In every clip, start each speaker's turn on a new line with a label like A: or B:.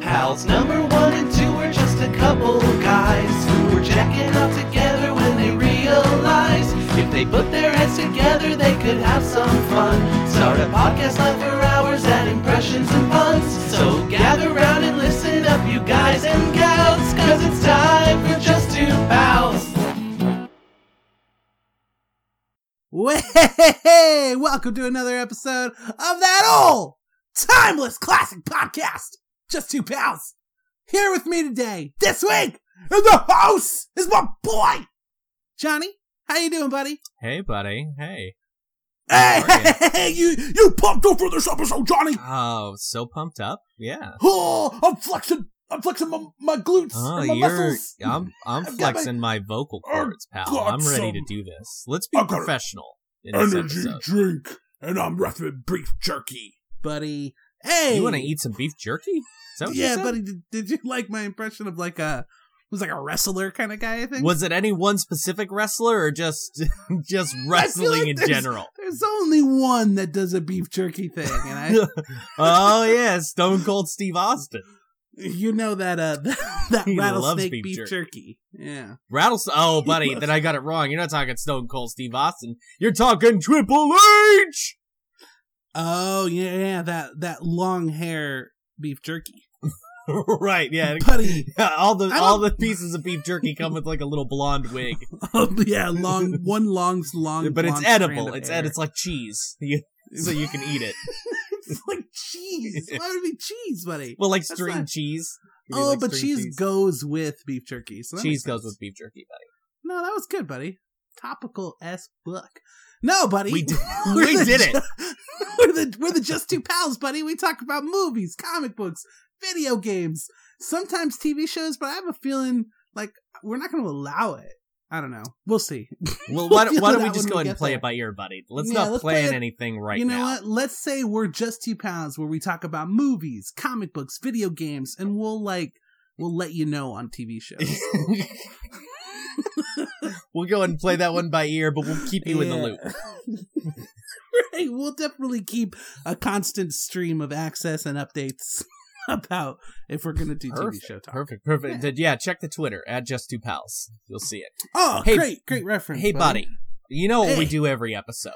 A: pals. Number one and two are just a couple of guys who were jacking off together when they realized if they put their heads together, they could have some fun. Start a podcast live for hours, add impressions and puns. So gather round and listen up, you guys and gals, cause it's time for just two pals.
B: Way! Welcome to another episode of that old timeless classic podcast. Just two pals here with me today. This week in the house is my boy Johnny. How you doing, buddy?
C: Hey, buddy. Hey.
B: Hey,
C: are you?
B: hey, hey, you you pumped up for this episode, Johnny?
C: Oh, so pumped up. Yeah.
B: Oh, I'm flexing. I'm flexing my, my glutes
C: Oh,
B: and my
C: you're.
B: muscles.
C: I'm. I'm
B: I've got my-
C: flexing my vocal
B: I've
C: cords, pal.
B: got
C: I'm ready to
B: some-
C: do this. Let's be
B: I've got a-
C: professional in this
B: Energy
C: episode.
B: drink, and I'm wrapping beef jerky, buddy. Hey,
C: You want to eat some beef jerky? Is that what you
B: yeah,
C: said?
B: buddy. Did, did you like my impression of like a was like a wrestler kind of guy? I think
C: Was it any one specific wrestler or just just wrestling
B: like
C: in
B: there's-
C: general?
B: there's only one that does a beef jerky thing, and I
C: oh yeah, Stone Cold Steve Austin.
B: you know that uh that, that
C: He loves
B: rattlesnake beef,
C: beef
B: jerky.
C: jerky.
B: Yeah,
C: Rattles. Oh, buddy, then I got it wrong. You're not talking Stone Cold Steve Austin. You're talking Triple H.
B: oh yeah, yeah that that long hair beef jerky,
C: right. Yeah.
B: buddy.
C: Yeah, all the
B: I
C: all the pieces of beef jerky come with like a little blonde wig,
B: yeah, long one long long,
C: but it's
B: long strand
C: edible.
B: of
C: It's
B: hair.
C: ed- it's like cheese, You- so you can eat it.
B: It's like cheese. Why would it be cheese, buddy?
C: Well, like
B: That's
C: string
B: not-
C: cheese. It'd be
B: oh,
C: like
B: but
C: string
B: cheese, goes with beef jerky. So that makes
C: cheese
B: sense.
C: goes with beef jerky.
B: No, that was good, buddy. Topical as fuck. No, buddy.
C: We did-
B: We're
C: we
B: the
C: did it.
B: ju- we're the we're the just two pals, buddy. We talk about movies, comic books, video games, sometimes TV shows, but I have a feeling like we're not going to allow it. I don't know. We'll see.
C: buddy. Well, why,
B: We'll
C: don't- why
B: feel
C: don't we
B: that
C: just
B: when
C: go
B: we
C: ahead
B: get
C: and play
B: there.
C: it by ear, buddy? Let's
B: Yeah,
C: not
B: let's play
C: plan
B: it-
C: anything right
B: you know
C: now.
B: what? Let's say we're just two pals, where we talk about movies, comic books, video games, and we'll like we'll let you know on TV shows.
C: we'll go ahead and play that one by ear, but we'll keep you in the loop.
B: loop. right, we'll definitely keep a constant stream of access and updates about if we're going to do TV show talk.
C: Perfect, perfect. Did- Yeah. check the Twitter at Just Two Pals. You'll see it.
B: Oh,
C: Hey-
B: great, great reference.
C: Hey, buddy. You know what we
B: Hey.
C: do every episode.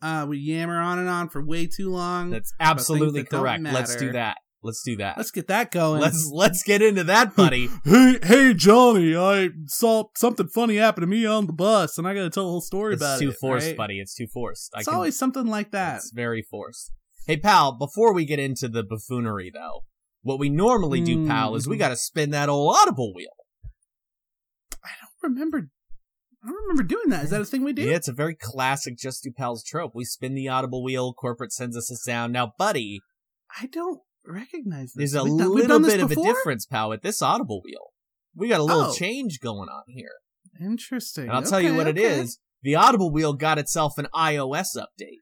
B: Uh, we yammer on and on for way too long.
C: That's absolutely
B: that don't
C: correct. Let's do
B: matter.
C: that. Let's do that.
B: Let's get that going.
C: Let's let's get into that, buddy.
B: Hey, hey, Johnny! I saw something funny happen to me on the bus, and I got to tell a whole story
C: it's too forced, buddy. It's too forced.
B: It's always something like that.
C: It's very forced. Hey, pal. Before we get into the buffoonery, though, what we normally do, pal, is we
B: Mhm.
C: got to spin that old audible wheel.
B: I don't remember. I don't remember doing that. Is that a thing we do?
C: Yeah, it's a very classic Just Do Pals trope. We spin the audible wheel. Corporate sends us a sound. Now, buddy,
B: I don't recognize this.
C: there's a
B: We've done- we've
C: little
B: done this
C: bit of a
B: before?
C: difference, pal, with this audible wheel. We got a little
B: Oh.
C: change going on here.
B: Interesting.
C: And I'll tell you
B: Okay,
C: what it
B: okay.
C: is. The Audible Wheel got itself an iOS update.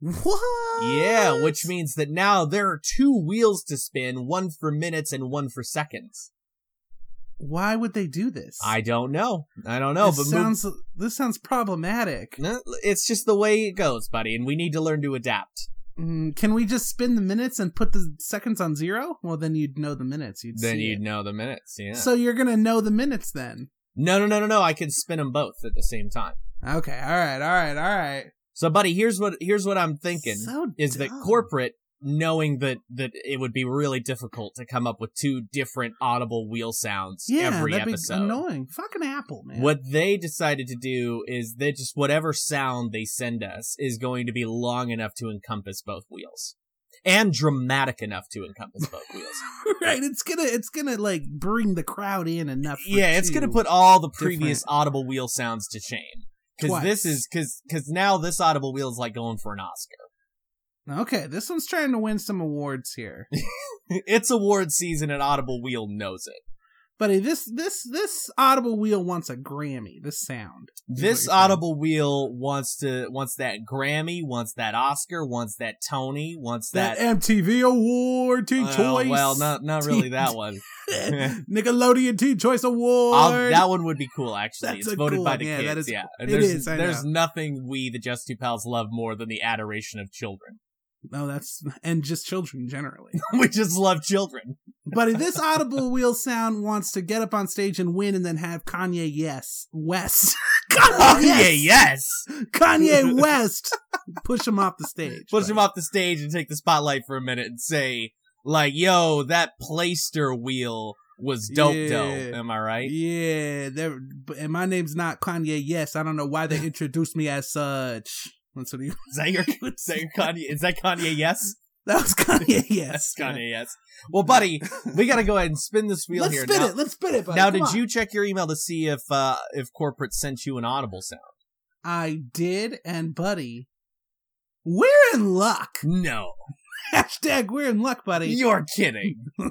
B: What?
C: Yeah, which means that now there are two wheels to spin, one for minutes and one for seconds.
B: why would they do this?
C: I don't know. I don't know,
B: this
C: but move-
B: sounds this sounds problematic.
C: No, it's just the way it goes, buddy, and we need to learn to adapt.
B: Mm, can we just spin the minutes and put the seconds on zero? Well, then you'd know the minutes. You'd
C: then
B: see
C: you'd
B: it.
C: know the minutes, yeah.
B: So you're gonna know the minutes then.
C: no, no, no, no, no. I can spin them both at the same time.
B: Okay. All right. All right. All right.
C: So, buddy, here's what here's what I'm thinking
B: So
C: is that
B: dumb.
C: corporate knowing that that it would be really difficult to come up with two different audible wheel sounds
B: Yeah,
C: every
B: that'd
C: episode.
B: be annoying. Fucking Apple, man.
C: What they decided to do is that just whatever sound they send us is going to be long enough to encompass both wheels and dramatic enough to encompass both wheels.
B: right? It's gonna it's gonna like bring the crowd in enough. for
C: yeah, it's going to
B: two.
C: put all the previous
B: different-
C: audible wheel sounds to shame. Because
B: Twice.
C: this is because because now this audible wheel is like going for an Oscar.
B: Okay, this one's trying to win some awards here.
C: it's award season and Audible Wheel knows it.
B: Buddy, this this this audible wheel wants a Grammy. This sound. is what
C: This
B: you're saying.
C: Audible Wheel wants to wants that Grammy, wants that Oscar, wants that Tony, wants
B: that,
C: that.
B: MTV award, Teen
C: well,
B: Choice.
C: well, not not really that one.
B: Nickelodeon Teen Choice Award.
C: I'll, that one would be cool, actually.
B: That's
C: it's
B: a
C: voted
B: cool
C: by
B: one.
C: the
B: Yeah,
C: kids.
B: that is
C: yeah, And
B: it
C: there's,
B: is, I
C: There's
B: know.
C: nothing we, the Just Two Pals, love more than the adoration of children.
B: No, that's and just children generally.
C: we just love children.
B: But if this audible wheel sound wants to get up on stage and win and then have Kanye yes West
C: Oh,
B: Kanye
C: yeah,
B: yes
C: yes.
B: Kanye West push him off the stage.
C: Push him off the stage and take the spotlight for a minute and say, like, yo, that playster wheel was dope
B: Yeah.
C: dope. Am I right?
B: Yeah, there and my name's not Kanye yes. I don't know why they introduced me as such. That's what he
C: Is that your, is that your Kanye? Is that Kanye? Yes.
B: That was Kanye yes.
C: That's Kanye. Yes. Well, buddy, we gotta go ahead and spin this wheel
B: Let's
C: here.
B: spit
C: now,
B: it. Let's spit it. Buddy.
C: now
B: Come
C: did
B: on.
C: you check your email to see if uh if corporate sent you an audible sound?
B: I did, and buddy, we're in luck.
C: No,
B: Hashtag we're in luck, buddy.
C: you're kidding.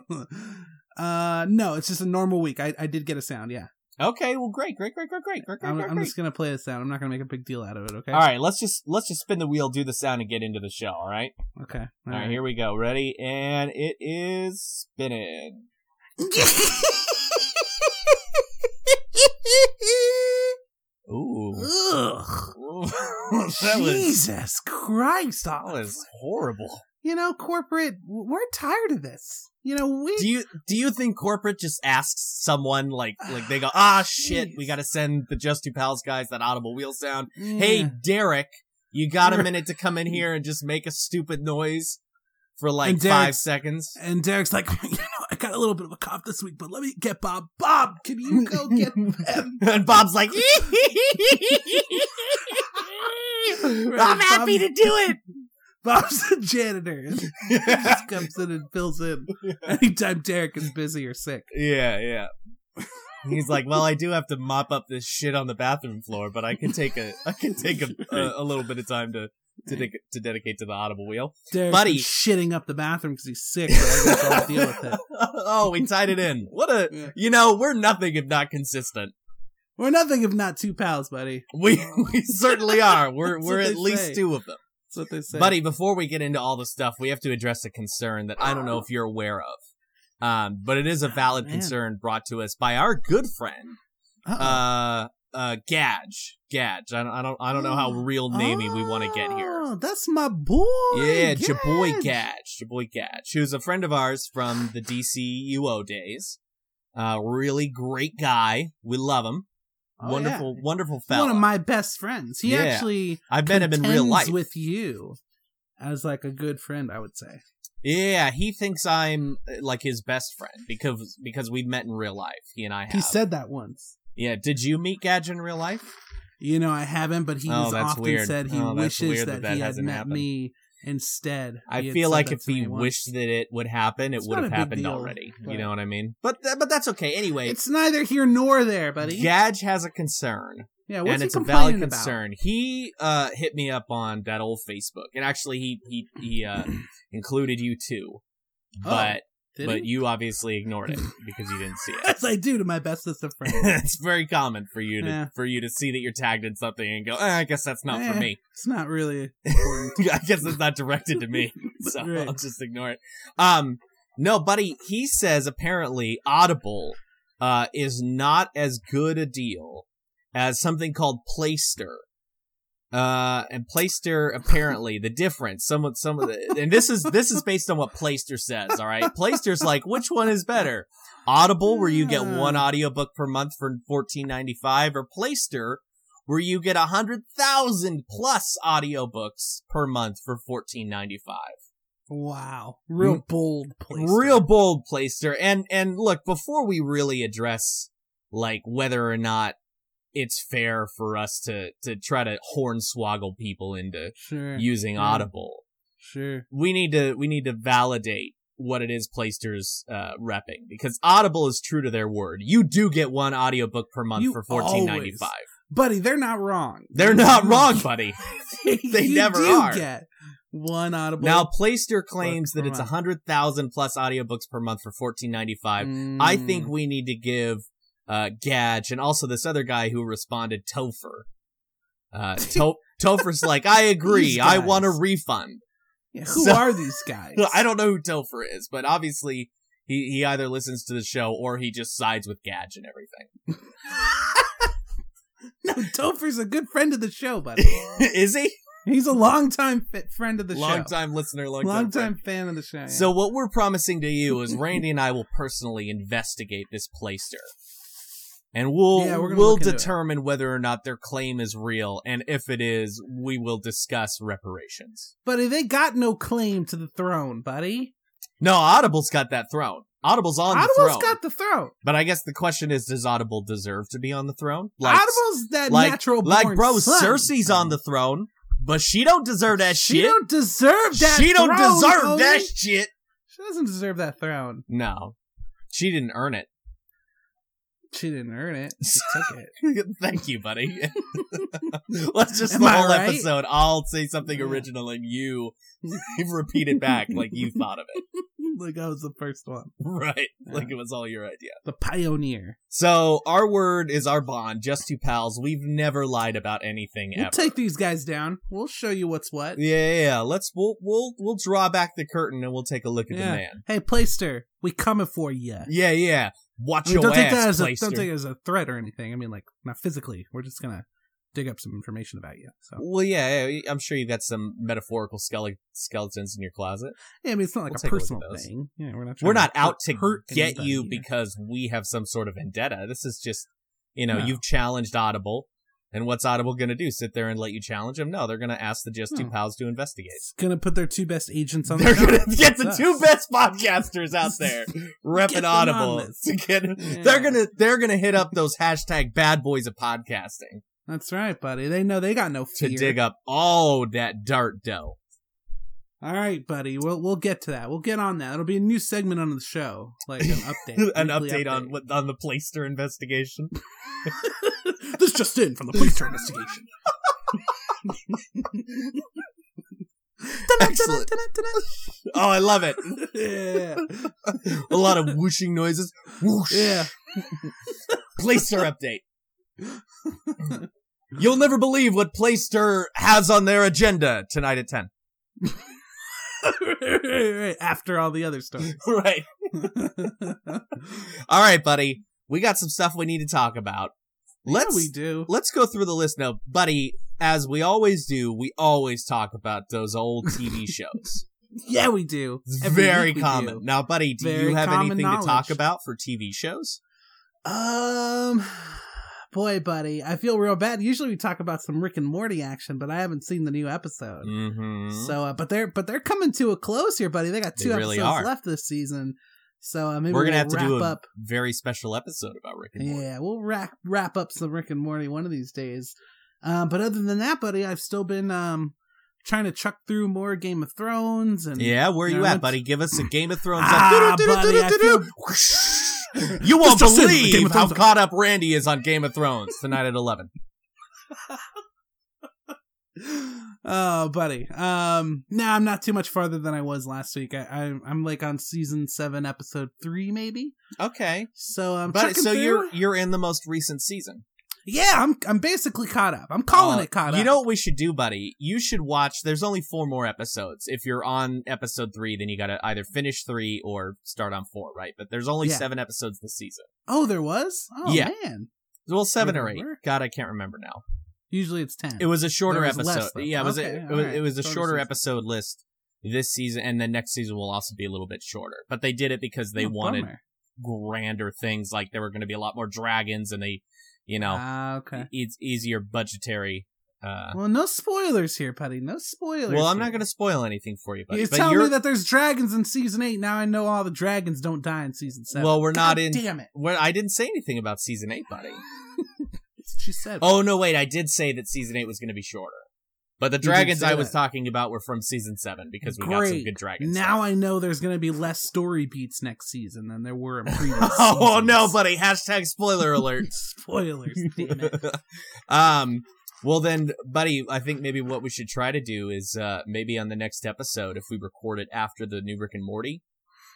B: uh, no, it's just a normal week. I, I did get a sound. Yeah,
C: Okay, well, great, great, great, great, great, great, great,
B: I'm,
C: great.
B: I'm
C: great.
B: just gonna play the sound. I'm not gonna make a big deal out of it. Okay.
C: All right, let's just let's just spin the wheel, do the sound, and get into the show. All right.
B: Okay.
C: All right, here we go. Ready? And it is spinning. Ooh.
B: Ugh.
C: that was
B: Jesus Christ,
C: that
B: Olive.
C: was horrible.
B: You know, corporate, we're tired of this. You know, we
C: Do you do you think corporate just asks someone like like they go, "Ah shit, we got to send the Just Two Pals guys that audible wheel sound. Hey,
B: Yeah.
C: Derek, you got a minute to come in here and just make a stupid noise for like
B: And Derek's-
C: 5 seconds?"
B: And Derek's like, you know, I got a little bit of a cough this week, but let me get Bob. Bob, can you go get him?
C: And Bob's like,
B: Bob-
C: I'm happy to do
B: Bob's the janitor. And he
C: it.
B: just comes in and fills in anytime Derek is busy or sick.
C: yeah, yeah. He's like, well, I do have to mop up this shit on the bathroom floor, but I can take a, I can take a, a, a little bit of time to, to, de- to dedicate to the audible wheel.
B: Derek's
C: Buddy.
B: been shitting up the bathroom because he's sick, but I guess I'll deal with it.
C: oh, we tied it in. What a,
B: Yeah.
C: you know, we're nothing if not consistent.
B: We're nothing if not two pals, buddy.
C: We, we certainly are. We're,
B: That's
C: we're
B: what
C: at
B: they
C: least
B: say.
C: two of them.
B: That's what they say.
C: Buddy, before we get into all the stuff, we have to address a concern that I don't know if you're aware of. Um, but it is a valid
B: Uh-huh. Ah, man.
C: concern brought to us by our good friend,
B: Uh-oh.
C: uh, uh, Gadge. Gadge. I don't, I don't, I don't know how real naming we want to get here.
B: Oh, that's my boy.
C: Yeah, it's your boy
B: Gadge.
C: Gadge, your boy Gadge, who's a friend of ours from the DCUO days. Uh, really great guy. We love him.
B: Oh,
C: wonderful,
B: yeah.
C: wonderful
B: He's
C: fella.
B: One of my best friends. He
C: Yeah.
B: actually
C: I've met him in real
B: contends
C: life.
B: with you as like a good friend, I would say.
C: Yeah, he thinks I'm uh, like his best friend because because we met in real life. He and I have.
B: He said that once.
C: yeah, did you meet Gadge in real life?
B: You know, I haven't, but he's
C: Oh, that's
B: often
C: weird.
B: said he
C: Oh, that's
B: wishes
C: weird
B: that,
C: that that
B: he had
C: hasn't
B: met
C: happened.
B: me instead.
C: I
B: He had
C: feel
B: said
C: like
B: that
C: if
B: to me
C: he
B: once.
C: wished that it would happen, it
B: It's
C: would
B: not a
C: have
B: big
C: happened
B: deal,
C: already. You
B: but-
C: know what I mean? But th- but that's okay. Anyway,
B: It's neither here nor there, buddy.
C: Gadge has a concern,
B: yeah, what's
C: and
B: he
C: it's a valid
B: complaining about?
C: concern. He uh, hit me up on that old Facebook, and actually he he he uh, included you too,
B: Oh,
C: but
B: Did
C: but
B: he?
C: you obviously ignored it because you didn't see it.
B: As I do to my bestest of friends.
C: it's very common for you to
B: Yeah.
C: for you to see that you're tagged in something and go, eh, I guess that's not for
B: Eh.
C: me.
B: it's not really important.
C: I guess it's not directed to me, so
B: Right.
C: I'll just ignore it. Um, no, buddy, he says apparently Audible uh is not as good a deal as uh, something called Playster. Uh, and Playster apparently the difference. Someone, some of the, and this is this is based on what Playster says. All right, Playster's like, which one is better? Audible, where you get one audiobook per month for fourteen ninety five, or Playster, where you get a hundred thousand plus audiobooks per month for fourteen ninety five.
B: wow. Real bold place.
C: Mm. Real bold Playster. And and look, before we really address like whether or not it's fair for us to to try to hornswoggle people into
B: Sure. Mm-hmm.
C: using
B: Yeah.
C: Audible,
B: sure.
C: we need to we need to validate what it is Playster's uh repping because Audible is true to their word. You do get one audiobook per month
B: You
C: for 14.95.
B: always- Buddy, they're not wrong.
C: They're not wrong, buddy. They
B: you
C: never
B: do
C: are.
B: get one audible.
C: Now Playster claims
B: per
C: that it's
B: month.
C: 100,000 plus audiobooks per month for 14.95. I
B: Mm. Hmm.
C: think we need to give uh Gadge and also this other guy who responded Topher. Uh to- Topher's like, I agree,
B: These
C: I want a
B: guys.
C: refund.
B: Yeah, who
C: So-
B: are these guys?
C: I don't know who Topher is, but obviously he, he either listens to the show or he just sides with Gadge and everything.
B: No, Topher's a good friend of the show, buddy.
C: is he?
B: He's a longtime fit friend of the
C: long
B: show.
C: time listener, long,
B: long
C: time.
B: time fan of the show. yeah.
C: So what we're promising to you is Randy and I will personally investigate this playster. And we'll
B: Yeah, we're gonna
C: we'll
B: look into it.
C: determine whether or not their claim is real, and if it is, we will discuss reparations.
B: buddy, they got no claim to the throne, buddy.
C: No, Audible's got that throne. Audible's on the
B: Audible's
C: throne.
B: got the throne.
C: but I guess the question is, does Audible deserve to be on the throne? Like,
B: Audible's that
C: like-
B: natural
C: like
B: born
C: bro,
B: son.
C: Cersei's on the throne, but she don't deserve that
B: She
C: shit.
B: don't deserve that.
C: she don't
B: throne,
C: deserve
B: Odin.
C: that shit.
B: she doesn't deserve that throne.
C: No, she didn't earn it.
B: She didn't earn it. She took it.
C: Thank you, buddy. Let's just
B: Am
C: the
B: I
C: whole
B: right?
C: episode. I'll say something
B: Yeah.
C: original and you repeat it back like you thought of it.
B: like I was the first one,
C: Right. Like
B: Yeah.
C: it was all your idea.
B: the pioneer.
C: So our word is our bond, just two pals. We've never lied about anything
B: We'll
C: ever.
B: take these guys down. We'll show you what's what.
C: yeah, yeah, yeah. Let's we'll we'll we'll draw back the curtain and we'll take a look at
B: Yeah.
C: the man.
B: Hey, Playster, we coming for you.
C: Yeah, yeah. Watch
B: I mean,
C: your
B: don't
C: ass,
B: take that as a,
C: Playster.
B: don't take it as a threat or anything. I mean, like not physically. We're just gonna dig up some information about you. So
C: Well, yeah, yeah, I'm sure you've got some metaphorical skele- skeletons in your closet.
B: yeah, I mean, it's not like
C: We'll
B: a
C: take a look at
B: personal
C: those.
B: thing. Yeah, we're not.
C: we're
B: trying
C: not out to
B: hurt
C: get
B: anybody
C: you
B: here.
C: because we have some sort of vendetta. This is just, you know,
B: No.
C: you've challenged Audible, and what's Audible going to do? Sit there and let you challenge them? No, they're going to ask the Just Two
B: No.
C: Pals to investigate.
B: It's gonna put their two best agents on.
C: They're
B: the show.
C: going to get the
B: That's
C: two
B: us.
C: best podcasters out there
B: Get
C: repping
B: them on
C: Audible
B: this.
C: to get.
B: Yeah.
C: They're going to they're going to hit up those hashtag Bad Boys of Podcasting
B: That's right, buddy. They know they got no
C: to
B: fear.
C: dig up all that dirt dough.
B: All right, buddy. We'll we'll get to that. We'll get on that. It'll be a new segment on the show, like an update,
C: An
B: weekly
C: update on what on the Playster investigation.
B: this just in from the police investigation.
C: Excellent. Oh, I love it.
B: yeah,
C: a lot of whooshing noises. Whoosh.
B: yeah.
C: Playster update. You'll never believe what Playster has on their agenda tonight at 10.
B: Right, right, right. After all the other stuff.
C: Right. All right, buddy. We got some stuff we need to talk about. Let's
B: yeah, we do.
C: let's go through the list now, buddy. As we always do, we always talk about those old TV shows.
B: Yeah, we do.
C: It's
B: Every
C: Very
B: week we
C: common.
B: do.
C: Now, buddy, do
B: Very
C: you have
B: common
C: anything to
B: knowledge.
C: talk about for TV shows?
B: Um, boy, buddy, I feel real bad. Usually we talk about some Rick and Morty action, but I haven't seen the new episode.
C: Mm-hmm.
B: So, uh, but they're but they're coming to a close here, buddy. They got
C: They
B: two
C: really
B: episodes
C: are.
B: left this season, so uh, maybe
C: We're
B: we'll
C: gonna have to
B: wrap
C: do a
B: up.
C: very special episode about Rick and Morty.
B: Yeah, we'll wrap wrap up some Rick and Morty one of these days. Um, but other than that, buddy, I've still been um trying to chuck through more Game of Thrones and
C: Yeah, where
B: You
C: you
B: know,
C: at,
B: it's-
C: buddy? Give us a Game of Thrones.
B: Ah,
C: up.
B: buddy, I feel-
C: You won't
B: This just in, the Game
C: believe
B: of
C: how
B: Thrones-
C: caught up Randy is on Game of Thrones tonight at eleven.
B: oh, buddy. Um, now I'm not too much farther than I was last week. I, I I'm like on season seven, episode three, maybe.
C: Okay,
B: So um,
C: but so you're you're in the most recent season.
B: yeah, I'm I'm basically caught up. I'm calling
C: Uh,
B: it caught up.
C: You know what we should do, buddy? You should watch. There's only four more episodes. If you're on episode three, then you got to either finish three or start on four, right? But there's only
B: Yeah.
C: seven episodes this season.
B: Oh, there was. Oh
C: Yeah.
B: man.
C: Well, seven or eight.
B: Remember?
C: God, I can't remember now.
B: Usually it's ten.
C: It was a shorter
B: There was less,
C: episode.
B: though.
C: yeah, it was
B: Okay,
C: a, it
B: all
C: was,
B: right.
C: it was a
B: Shorter
C: shorter
B: season.
C: episode list this season, and then next season will also be a little bit shorter. But they did it because they
B: Oh,
C: wanted
B: bummer.
C: grander things, like there were going to be a lot more dragons, and they, you know,
B: Ah, okay.
C: it's easier budgetary. Uh,
B: Well, no spoilers here, Putty. No spoilers.
C: well, I'm not
B: here.
C: going to spoil anything for you, buddy.
B: You
C: but
B: tell
C: you're,
B: me that there's dragons in season eight. Now I know all the dragons don't die in season seven.
C: Well, we're
B: God
C: not in-
B: Damn it!
C: Well, I didn't say anything about season eight, buddy.
B: That's what She said.
C: Oh no, wait, I did say that season eight was going to be shorter. But the
B: did
C: dragons
B: say
C: I was
B: that.
C: talking about were from season seven because we got some
B: Great.
C: good dragons.
B: Now I know there's going to be less story beats next season than there were in previous.
C: oh no,
B: seasons.
C: buddy! Hashtag spoiler alert.
B: spoilers. Damn it.
C: um well then buddy i think maybe what we should try to do is uh maybe on the next episode if we record it after the new rick and morty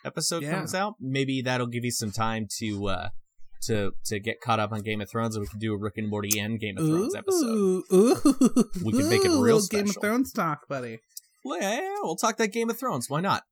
C: episode
B: Yeah.
C: comes out maybe that'll give you some time to uh to to get caught up on game of thrones and we can do a rick and morty and game of thrones episode
B: Ooh, ooh,
C: We can make it
B: ooh,
C: real
B: little Game of
C: special.
B: Thrones talk, buddy.
C: well, yeah, yeah, we'll talk that game of thrones why not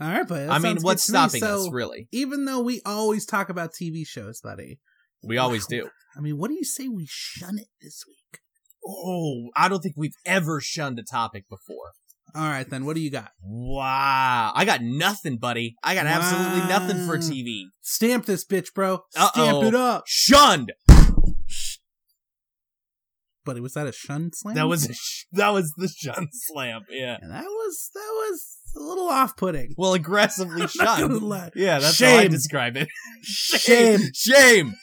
B: All right, buddy. that
C: i mean
B: sounds good
C: what's
B: to
C: stopping
B: me.
C: us
B: So,
C: really
B: Even though we always talk about TV shows, buddy.
C: we always do
B: I mean, what do you say we shun it this week?
C: oh, I don't think we've ever shunned a topic before.
B: All right, then. What do you got?
C: Wow. I got nothing, buddy. I got absolutely nothing for
B: Wow.
C: TV.
B: Stamp this bitch, bro. Stamp
C: Uh-oh.
B: it up.
C: Shunned.
B: Buddy, was that a shun slam?
C: That was a sh- that was the shun slam. Yeah.
B: Yeah, that was that was a little off-putting.
C: Well, aggressively
B: gonna
C: shunned.
B: lie.
C: Yeah, that's how I
B: Shame.
C: describe it.
B: Shame,
C: Shame.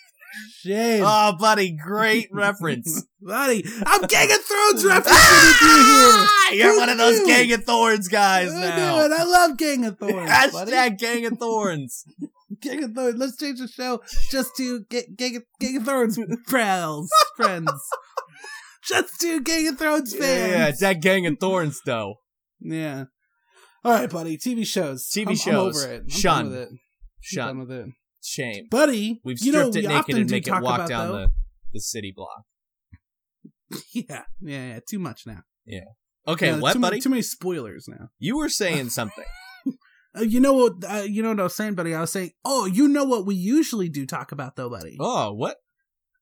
B: shame,
C: Oh, buddy, great reference.
B: buddy. I'm Gang of Thrones referencing with you here.
C: Ah, you're
B: Who
C: one of those
B: knew?
C: Gang of Thorns guys
B: I
C: now.
B: know it. I love Gang of Thorns. buddy.
C: Hashtag Gang of Thorns.
B: Gang of Thorns. Let's change the show just to get Gang of, Gang of Thorns pals, friends. Just to Gang of Thrones
C: Yeah, yeah,
B: fans.
C: it's that Gang of Thorns though.
B: Yeah. All right, buddy. TV shows.
C: TV
B: I'm- I'm
C: shows.
B: over it. I'm
C: Shun.
B: done with it. I'm done
C: Shun.
B: with it.
C: Shame.
B: Buddy,
C: We've
B: you know,
C: stripped
B: we
C: it
B: often
C: naked and
B: do
C: make it
B: talk
C: walk
B: about,
C: down
B: though-
C: the, the city block.
B: Yeah, yeah, yeah. Too much now.
C: Okay,
B: Yeah,
C: what,
B: too
C: buddy?
B: Many, too many spoilers now.
C: you were saying something.
B: Uh, you know what? Uh, you know what I was saying, buddy. I was saying, oh, you know what we usually do talk about, though, buddy.
C: oh, what?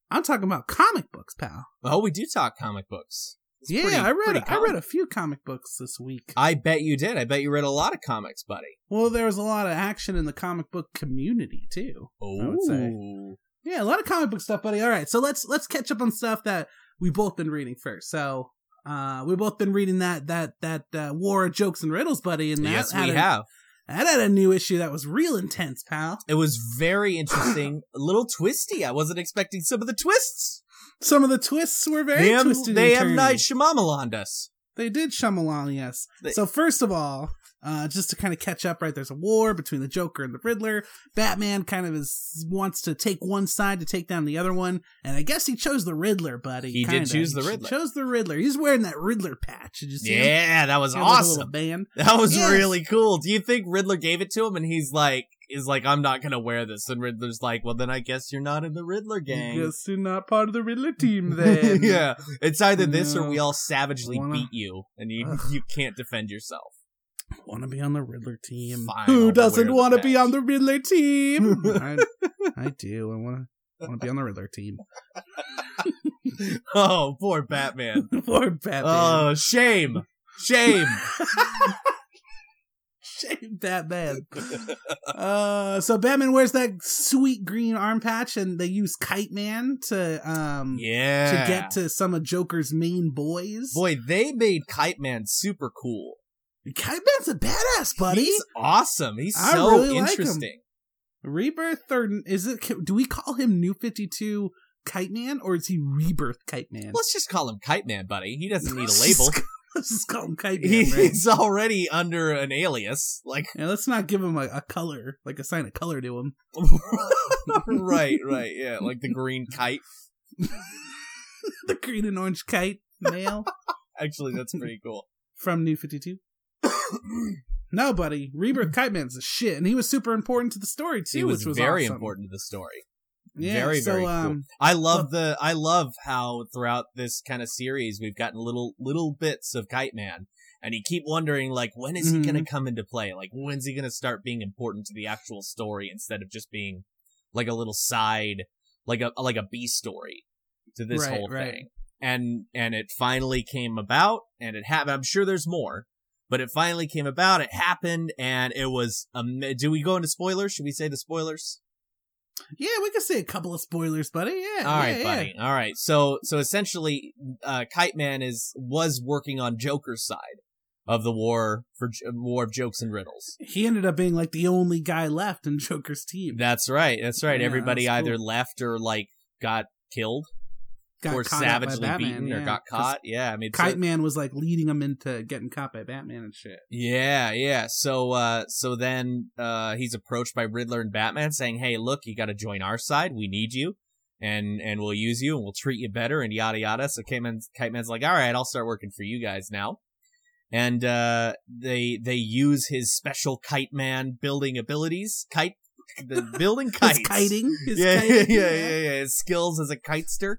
B: I'm talking about comic books, pal.
C: Oh, we do talk comic books. It's
B: yeah,
C: pretty-
B: I read.
C: pretty Uh,
B: I
C: common.
B: read a few comic books this week.
C: I bet you did. I bet you read a lot of comics, buddy.
B: Well, there was a lot of action in the comic book community too. would say.
C: Oh,
B: Yeah, a lot of comic book stuff, buddy. All right, so let's let's catch up on stuff that we both been reading first. So, uh, we both been reading that that that uh, War of Jokes and Riddles, buddy, and that
C: yes,
B: had
C: we
B: a-
C: have.
B: That had a new issue that was real intense, pal.
C: It was very interesting. a little twisty. I wasn't expecting some of the twists.
B: Some of the twists were very
C: they have,
B: twisted.
C: they
B: and
C: have
B: turny.
C: night Shyamalan us.
B: They did Shyamalan, yes.
C: They-
B: so first of all, uh, just to kind of catch up, right? There's a war between the Joker and the Riddler. Batman kind of is wants to take one side to take down the other one, and I guess he chose the Riddler, buddy.
C: He did
B: kinda.
C: choose the
B: ch-
C: Riddler.
B: Chose the Riddler. He's wearing that Riddler patch. Did you see? him?
C: Yeah, that was
B: He had, like, a little
C: awesome.
B: band.
C: That was
B: Yes.
C: really cool. Do you think Riddler gave it to him and he's like is like I'm not going to wear this and Riddler's like, "Well, then I guess you're not in the Riddler gang."
B: Guess you're not part of the Riddler team then.
C: yeah, it's either this or we
B: No.
C: all savagely
B: Wanna-
C: beat you and you
B: Ugh.
C: you can't defend yourself.
B: Want to be on the Riddler team?
C: Fine, I'll
B: Who
C: wear
B: doesn't
C: the
B: want to be
C: patch.
B: on the Riddler team? I, I do. I want to. want to be on the Riddler team.
C: Oh, poor Batman.
B: Poor Batman.
C: Oh, shame. Shame.
B: Shame Batman. uh, so Batman wears that sweet green arm patch, and they use Kite Man to um
C: yeah.
B: to get to some of Joker's main boys.
C: Boy, they made Kite Man super cool.
B: Kite Man's a badass, buddy.
C: He's awesome. He's
B: I
C: so
B: really like him.
C: interesting.
B: Rebirth or is it? Do we call him New Fifty Two Kite Man or is he Rebirth Kite Man?
C: Let's just call him Kite Man, buddy. He doesn't need a label.
B: let's just call him Kite Man. right?
C: He's already under an alias. Like,
B: Yeah, let's not give him a, a color, like assign a color to him.
C: right, right, yeah, like the green kite.
B: The green and orange kite male
C: Actually, that's pretty cool.
B: from New Fifty Two. No, buddy. Rebirth Kite Man's a shit, and he was super important to the story too,
C: Hmm. He was,
B: which was
C: very
B: awesome.
C: important to the story.
B: Yeah,
C: very,
B: so,
C: very cool.
B: um,
C: I love the I love how throughout this kind of series we've gotten little little bits of Kite Man, and you keep wondering like when is he
B: Mm-hmm.
C: going to come into play? Like when's he going to start being important to the actual story instead of just being like a little side, like a like a B story to this
B: Right,
C: whole
B: right.
C: thing. And and it finally came about, and it happened. I'm sure there's more, but it finally came about. It happened, and it was. Um, do we go into spoilers? Should we say the spoilers?
B: Yeah, we could say a couple of spoilers, buddy. Yeah,
C: All right,
B: yeah, yeah.
C: buddy. All right. So so essentially, uh, Kite Man is was working on Joker's side of the war for J- war of jokes and riddles.
B: He ended up being like the only guy left in Joker's team.
C: That's right. That's right.
B: Yeah,
C: Everybody
B: that's
C: either
B: cool.
C: left or like got killed
B: Got
C: or
B: caught out by
C: savagely
B: Batman,
C: beaten or
B: yeah,
C: got
B: 'cause
C: caught. Yeah, I mean, it's a-
B: Kite Man was like leading him into getting caught by Batman and shit.
C: yeah, yeah. So uh so then uh he's approached by Riddler and Batman saying, "Hey, look, you got to join our side. We need you." And and we'll use you and we'll treat you better and yada yada. So Kite Man's, Kite Man's like, all right, I'll start working for you guys now. and uh, they they use his special kite man building abilities, kite the building kites,
B: His kiting, his
C: yeah,
B: kiting,
C: yeah, yeah, yeah, yeah, his skills as a kitester,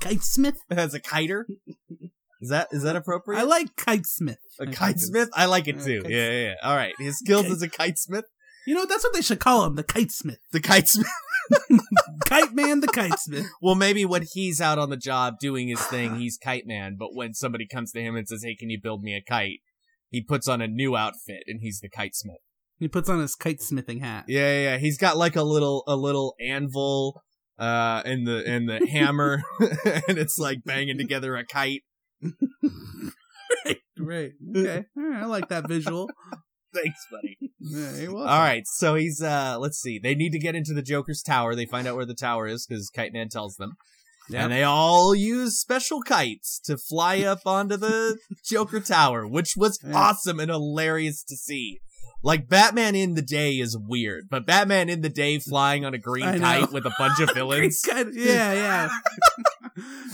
B: Kite Smith.
C: as a kiter. Is that is that appropriate?
B: I like Kite Smith.
C: a
B: I think
C: kitesmith. I like it
B: Yeah,
C: too.
B: kites-
C: Yeah, yeah, yeah. All right, his skills
B: Kite-
C: as a kitesmith.
B: You know what? That's what they should call him, the kitesmith.
C: The kites.
B: Kite man, the kitesmith.
C: well, maybe when he's out on the job doing his thing, he's kite man. But when somebody comes to him and says, "Hey, can you build me a kite?" He puts on a new outfit and he's the kitesmith.
B: He puts on his kitesmithing hat.
C: Yeah, yeah, yeah. He's got like a little a little anvil uh and the and the hammer and it's like banging together a kite.
B: Right. Okay. All right, I like that visual.
C: Thanks, buddy.
B: Yeah, you're welcome.
C: All right, so he's uh let's see. They need to get into the Joker's tower. They find out where the tower is cuz Kite Man tells them.
B: Yep.
C: And they all use special kites to fly up onto the Joker tower, which was
B: Yeah.
C: awesome and hilarious to see. Like Batman in the day is weird, but Batman in the day flying on a green
B: I know.
C: kite with a bunch of villains.
B: Good. Yeah, yeah.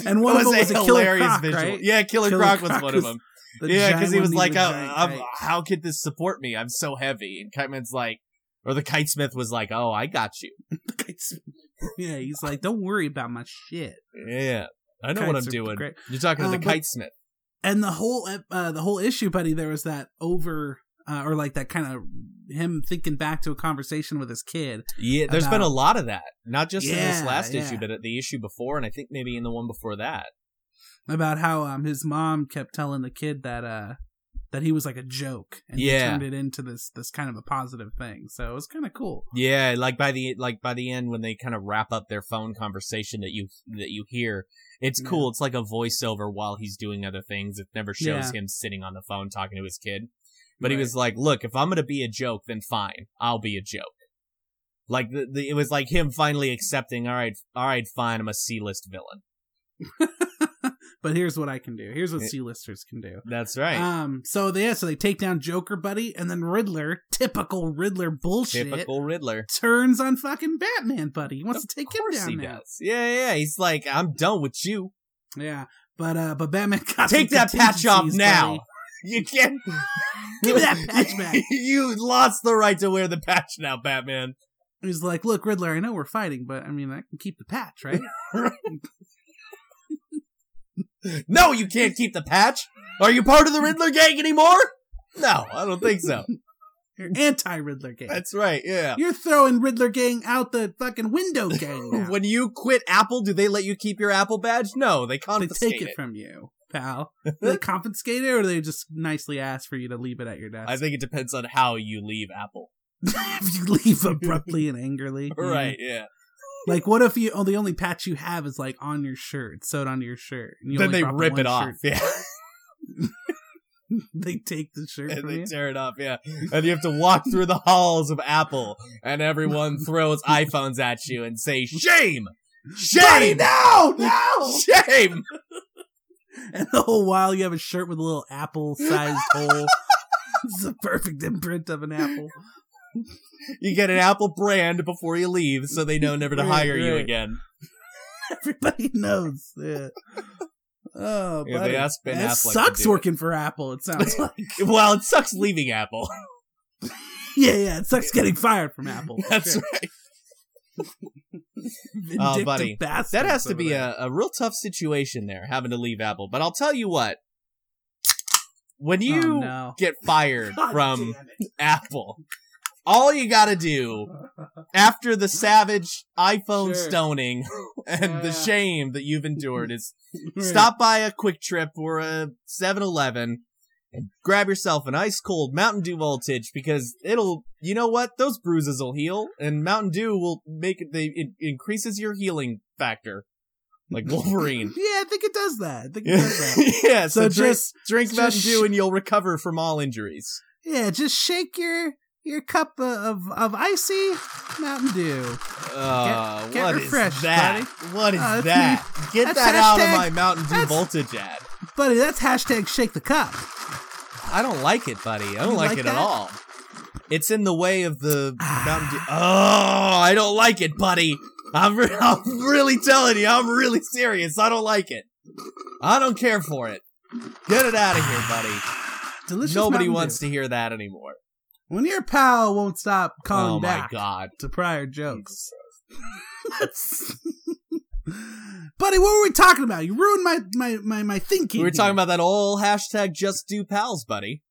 B: and one of them was a killer croc, right?
C: Yeah, Killer,
B: Killer
C: Croc, was
B: Croc
C: one
B: was
C: of them.
B: The
C: yeah,
B: giant
C: because he
B: one
C: was
B: needed
C: like,
B: a
C: oh,
B: giant
C: I'm,
B: kite.
C: "How could this support me? I'm so heavy." And Kiteman's like, or the kitesmith was like, "Oh, I got you.
B: yeah, he's like, don't worry about my shit.
C: Yeah, I know what I'm
B: Kites are
C: doing."
B: great.
C: You're talking to
B: Uh,
C: the
B: but-
C: kitesmith.
B: And the whole ep- uh, the whole issue, buddy, there was that over uh, or like that kind of him thinking back to a conversation with his kid.
C: Yeah, there's been
B: about-
C: a lot of that, not just in this
B: Yeah,
C: last
B: yeah.
C: issue, but at the issue before, and I think maybe in the one before that.
B: about how um his mom kept telling the kid that uh that he was like a joke and he
C: Yeah.
B: turned it into this this kind of a positive thing. So it was kind of cool.
C: Yeah, like by the like by the end when they kind of wrap up their phone conversation that you that you hear, it's
B: Yeah.
C: cool. It's like a voiceover while he's doing other things. It never shows
B: Yeah.
C: him sitting on the phone talking to his kid. But he
B: Right.
C: was like, "Look, if I'm gonna be a joke, then fine, I'll be a joke." Like the, the, it was like him finally accepting. All right, all right, fine. I'm a C-list villain.
B: But here's what I can do. Here's what
C: Yeah.
B: C-listers can do.
C: That's right.
B: Um so they yeah, so they take down Joker buddy and then Riddler, typical Riddler bullshit.
C: Typical Riddler.
B: Turns on fucking Batman, buddy. He wants
C: Of
B: to take him
C: course
B: down
C: he
B: now.
C: does. Yeah, yeah. He's like, "I'm done with you.
B: Yeah, but uh, but Batman got
C: Take
B: some
C: that patch off
B: contingencies,
C: now."
B: buddy.
C: You can't
B: Give me that patch back.
C: you lost the right to wear the patch now, Batman.
B: He's like, "Look, Riddler, I know we're fighting, but I mean, I can keep the patch, right?"
C: No, you can't keep the patch. Are you part of the Riddler gang anymore? No, I don't think so.
B: You're anti-Riddler game.
C: That's right. Yeah.
B: You're throwing Riddler gang out the fucking window, gang. now.
C: When you quit Apple, do they let you keep your Apple badge? No, they
B: they
C: confiscate
B: take
C: it.
B: it, from you, pal. Do they confiscate it, or they just nicely ask for you to leave it at your desk?
C: I think it depends on how you leave Apple.
B: if you leave abruptly and angrily, you know?
C: Right. Yeah.
B: Like, what if you? Oh, the only patch you have is like on your shirt, sewed onto your shirt. and you
C: Then
B: only
C: they
B: brought the
C: rip
B: one
C: it off.
B: shirt.
C: Yeah.
B: They take the shirt
C: and
B: from
C: they
B: you.
C: tear it off. Yeah. And you have to walk through the halls of Apple, and everyone throws iPhones at you and say, "Shame,
B: Buddy,
C: shame,
B: no, no!
C: shame."
B: And the whole while, you have a shirt with a little apple-sized hole. It's the perfect imprint of an apple.
C: You get an Apple brand before you leave, so they know never to
B: Right,
C: hire you
B: right.
C: again.
B: Everybody knows. Yeah. Oh,
C: Yeah,
B: buddy.
C: they ask Ben
B: That
C: Affleck.
B: sucks
C: to do
B: working for Apple. It sounds like.
C: It. Well, it sucks leaving Apple.
B: yeah, yeah. It sucks getting fired from Apple.
C: That's
B: Sure.
C: right.
B: Vindictive
C: buddy.
B: bastards
C: That has to
B: over
C: be
B: there.
C: a, a real tough situation there, having to leave Apple. But I'll tell you what. When you
B: Oh, no.
C: get fired
B: God
C: from
B: damn it.
C: Apple, all you gotta do after the savage iPhone
B: Sure.
C: stoning and the
B: Yeah.
C: shame that you've endured is
B: Right.
C: Stop by a Quick Trip or a 7 Eleven and grab yourself an ice cold Mountain Dew voltage because it'll, you know what? Those bruises will heal and Mountain Dew will make it, they, it increases your healing factor. Like Wolverine.
B: Yeah, I think it does that. I think it does that.
C: yeah, so,
B: So
C: drink,
B: just
C: drink
B: just
C: Mountain Dew
B: sh-
C: and you'll recover from all injuries.
B: yeah, just shake your your cup of of, of icy Mountain Dew.
C: Uh,
B: get
C: what is
B: refreshed,
C: that? What is
B: Uh, that's
C: that? Get
B: that's
C: that out of
B: hashtag-
C: my Mountain Dew
B: that's-
C: voltage ad.
B: Buddy, that's hashtag shake the cup.
C: I don't like it, buddy. I don't
B: You
C: like,
B: like
C: it at
B: that? Ah.
C: all. It's in the way of the Mountain Dew. Oh, I don't like it, buddy. I'm, re- I'm really telling you, I'm really serious. I don't like it. I don't care for it. Get it out of here, buddy.
B: Delicious.
C: Nobody
B: Mountain
C: wants
B: Dew.
C: to hear that anymore.
B: When your pal won't stop calling
C: oh
B: back
C: my god.
B: to prior jokes. Buddy, what were we talking about? You ruined my my my, my thinking.
C: We were
B: here.
C: talking about that old hashtag just do pals, buddy.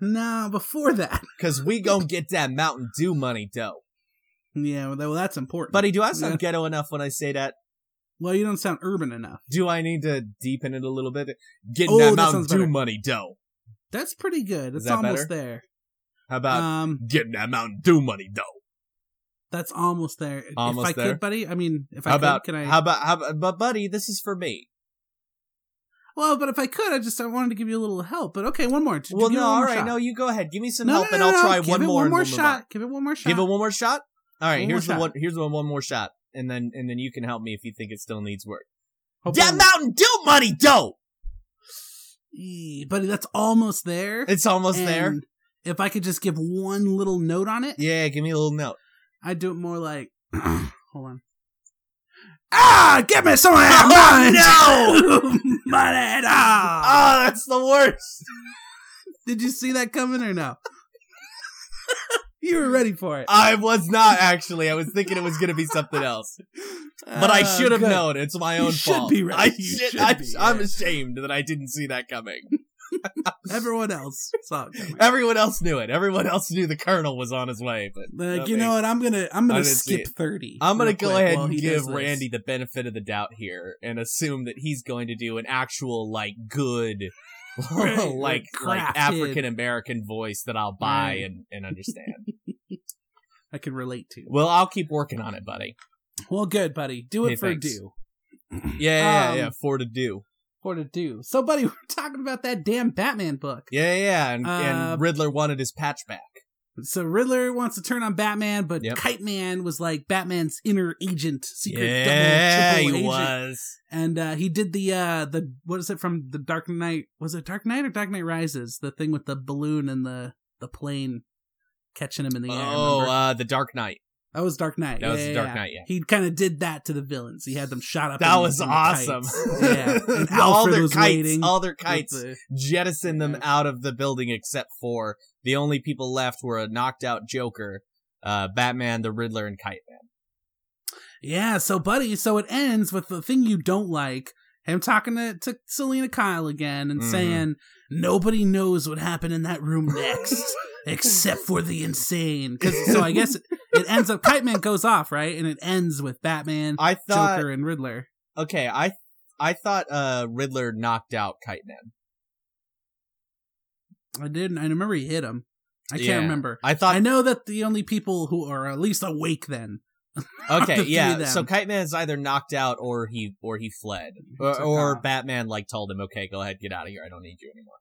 B: Nah, before that.
C: Cause we gonna get that Mountain Dew money though.
B: Yeah, well, that- well, that's important.
C: Buddy, do I sound
B: Yeah.
C: ghetto enough when I say that?
B: well, you don't sound urban enough.
C: Do I need to deepen it a little bit? Getting
B: Oh,
C: that
B: that
C: Mountain
B: sounds
C: Dew
B: better.
C: money dough.
B: That's pretty good.
C: Is
B: It's
C: that
B: almost there.
C: How about
B: um,
C: getting that Mountain Dew money dough?
B: that's almost there.
C: Almost
B: if I
C: there?
B: could, buddy. I mean, if I
C: How
B: could,
C: about
B: can I?
C: how about how about but buddy, this is for me.
B: well, but if I could, I just I wanted to give you a little help. But okay, one more. Just
C: Well
B: give me
C: no,
B: one more
C: alright,
B: shot.
C: no, you go ahead. Give me some
B: No,
C: help
B: no,
C: and
B: no,
C: I'll
B: no,
C: try
B: give
C: one
B: it
C: more
B: One
C: and
B: more
C: we'll move on.
B: shot. Give it one more shot.
C: Give it one more shot. All right,
B: One more
C: here's the
B: shot.
C: one. Here's the one. One more shot, and then and then you can help me if you think it still needs work.
B: Hopefully-
C: That Mountain Dew money, dough.
B: Eee, buddy, that's almost there.
C: It's almost there.
B: And If I could just give one little note on it,
C: Yeah, give me a little note.
B: I'd do it more like. hold on. Ah, give me some of that
C: Oh,
B: money. money. ah.
C: Oh, that's the worst.
B: Did you see that coming or no? you were ready for it,
C: I was not actually. I was thinking it was gonna be something else, but I
B: Uh,
C: should have
B: good.
C: known. It's my
B: You
C: own
B: should
C: fault.
B: be right.
C: I
B: You
C: should,
B: should
C: I,
B: be
C: I'm
B: right.
C: ashamed that I didn't see that coming.
B: Everyone else saw it coming.
C: Everyone else knew it. Everyone else knew the Colonel was on his way. But
B: Like,
C: not
B: you
C: me.
B: know what? I'm gonna I'm
C: I
B: gonna
C: didn't see
B: skip thirty.
C: I'm gonna
B: real
C: go
B: quick
C: ahead
B: while
C: and
B: he
C: give
B: does this.
C: Randy the benefit of the doubt here and assume that he's going to do an actual like good
B: Right,
C: like
B: like,
C: like
B: crafted.
C: African American voice that I'll buy
B: Right.
C: and, and understand.
B: I can relate to.
C: well, I'll keep working on it, buddy.
B: Well, good buddy. Do it
C: Hey,
B: for
C: thanks.
B: do
C: Yeah, yeah,
B: Um,
C: yeah. For to do.
B: for to do. So, buddy, we're talking about that damn Batman book.
C: Yeah, yeah. And,
B: uh,
C: and Riddler wanted his patch back.
B: So Riddler wants to turn on Batman, but
C: Yep.
B: Kite Man was like Batman's inner agent, secret
C: Yeah,
B: double
C: he
B: triple agent,
C: was.
B: and uh, he did the uh, the what is it from the Dark Knight? Was it Dark Knight or Dark Knight Rises? The thing with the balloon and the the plane catching him in the air.
C: oh,
B: remember?
C: uh, the Dark Knight.
B: that was Dark Knight.
C: That was
B: yeah,
C: the
B: yeah,
C: Dark
B: yeah.
C: Knight. Yeah.
B: He kind of did that to the villains. He had them shot up.
C: That
B: in-
C: was
B: in the
C: awesome.
B: kites. Yeah, and
C: all
B: Alfred
C: their
B: was
C: kites,
B: waiting
C: all their
B: with
C: kites
B: the-
C: jettison them out of the building except for the only people left were a knocked out Joker, uh, Batman, the Riddler, and Kite Man.
B: Yeah, so buddy, so it ends with the thing you don't like, him talking to, to Selena Kyle again and
C: Mhm.
B: saying, Nobody knows what happened in that room next except for the insane. 'Cause- so I guess it, it ends up Kite Man goes off, right? And it ends with Batman,
C: I thought
B: Joker, and Riddler.
C: okay, I I thought uh Riddler knocked out Kite Man.
B: I didn't I remember he hit him. I can't
C: Yeah.
B: remember.
C: I thought
B: I know that the only people who are at least awake then.
C: okay,
B: the three of
C: yeah.
B: them.
C: So Kite Man is either knocked out or he or he fled. Or,
B: Took
C: or
B: off.
C: Batman like told him, "Okay, go ahead, get out of here. I don't need you anymore."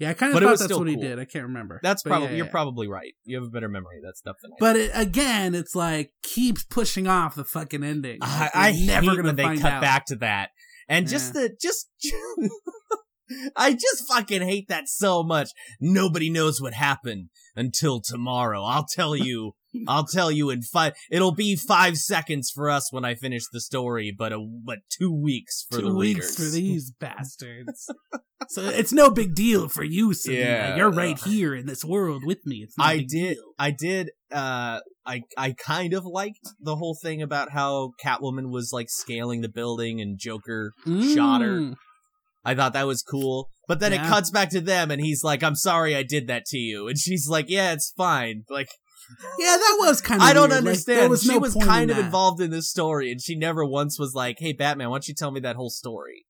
B: Yeah, I kind of
C: But it
B: thought
C: was
B: that's
C: still
B: what he
C: cool.
B: did. I can't remember.
C: That's
B: But yeah,
C: probably
B: yeah,
C: you're
B: yeah.
C: probably right. You have a better memory of that stuff than I. do.
B: But it, again, it's like keeps pushing off the fucking ending.
C: I,
B: Like,
C: I
B: we're
C: hate when they
B: find
C: cut
B: out.
C: back to that, and just
B: Yeah.
C: the just. I just fucking hate that so much. Nobody knows what happened until tomorrow. I'll tell you. I'll tell you in five. It'll be five seconds for us when I finish the story, but a, but two weeks for
B: two
C: the
B: weeks
C: readers.
B: for these bastards. so it's no big deal for you, Selena.
C: Yeah.
B: You're right here in this world with me. It's not
C: I
B: a big
C: did.
B: deal.
C: I did. Uh, I I kind of liked the whole thing about how Catwoman was like scaling the building and Joker Shot her.
B: Mm.
C: I thought that was cool. But then it
B: Yeah.
C: cuts back to them and he's like, I'm sorry I did that to you. And she's like, Yeah, it's fine. Like,
B: Yeah, that was kind of.
C: I
B: weird.
C: don't
B: Like,
C: understand.
B: there was
C: she
B: no
C: was
B: point
C: kind
B: in
C: of
B: that.
C: involved in this story and she never once was like, Hey, Batman, why don't you tell me that whole story?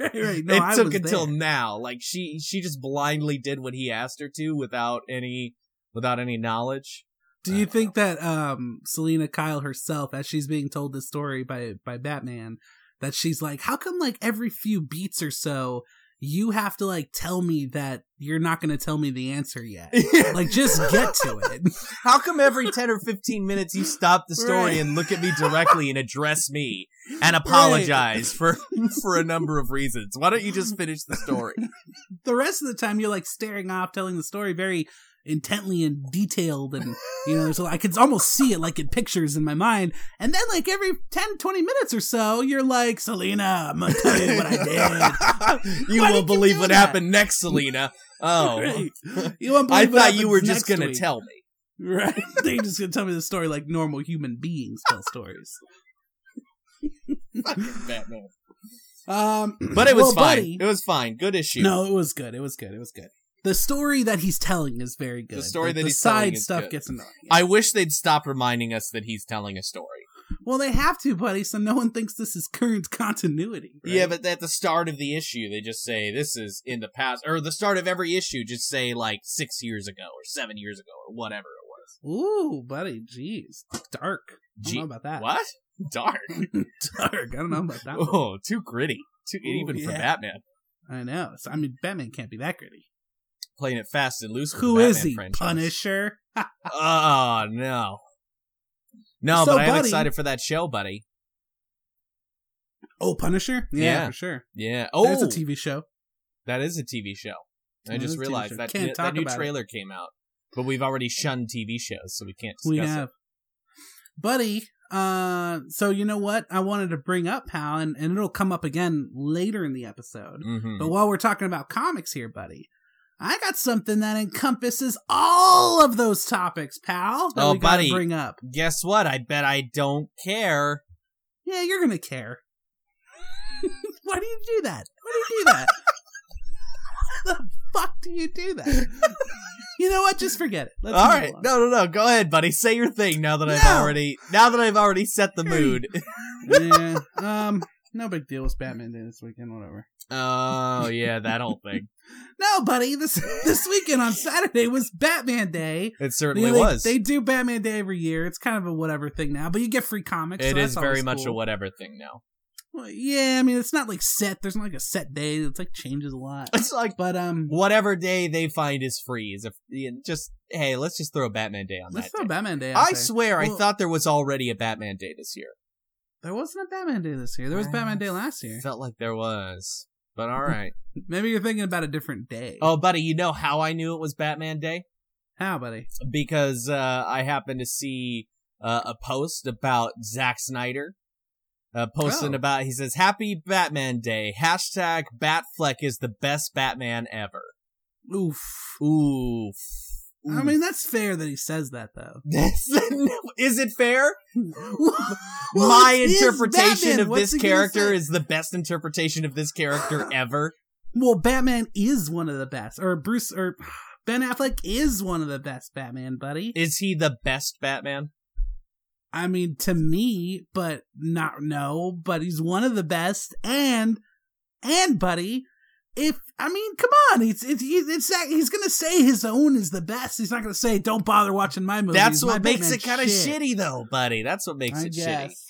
B: Right, right. No,
C: it
B: I
C: took
B: was
C: until
B: there.
C: now. Like, she, she just blindly did what he asked her to without any, without any knowledge.
B: Do you think that um, Selena Kyle herself, as she's being told this story by by Batman, that she's like, how come like every few beats or so, you have to like tell me that you're not going to tell me the answer yet? like, just get to it.
C: How come every 10 or 15 minutes you stop the story
B: Right.
C: and look at me directly and address me and apologize for for a number of reasons? Why don't you just finish the story?
B: The rest of the time, you're like staring off, telling the story very intently and detailed and you know so i could almost see it like in pictures in my mind and then like every 10 20 minutes or so you're like selena i'm gonna tell you what i did
C: you
B: Why did you
C: won't believe
B: do
C: what
B: that?
C: happened next, Selena. Oh,
B: Right. you won't
C: I
B: believe what
C: thought you were
B: happens
C: just
B: next
C: gonna
B: week.
C: tell me.
B: Right. They're just gonna tell me the story like normal human beings tell stories.
C: Batman.
B: Um,
C: But it was
B: well,
C: fine.
B: buddy- Um,
C: It was fine. Good issue.
B: no, it was good. It was good. It was good. The story that he's telling is very good.
C: The story that
B: the
C: he's
B: side
C: telling is
B: stuff
C: good.
B: gets annoying.
C: I wish they'd stop reminding us that he's telling a story.
B: well, they have to, buddy, so no one thinks this is current continuity. right?
C: Yeah, but at the start of the issue, they just say this is in the past, or the start of every issue, just say like six years ago or seven years ago or whatever it was.
B: ooh, buddy, jeez, dark. I
C: Gee-
B: don't know about that.
C: What? Dark.
B: Dark. I don't know about that. one.
C: Oh, too gritty. Too
B: Ooh,
C: even for
B: yeah.
C: Batman.
B: I know. So, I mean, Batman can't be that gritty.
C: Playing it fast and loose. with
B: Who
C: the Batman
B: is he?
C: franchise.
B: Punisher. Ha,
C: Oh no. No,
B: So,
C: but I'm
B: buddy-
C: excited for that show, buddy.
B: oh, Punisher. Yeah,
C: Yeah.
B: for sure.
C: Yeah.
B: Oh,
C: Oh,
B: that's a TV show.
C: that is a TV show. I
B: That is a TV
C: just
B: show.
C: realized that,
B: Can't
C: that
B: talk
C: new
B: about it.
C: trailer came out, but we've already shunned TV shows, so we can't discuss
B: We
C: it.
B: have, buddy. Uh, so you know what I wanted to bring up, pal, and, and it'll come up again later in the episode.
C: Mhm.
B: But while we're talking about comics here, buddy, I got something that encompasses all of those topics, pal. That
C: Oh,
B: we gotta
C: buddy.
B: bring up.
C: Guess what? I bet I don't care.
B: Yeah, you're gonna care. Why do you do that? Why do you do that? Why the fuck do you do that? You know what? Just forget it. Let's
C: All
B: move
C: right,
B: on.
C: no, no, no. Go ahead, buddy. Say your thing now that I've
B: No.
C: already now that I've already set the mood.
B: yeah. Um. No big deal. It's Batman Day this weekend. Whatever.
C: oh yeah, that whole thing.
B: No, buddy. This this weekend on Saturday was Batman Day.
C: It certainly
B: they,
C: was.
B: They do Batman Day every year. It's kind of a whatever thing now, but you get free comics.
C: It
B: so
C: is
B: that's
C: very
B: always
C: much a
B: cool.
C: whatever thing now.
B: Well, yeah, I mean, it's not like set. There's not like a set day. It's like changes a lot.
C: It's like
B: But um,
C: whatever day they find is free is a yeah, just hey, let's just throw Batman Day on
B: let's
C: that.
B: throw
C: day.
B: Batman Day. Out
C: I
B: there.
C: swear, I
B: Well-
C: thought there was already a Batman Day this year.
B: there wasn't a Batman Day this year. There was
C: I
B: Batman Day last year.
C: Felt like there was, but
B: Mm-hmm.
C: all right.
B: Maybe you're thinking about a different day.
C: oh, buddy, you know how I knew it was Batman Day?
B: how, buddy?
C: because uh, I happened to see uh, a post about Zack Snyder. Uh, posting
B: Oh.
C: about he says happy batman day hashtag batfleck is the best batman ever
B: Oof.
C: ooh
B: I mean, that's fair that he says that though.
C: is it fair
B: Well,
C: my
B: it is
C: interpretation
B: Batman.
C: of
B: What's
C: this
B: he gonna
C: character
B: say?
C: is the best interpretation of this character ever
B: Well, Batman is one of the best, or Bruce, or Ben Affleck is one of the best Batman, buddy.
C: is he the best batman
B: I mean, to me, but not no, but he's one of the best, and and buddy, if I mean, come on, it's it's he's- it's that- he's gonna say his own is the best. He's not gonna say, "Don't bother watching my movies."
C: that's
B: My
C: what makes
B: Batman
C: it kind of
B: shit."
C: shitty though buddy that's what makes
B: I
C: it shitty
B: guess.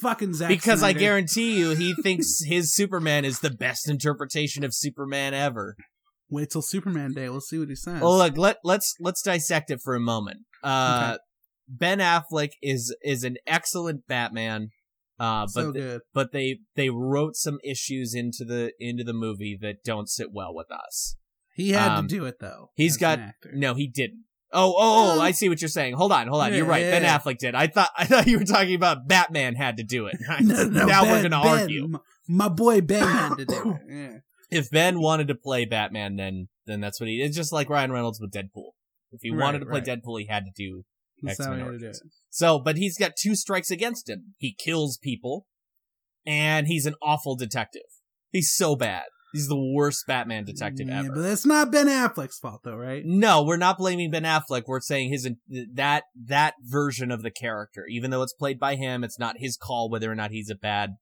B: Fucking Zack
C: because I
B: Snyder.
C: guarantee you, he thinks his Superman is the best interpretation of Superman ever.
B: Wait till Superman Day. We'll see what he says.
C: Well, look, let let's let's dissect it for a moment. Uh, Ben Affleck is is an excellent Batman, uh, but
B: so
C: th-
B: good.
C: but they they wrote some issues into the into the movie that don't sit well with us.
B: He had
C: um,
B: to do it though.
C: he's
B: as
C: got-
B: an actor.
C: No, he didn't. Oh, oh,
B: Um,
C: oh! I see what you're saying. Hold on, hold on. you're
B: yeah,
C: right.
B: yeah,
C: ben
B: yeah.
C: Affleck did. I thought I thought you were talking about Batman had to do it.
B: No, no,
C: now we're
B: Ben-
C: gonna
B: Ben,
C: argue.
B: m- My boy Ben had to do it. Yeah.
C: if Ben wanted to play Batman, then then that's what he. It's just like Ryan Reynolds with Deadpool. If he wanted to play
B: Right,
C: Deadpool, he had to do
B: That's how
C: X-Men
B: he had to do it.
C: Origins. so. But he's got two strikes against him. He kills people, and he's an awful detective. He's so bad. He's the worst Batman detective
B: Yeah,
C: ever.
B: But that's not Ben Affleck's fault, though, right?
C: No, we're not blaming Ben Affleck. We're saying his that that version of the character, even though it's played by him, it's not his call whether or not he's a bad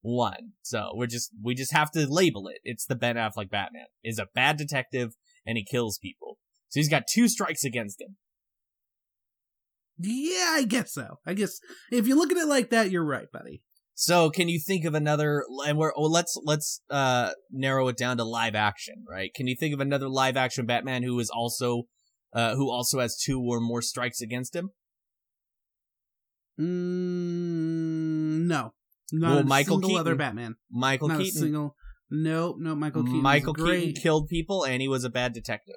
C: one. So we're just we just have to label it. It's the Ben Affleck Batman is a bad detective and he kills people. So he's got two strikes against him.
B: Yeah, I guess so. I guess if you look at it like that, you're right, buddy.
C: So can you think of another? And we're well, let's let's uh narrow it down to live action, right? Can you think of another live action Batman who is also uh who also has two or more strikes against him?
B: Mm, no, not
C: Well,
B: a
C: Michael
B: single other
C: Keaton.
B: Batman.
C: Michael
B: not
C: Keaton.
B: a single. No, no, Michael Keaton. was
C: Michael
B: great.
C: Keaton killed people and he was a bad detective.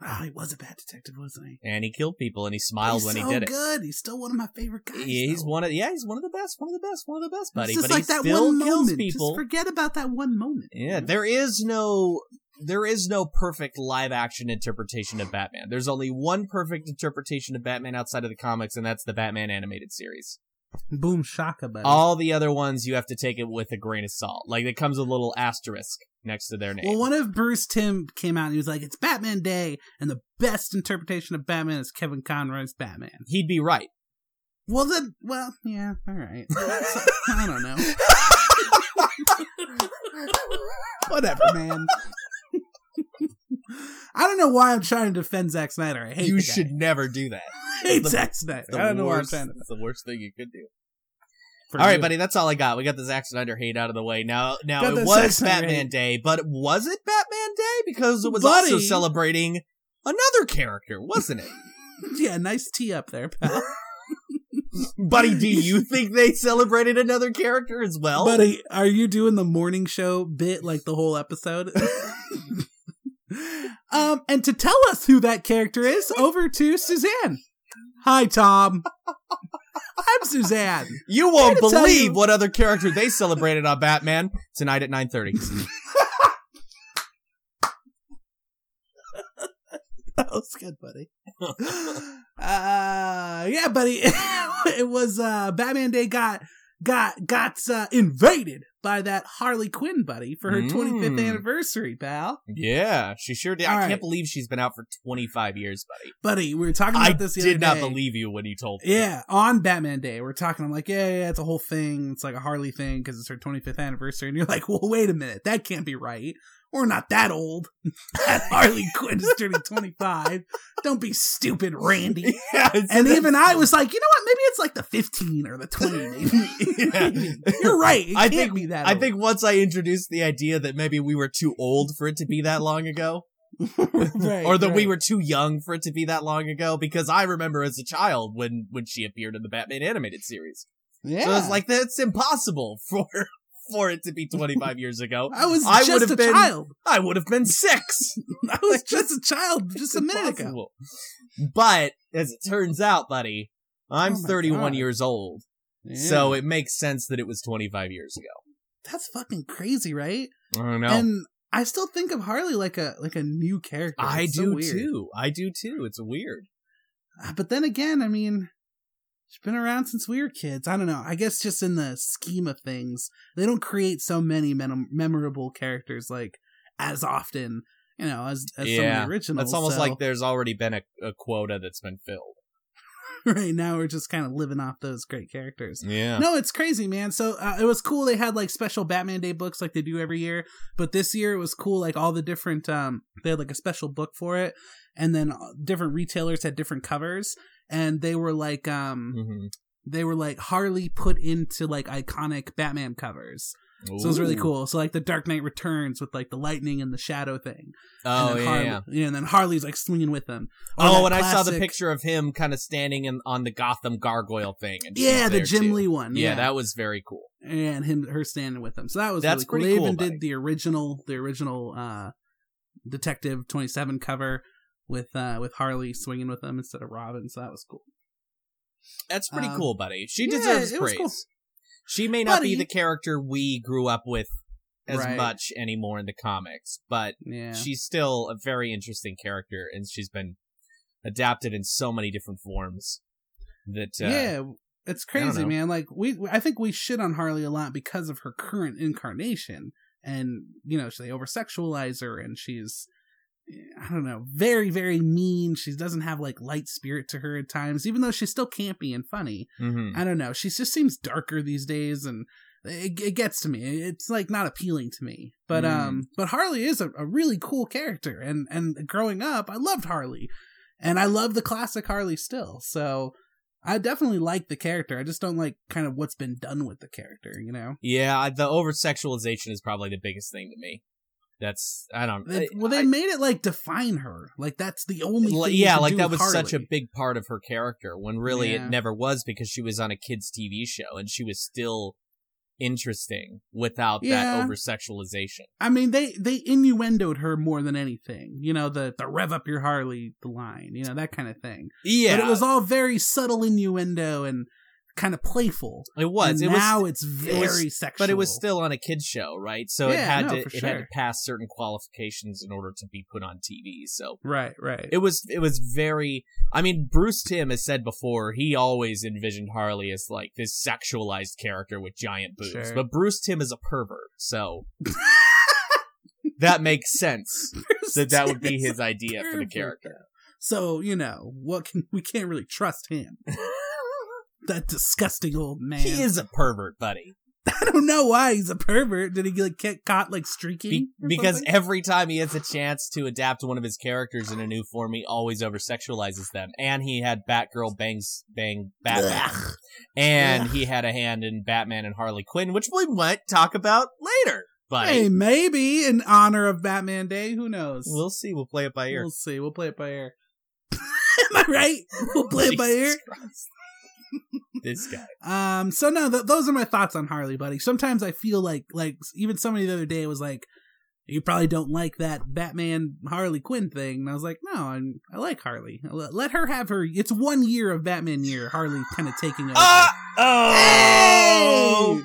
B: Oh, he was a bad detective, wasn't he?
C: And he killed people and he smiled
B: he's
C: when
B: so
C: he did it.
B: good. He's still one of my favorite guys.
C: Yeah, he's
B: though.
C: one of yeah, he's one of the best, one of the best, one of the best, buddy.
B: It's just
C: but
B: like
C: he
B: that
C: still
B: one
C: kills
B: moment.
C: people.
B: Just forget about that one moment.
C: yeah, there is no there is no perfect live action interpretation of Batman. There's only one perfect interpretation of Batman outside of the comics, and that's the Batman animated series.
B: Boom shaka, buddy.
C: All the other ones you have to take it with a grain of salt. Like it comes with a little asterisk next to their name.
B: Well, one of Bruce Tim came out and he was like, "It's Batman Day," and the best interpretation of Batman is Kevin Conroy's Batman.
C: He'd be right.
B: Well, then, well, yeah, all right. So, I don't know. Whatever, man. I don't know why I'm trying to defend Zack Snyder. I hate
C: you
B: the guy.
C: should never do that.
B: I hate
C: the-
B: Zack Snyder.
C: It's the
B: I don't know why I'm
C: worst,
B: trying to.
C: it's the worst thing you could do.
B: for
C: all right,
B: you.
C: buddy, that's all I got. We got the Zack Snyder hate out of the way. Now, now
B: Got
C: it
B: the Zack
C: was
B: Snyder
C: Batman
B: hate.
C: Day, but was it Batman Day because it was
B: Buddy.
C: also celebrating another character, wasn't it?
B: Yeah, nice tea up there, pal.
C: buddy, do you think they celebrated another character as well?
B: Buddy, are you doing the morning show bit like the whole episode? um, and to tell us who that character is, over to Suzanne. Hi, Tom. I'm Suzanne.
C: You won't
B: gonna tell
C: believe
B: you-
C: what other character they celebrated on Batman tonight at 9:30.
B: That was good, buddy. uh, yeah, buddy. it was uh, Batman Day got got got uh, invaded by that Harley Quinn buddy for her
C: Mm.
B: 25th anniversary, pal.
C: yeah, she sure did. I
B: All right.
C: can't believe she's been out for 25 years, buddy.
B: Buddy, we were talking about
C: I
B: this the
C: did
B: other
C: not
B: day.
C: believe you when you told me.
B: Yeah, on Batman Day, we're talking. I'm like, yeah, yeah, it's a whole thing. It's like a Harley thing because it's her 25th anniversary. And you're like, well, wait a minute, that can't be right. We're not that old. that Harley Quinn is turning 25. Don't be stupid, Randy.
C: Yeah,
B: And even I was like, you know what? Maybe it's like the 15 or the 20. Maybe.
C: Yeah.
B: You're right. It
C: I
B: can't
C: think-
B: be that.
C: I
B: old.
C: think once I introduced the idea that maybe we were too old for it to be that long ago,
B: Right,
C: or that we
B: right.
C: were too young for it to be that long ago, because I remember as a child when when she appeared in the Batman animated series.
B: Yeah.
C: So it's like that's impossible for for it to be 25 years ago.
B: I was
C: I
B: just
C: would've
B: a
C: been-
B: child.
C: I would have been six.
B: I was just a child just a minute ago.
C: Impossible. But as it turns out, buddy, I'm
B: Oh my
C: 31
B: God.
C: years old, so it makes sense that it was 25 years ago.
B: that's fucking crazy, right?
C: I don't know.
B: And I still think of Harley like a like a new character.
C: I
B: It's so
C: do
B: weird.
C: too. I do too. It's weird.
B: Uh, But then again, I mean, she's been around since we were kids. I don't know. I guess just in the scheme of things, they don't create so many mem- memorable characters like as often, you know, as as some
C: Yeah.
B: of the original.
C: It's almost
B: so
C: like there's already been a, a quota that's been filled.
B: right now we're just kind of living off those great characters.
C: Yeah.
B: No, it's crazy, man. So uh, it was cool. They had like special Batman Day books like they do every year, but this year it was cool. Like all the different, um, they had like a special book for it, and then uh, different retailers had different covers, and they were like,
C: Mm.
B: um,
C: Mm-hmm.
B: they were like Harley put into like iconic Batman covers. So it was really cool. So like the Dark Knight Returns with like the lightning and the shadow thing. and
C: Oh yeah.
B: then Harley,
C: yeah.
B: and then Harley's like swinging with them. Or
C: Oh,
B: that
C: and I saw the
B: classic-
C: picture of him kind of standing in, on the Gotham gargoyle thing. And she's
B: Yeah, the
C: there,
B: Jim
C: too.
B: Lee one.
C: Yeah, that was very cool.
B: and him her standing with him. So that was really
C: That's
B: cool.
C: pretty
B: They
C: cool,
B: even
C: buddy.
B: did the original the original uh Detective 27 cover with uh with Harley swinging with them instead of Robin, so that was cool.
C: That's pretty
B: Um,
C: cool, buddy. She
B: yeah,
C: deserves
B: it was
C: praise.
B: cool.
C: She may not
B: Buddy.
C: be the character we grew up with as
B: Right.
C: much anymore in the comics, but
B: Yeah.
C: she's still a very interesting character, and she's been adapted in so many different forms. That uh,
B: yeah. It's crazy,
C: know.
B: man. Like we I think we shit on Harley a lot because of her current incarnation and you know, they over sexualize her and she's I don't know, very, very mean. She doesn't have like light spirit to her at times, even though she's still campy and funny.
C: mhm.
B: I don't know. She just seems darker these days, and it, it gets to me. It's like not appealing to me. But
C: Mm.
B: um, but Harley is a, a really cool character, and and growing up, I loved Harley, and I love the classic Harley still. So I definitely like the character. I just don't like kind of what's been done with the character. You know,
C: Yeah, I- the over sexualization is probably the biggest thing to me. That's I don't.
B: It-
C: I-
B: well, they
C: I-
B: made it like define her. Like that's the only
C: li-
B: thing you
C: yeah,
B: could
C: like
B: do
C: that
B: with
C: was such a
B: Harley.
C: big part of her character when really
B: Yeah.
C: it never was because she was on a kids' TV show and she was still interesting without
B: Yeah.
C: that over sexualization.
B: I mean, they they innuendoed her more than anything. You know, the the rev up your Harley line. You know that kind of thing.
C: Yeah,
B: But it was all very subtle innuendo and kind of playful.
C: It was.
B: And
C: It
B: now
C: was.
B: it's very sexual.
C: But it was still on a kids show, right? So it
B: Yeah,
C: had
B: no,
C: to
B: for
C: it had to
B: sure.
C: pass certain qualifications in order to be put on TV. So
B: right, right.
C: it was it was very i mean bruce tim has said before he always envisioned harley as like this sexualized character with giant boobs
B: Sure.
C: but bruce tim is a pervert so that makes sense that that would be his idea for the
B: pervert.
C: character
B: So you know what? Can we can't really trust him. that disgusting old man.
C: he is a pervert buddy
B: I don't know why he's a pervert. Did he like get caught like streaking?
C: Be-
B: or
C: because
B: something?
C: every time he has a chance to adapt one of his characters in a new form he always over sexualizes them and he had batgirl bangs bang batman
B: Ugh.
C: and
B: Ugh.
C: he had a hand in Batman and Harley Quinn, which we might talk about later. But
B: Hey, maybe in honor of Batman Day. Who knows?
C: we'll see. We'll play it by ear.
B: We'll see. We'll play it by ear. Am I right? We'll play it by
C: Jesus
B: ear.
C: Christ. this guy.
B: Um. So no, th- those are my thoughts on Harley, buddy. Sometimes I feel like like even somebody the other day was like, "You probably don't like that Batman Harley Quinn thing," and I was like, "No, I'm, I like Harley. Let, let her have her. It's one year of Batman year. Harley kind of taking over."
C: Ah! Oh!
B: Hey! oh!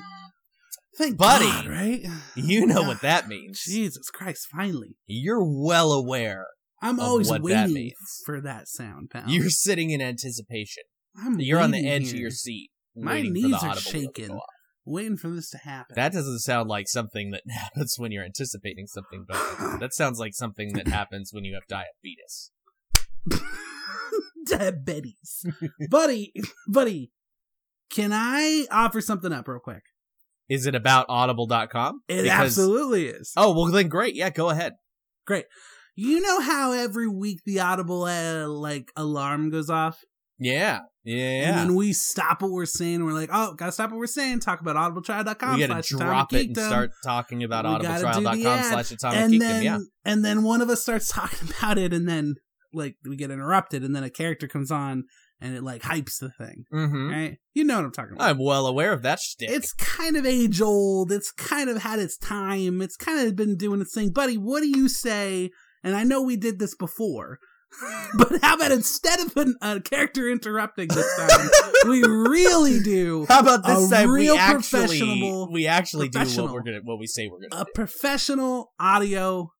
B: Thank
C: Buddy.
B: God, right?
C: You know what that means.
B: Jesus Christ! Finally,
C: You're well aware
B: I'm
C: of
B: always
C: what that
B: waiting
C: means.
B: for that sound, pal.
C: You're sitting in anticipation.
B: I'm
C: You're on the
B: waiting
C: edge of
B: here,
C: your seat.
B: My
C: waiting for
B: knees
C: the
B: are
C: audible to go
B: shaking.
C: off.
B: waiting for this to happen.
C: That doesn't sound like something that happens when you're anticipating something, but that sounds like something that happens when you have diabetes.
B: diabetes. buddy, buddy, can I offer something up real quick?
C: Is it about audible.com?
B: It
C: Because-
B: absolutely is.
C: Oh, well, then great. Yeah, go ahead.
B: You know how every week the audible uh, like alarm goes off,
C: Yeah. Yeah.
B: and then we stop what we're saying. We're like, "Oh, gotta stop what we're saying." Talk about audibletrial.com.
C: we gotta
B: slash Atomic
C: drop it and
B: Geekdom.
C: start talking about
B: We gotta do the
C: audibletrial.com
B: ad.
C: slash atomic
B: and
C: geekdom.
B: then
C: yeah.
B: and then one of us starts talking about it, and then like we get interrupted, and then a character comes on and it like hypes the thing.
C: Mm-hmm.
B: Right? You know what I'm talking about.
C: I'm well aware of that shtick.
B: It's kind of age old. It's kind of had its time. It's kind of been doing its thing. Buddy, what do you say? And I know we did this before, but how about instead of an, a character interrupting this time, we really do
C: How about this
B: a
C: time we
B: real
C: actually
B: professional-
C: we actually do what
B: professional.
C: we're gonna what we say we're gonna
B: a professional audio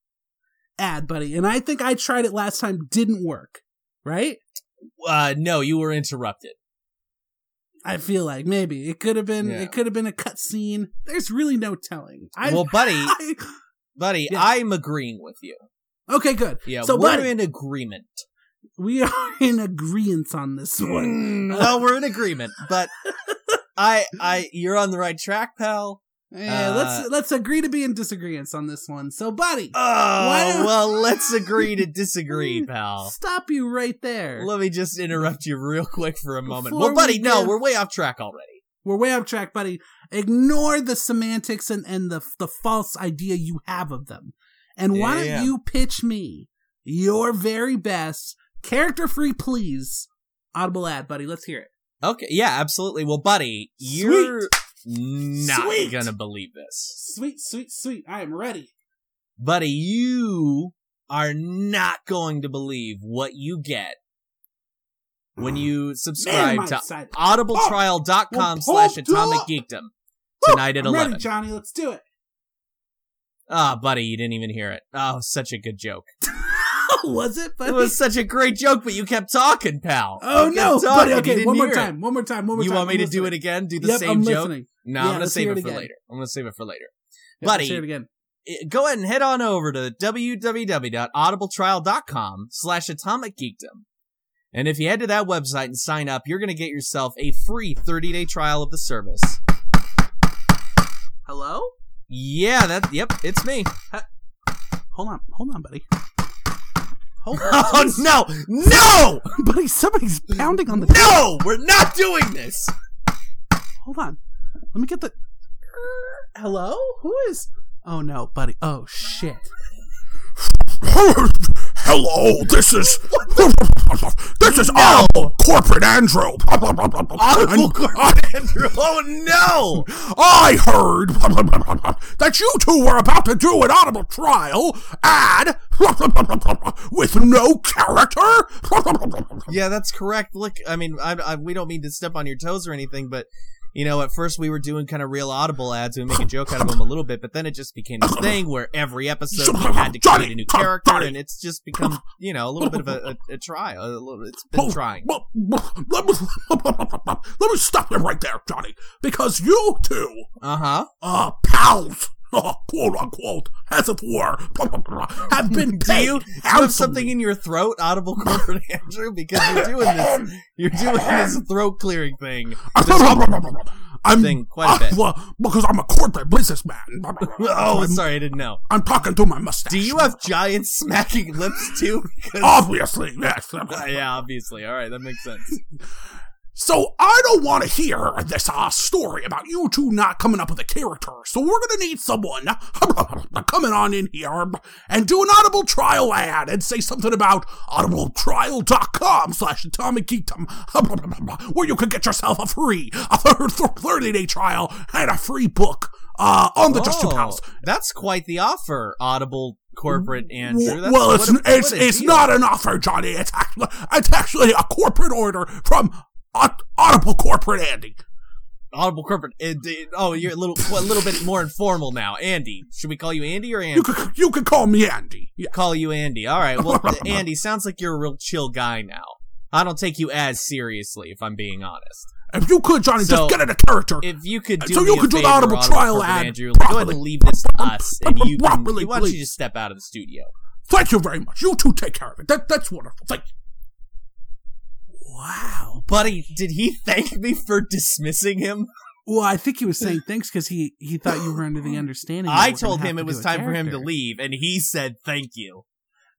B: ad, buddy. And I think I tried it last time, didn't work, right?
C: do. Uh, no, you were interrupted.
B: I feel like maybe it could have been
C: Yeah.
B: it could have been a cut scene. There's really no telling. I,
C: well, buddy,
B: I-
C: buddy,
B: Yeah.
C: I'm agreeing with you.
B: okay, good.
C: Yeah,
B: So,
C: we're
B: buddy-
C: in agreement.
B: We are in agreement on this one.
C: well, we're in agreement, but I, I, you're on the right track, pal.
B: Oh, Yeah,
C: Uh,
B: let's let's agree to be in disagreements on this one. So, buddy,
C: Oh,
B: don't-
C: well, let's agree to disagree, pal.
B: stop you right there.
C: Let me just interrupt you real quick for a moment.
B: Before
C: well, buddy,
B: we
C: no,
B: give-
C: we're way off track already.
B: We're way off track, buddy. Ignore the semantics and and the the false idea you have of them. And why
C: Yeah.
B: don't you pitch me your very best character free, please? Audible ad, buddy. Let's hear it.
C: Okay, yeah, absolutely. Well, buddy, you're not
B: Sweet.
C: gonna believe this,
B: Sweet, sweet, sweet. I am ready.
C: buddy. You are not going to believe what you get when you
B: Man,
C: subscribe
B: am I
C: to
B: excited. Well,
C: audibletrial.com slash
B: pumped up.
C: atomic geekdom tonight at
B: I'm
C: 11
B: ready, Johnny. Let's do it.
C: ah buddy you didn't even hear it oh such a good joke
B: Was it, buddy?
C: it was such a great joke but you kept talking pal
B: oh
C: You kept
B: no,
C: talking,
B: buddy.
C: you
B: Okay,
C: didn't
B: one more
C: hear it.
B: time. One more time. One more
C: you
B: time.
C: want me
B: I'm
C: to do it
B: listening.
C: again? Do the
B: Yep,
C: same
B: I'm
C: joke?
B: listening. Yeah,
C: No, I'm gonna
B: let's
C: save
B: hear
C: it,
B: it
C: for
B: again.
C: later. I'm gonna save it for later.
B: Yeah,
C: Buddy.
B: let's hear it again.
C: I- Go ahead and head on over to www.audibletrial.com slash atomic geekdom. And if you head to that website and sign up, you're gonna get yourself a free 30-day trial of the service.
B: Hello?
C: Yeah, that yep, it's me.
B: Hold on, hold on, buddy. Hold
C: Oh no! No!
B: buddy, somebody's pounding on the door.
C: No! We're not doing this!
B: Hold on. Let me get the Hello? Who is Oh no, buddy. Oh shit. Hello
D: Hello, this is this is Audible Corporate Andrew.
C: Audible
D: And
C: Corporate Andrew. Oh no!
D: I heard that you two were about to do an audible trial ad with no character.
C: Yeah, that's correct. Look, I mean, I, I, we don't mean to step on your toes or anything, but you know, at first we were doing kind of real Audible ads. We make a joke out of them a little bit, but then it just became this thing where every episode we had to create a new character, and it's just become you know a little bit of a, a, a try. A little, it's been trying.
D: Well, Let me, let me stop you right there, Johnny, because you two
C: Uh huh.
D: uh, pals, uh, quote unquote, as it were, have
C: Do
D: been paid.
C: you, do you
D: handsomely.
C: have something in your throat, Audible Corporate Andrew? Because you're doing this, you're doing this throat clearing thing.
D: I'm
C: thing quite a bit.
D: well, because I'm a corporate businessman.
C: Oh,
D: I'm,
C: sorry, I didn't know.
D: I'm talking through my mustache.
C: Do you have giant smacking lips too? Because,
D: Obviously, yes.
C: yeah, obviously. All right, that makes sense.
D: So I don't want to hear this uh, story about you two not coming up with a character. So we're gonna need someone coming on in here and do an Audible trial ad and say something about audibletrial.com slash atomic geekdom, where you can get yourself a free a 30 day trial and a free book uh, on the Just Two
C: Oh,
D: Pals.
C: That's quite the offer, Audible corporate Andrew. That's
D: well,
C: what
D: it's
C: a- what
D: it's,
C: a
D: it's
C: deal.
D: not an offer, Johnny. It's actually it's actually a corporate order from Aud- Audible Corporate Andy.
C: Audible corporate. uh, d- oh, you're a little well, a little bit more informal now, Andy. Should we call you Andy or Andy?
D: You could you could call me Andy. Yeah.
C: call you Andy. All right. Well, th- Andy sounds like you're a real chill guy now. I don't take you as seriously, if I'm being honest.
D: If you could, Johnny,
C: So,
D: just get in a character.
C: If you could do
D: So
C: me
D: you
C: a
D: could do the
C: favor,
D: Audible trial
C: corporate
D: ad
C: Andrew, go ahead
D: properly.
C: and leave this to us, and you can,
D: Properly,
C: why don't you
D: please.
C: just step out of the studio?
D: Thank you very much. You two take care of it. That, that's wonderful. Thank you.
B: Wow.
C: Buddy, did he thank me for dismissing him?
B: Well, I think he was saying thanks because he he thought you were under the understanding. that
C: I
B: we're
C: told
B: gonna
C: him
B: have
C: it
B: to
C: was
B: do a
C: time for him to
B: character.
C: leave, and he said thank you.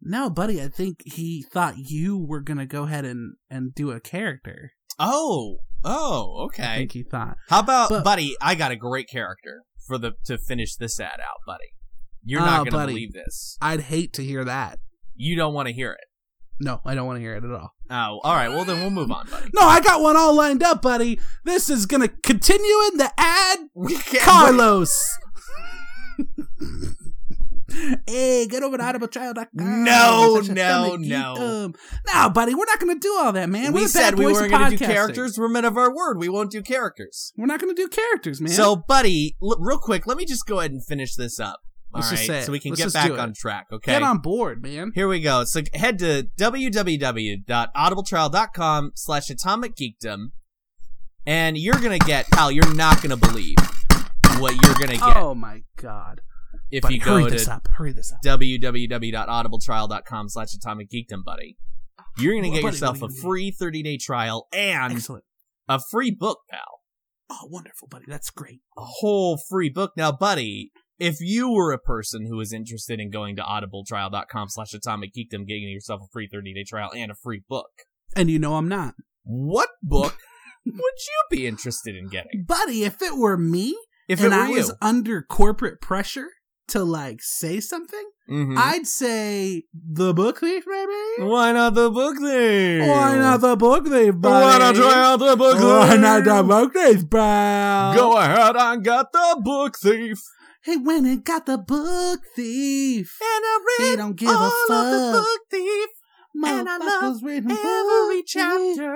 B: No, buddy, I think he thought you were gonna go ahead and and do a character.
C: Oh, oh,
B: I
C: okay.
B: think he thought.
C: How about,
B: But-
C: buddy? I got a great character for the to finish this ad out, buddy. You're
B: Ah,
C: not gonna
B: buddy.
C: believe this.
B: I'd hate to hear that.
C: You don't want to hear it.
B: No, I don't want to hear it at all.
C: Oh, all right. Well, then we'll move on, buddy.
B: No, I got one all lined up, buddy. This is gonna continue in the ad.
C: We can't.
B: Carlos. hey, get over to audibletrial.com.
C: No,
B: Slash
C: no,
B: Atomic
C: no.
B: Geekdom. No, buddy, we're not gonna do all that, man.
C: we
B: We're the
C: said
B: bad
C: we
B: boys
C: weren't
B: of
C: gonna do
B: podcasting.
C: characters. We're men of our word. We won't do characters.
B: We're not gonna do characters, man.
C: So, buddy, l- real quick, let me just go ahead and finish this up. All right,
B: Let's just say it.
C: so we can
B: Let's
C: get
B: just
C: back
B: do it.
C: on track. Okay.
B: get on board, man.
C: Here we go. So head to www.audibletrial.com slash atomic geekdom and you're gonna get pal, you're not gonna believe what you're gonna get
B: Oh my god.
C: if
B: buddy,
C: you
B: hurry
C: go
B: this
C: to
B: up. Hurry this up.
C: www.audibletrial.com slash atomic geekdom, buddy. You're gonna
B: Well,
C: get
B: buddy,
C: yourself
B: what
C: a
B: are you gonna
C: free 30 day trial and
B: Excellent.
C: a free book, pal.
B: Oh, wonderful, buddy. That's great.
C: A whole free book. Now, buddy, if you were a person who is interested in going to audibletrial.com slash atomic geekdom, getting yourself a free 30 day trial and a free book,
B: And you know I'm not.
C: what book would you be interested in getting
B: Buddy, if it were me
C: if
B: and
C: it were
B: I
C: you?
B: was under corporate pressure to like say something,
C: Mhm.
B: I'd say the book thief, maybe?
C: Why not the book thing?
B: Why not the book thief, buddy?
C: Why not try out the book?
B: Why
C: thief?
B: not the book thief, bro?
C: Go ahead and get the book thief.
B: He went and got the book thief.
C: And I
B: He don't give a fuck.
C: thief. and I love
B: Motherfuckers reading book thief.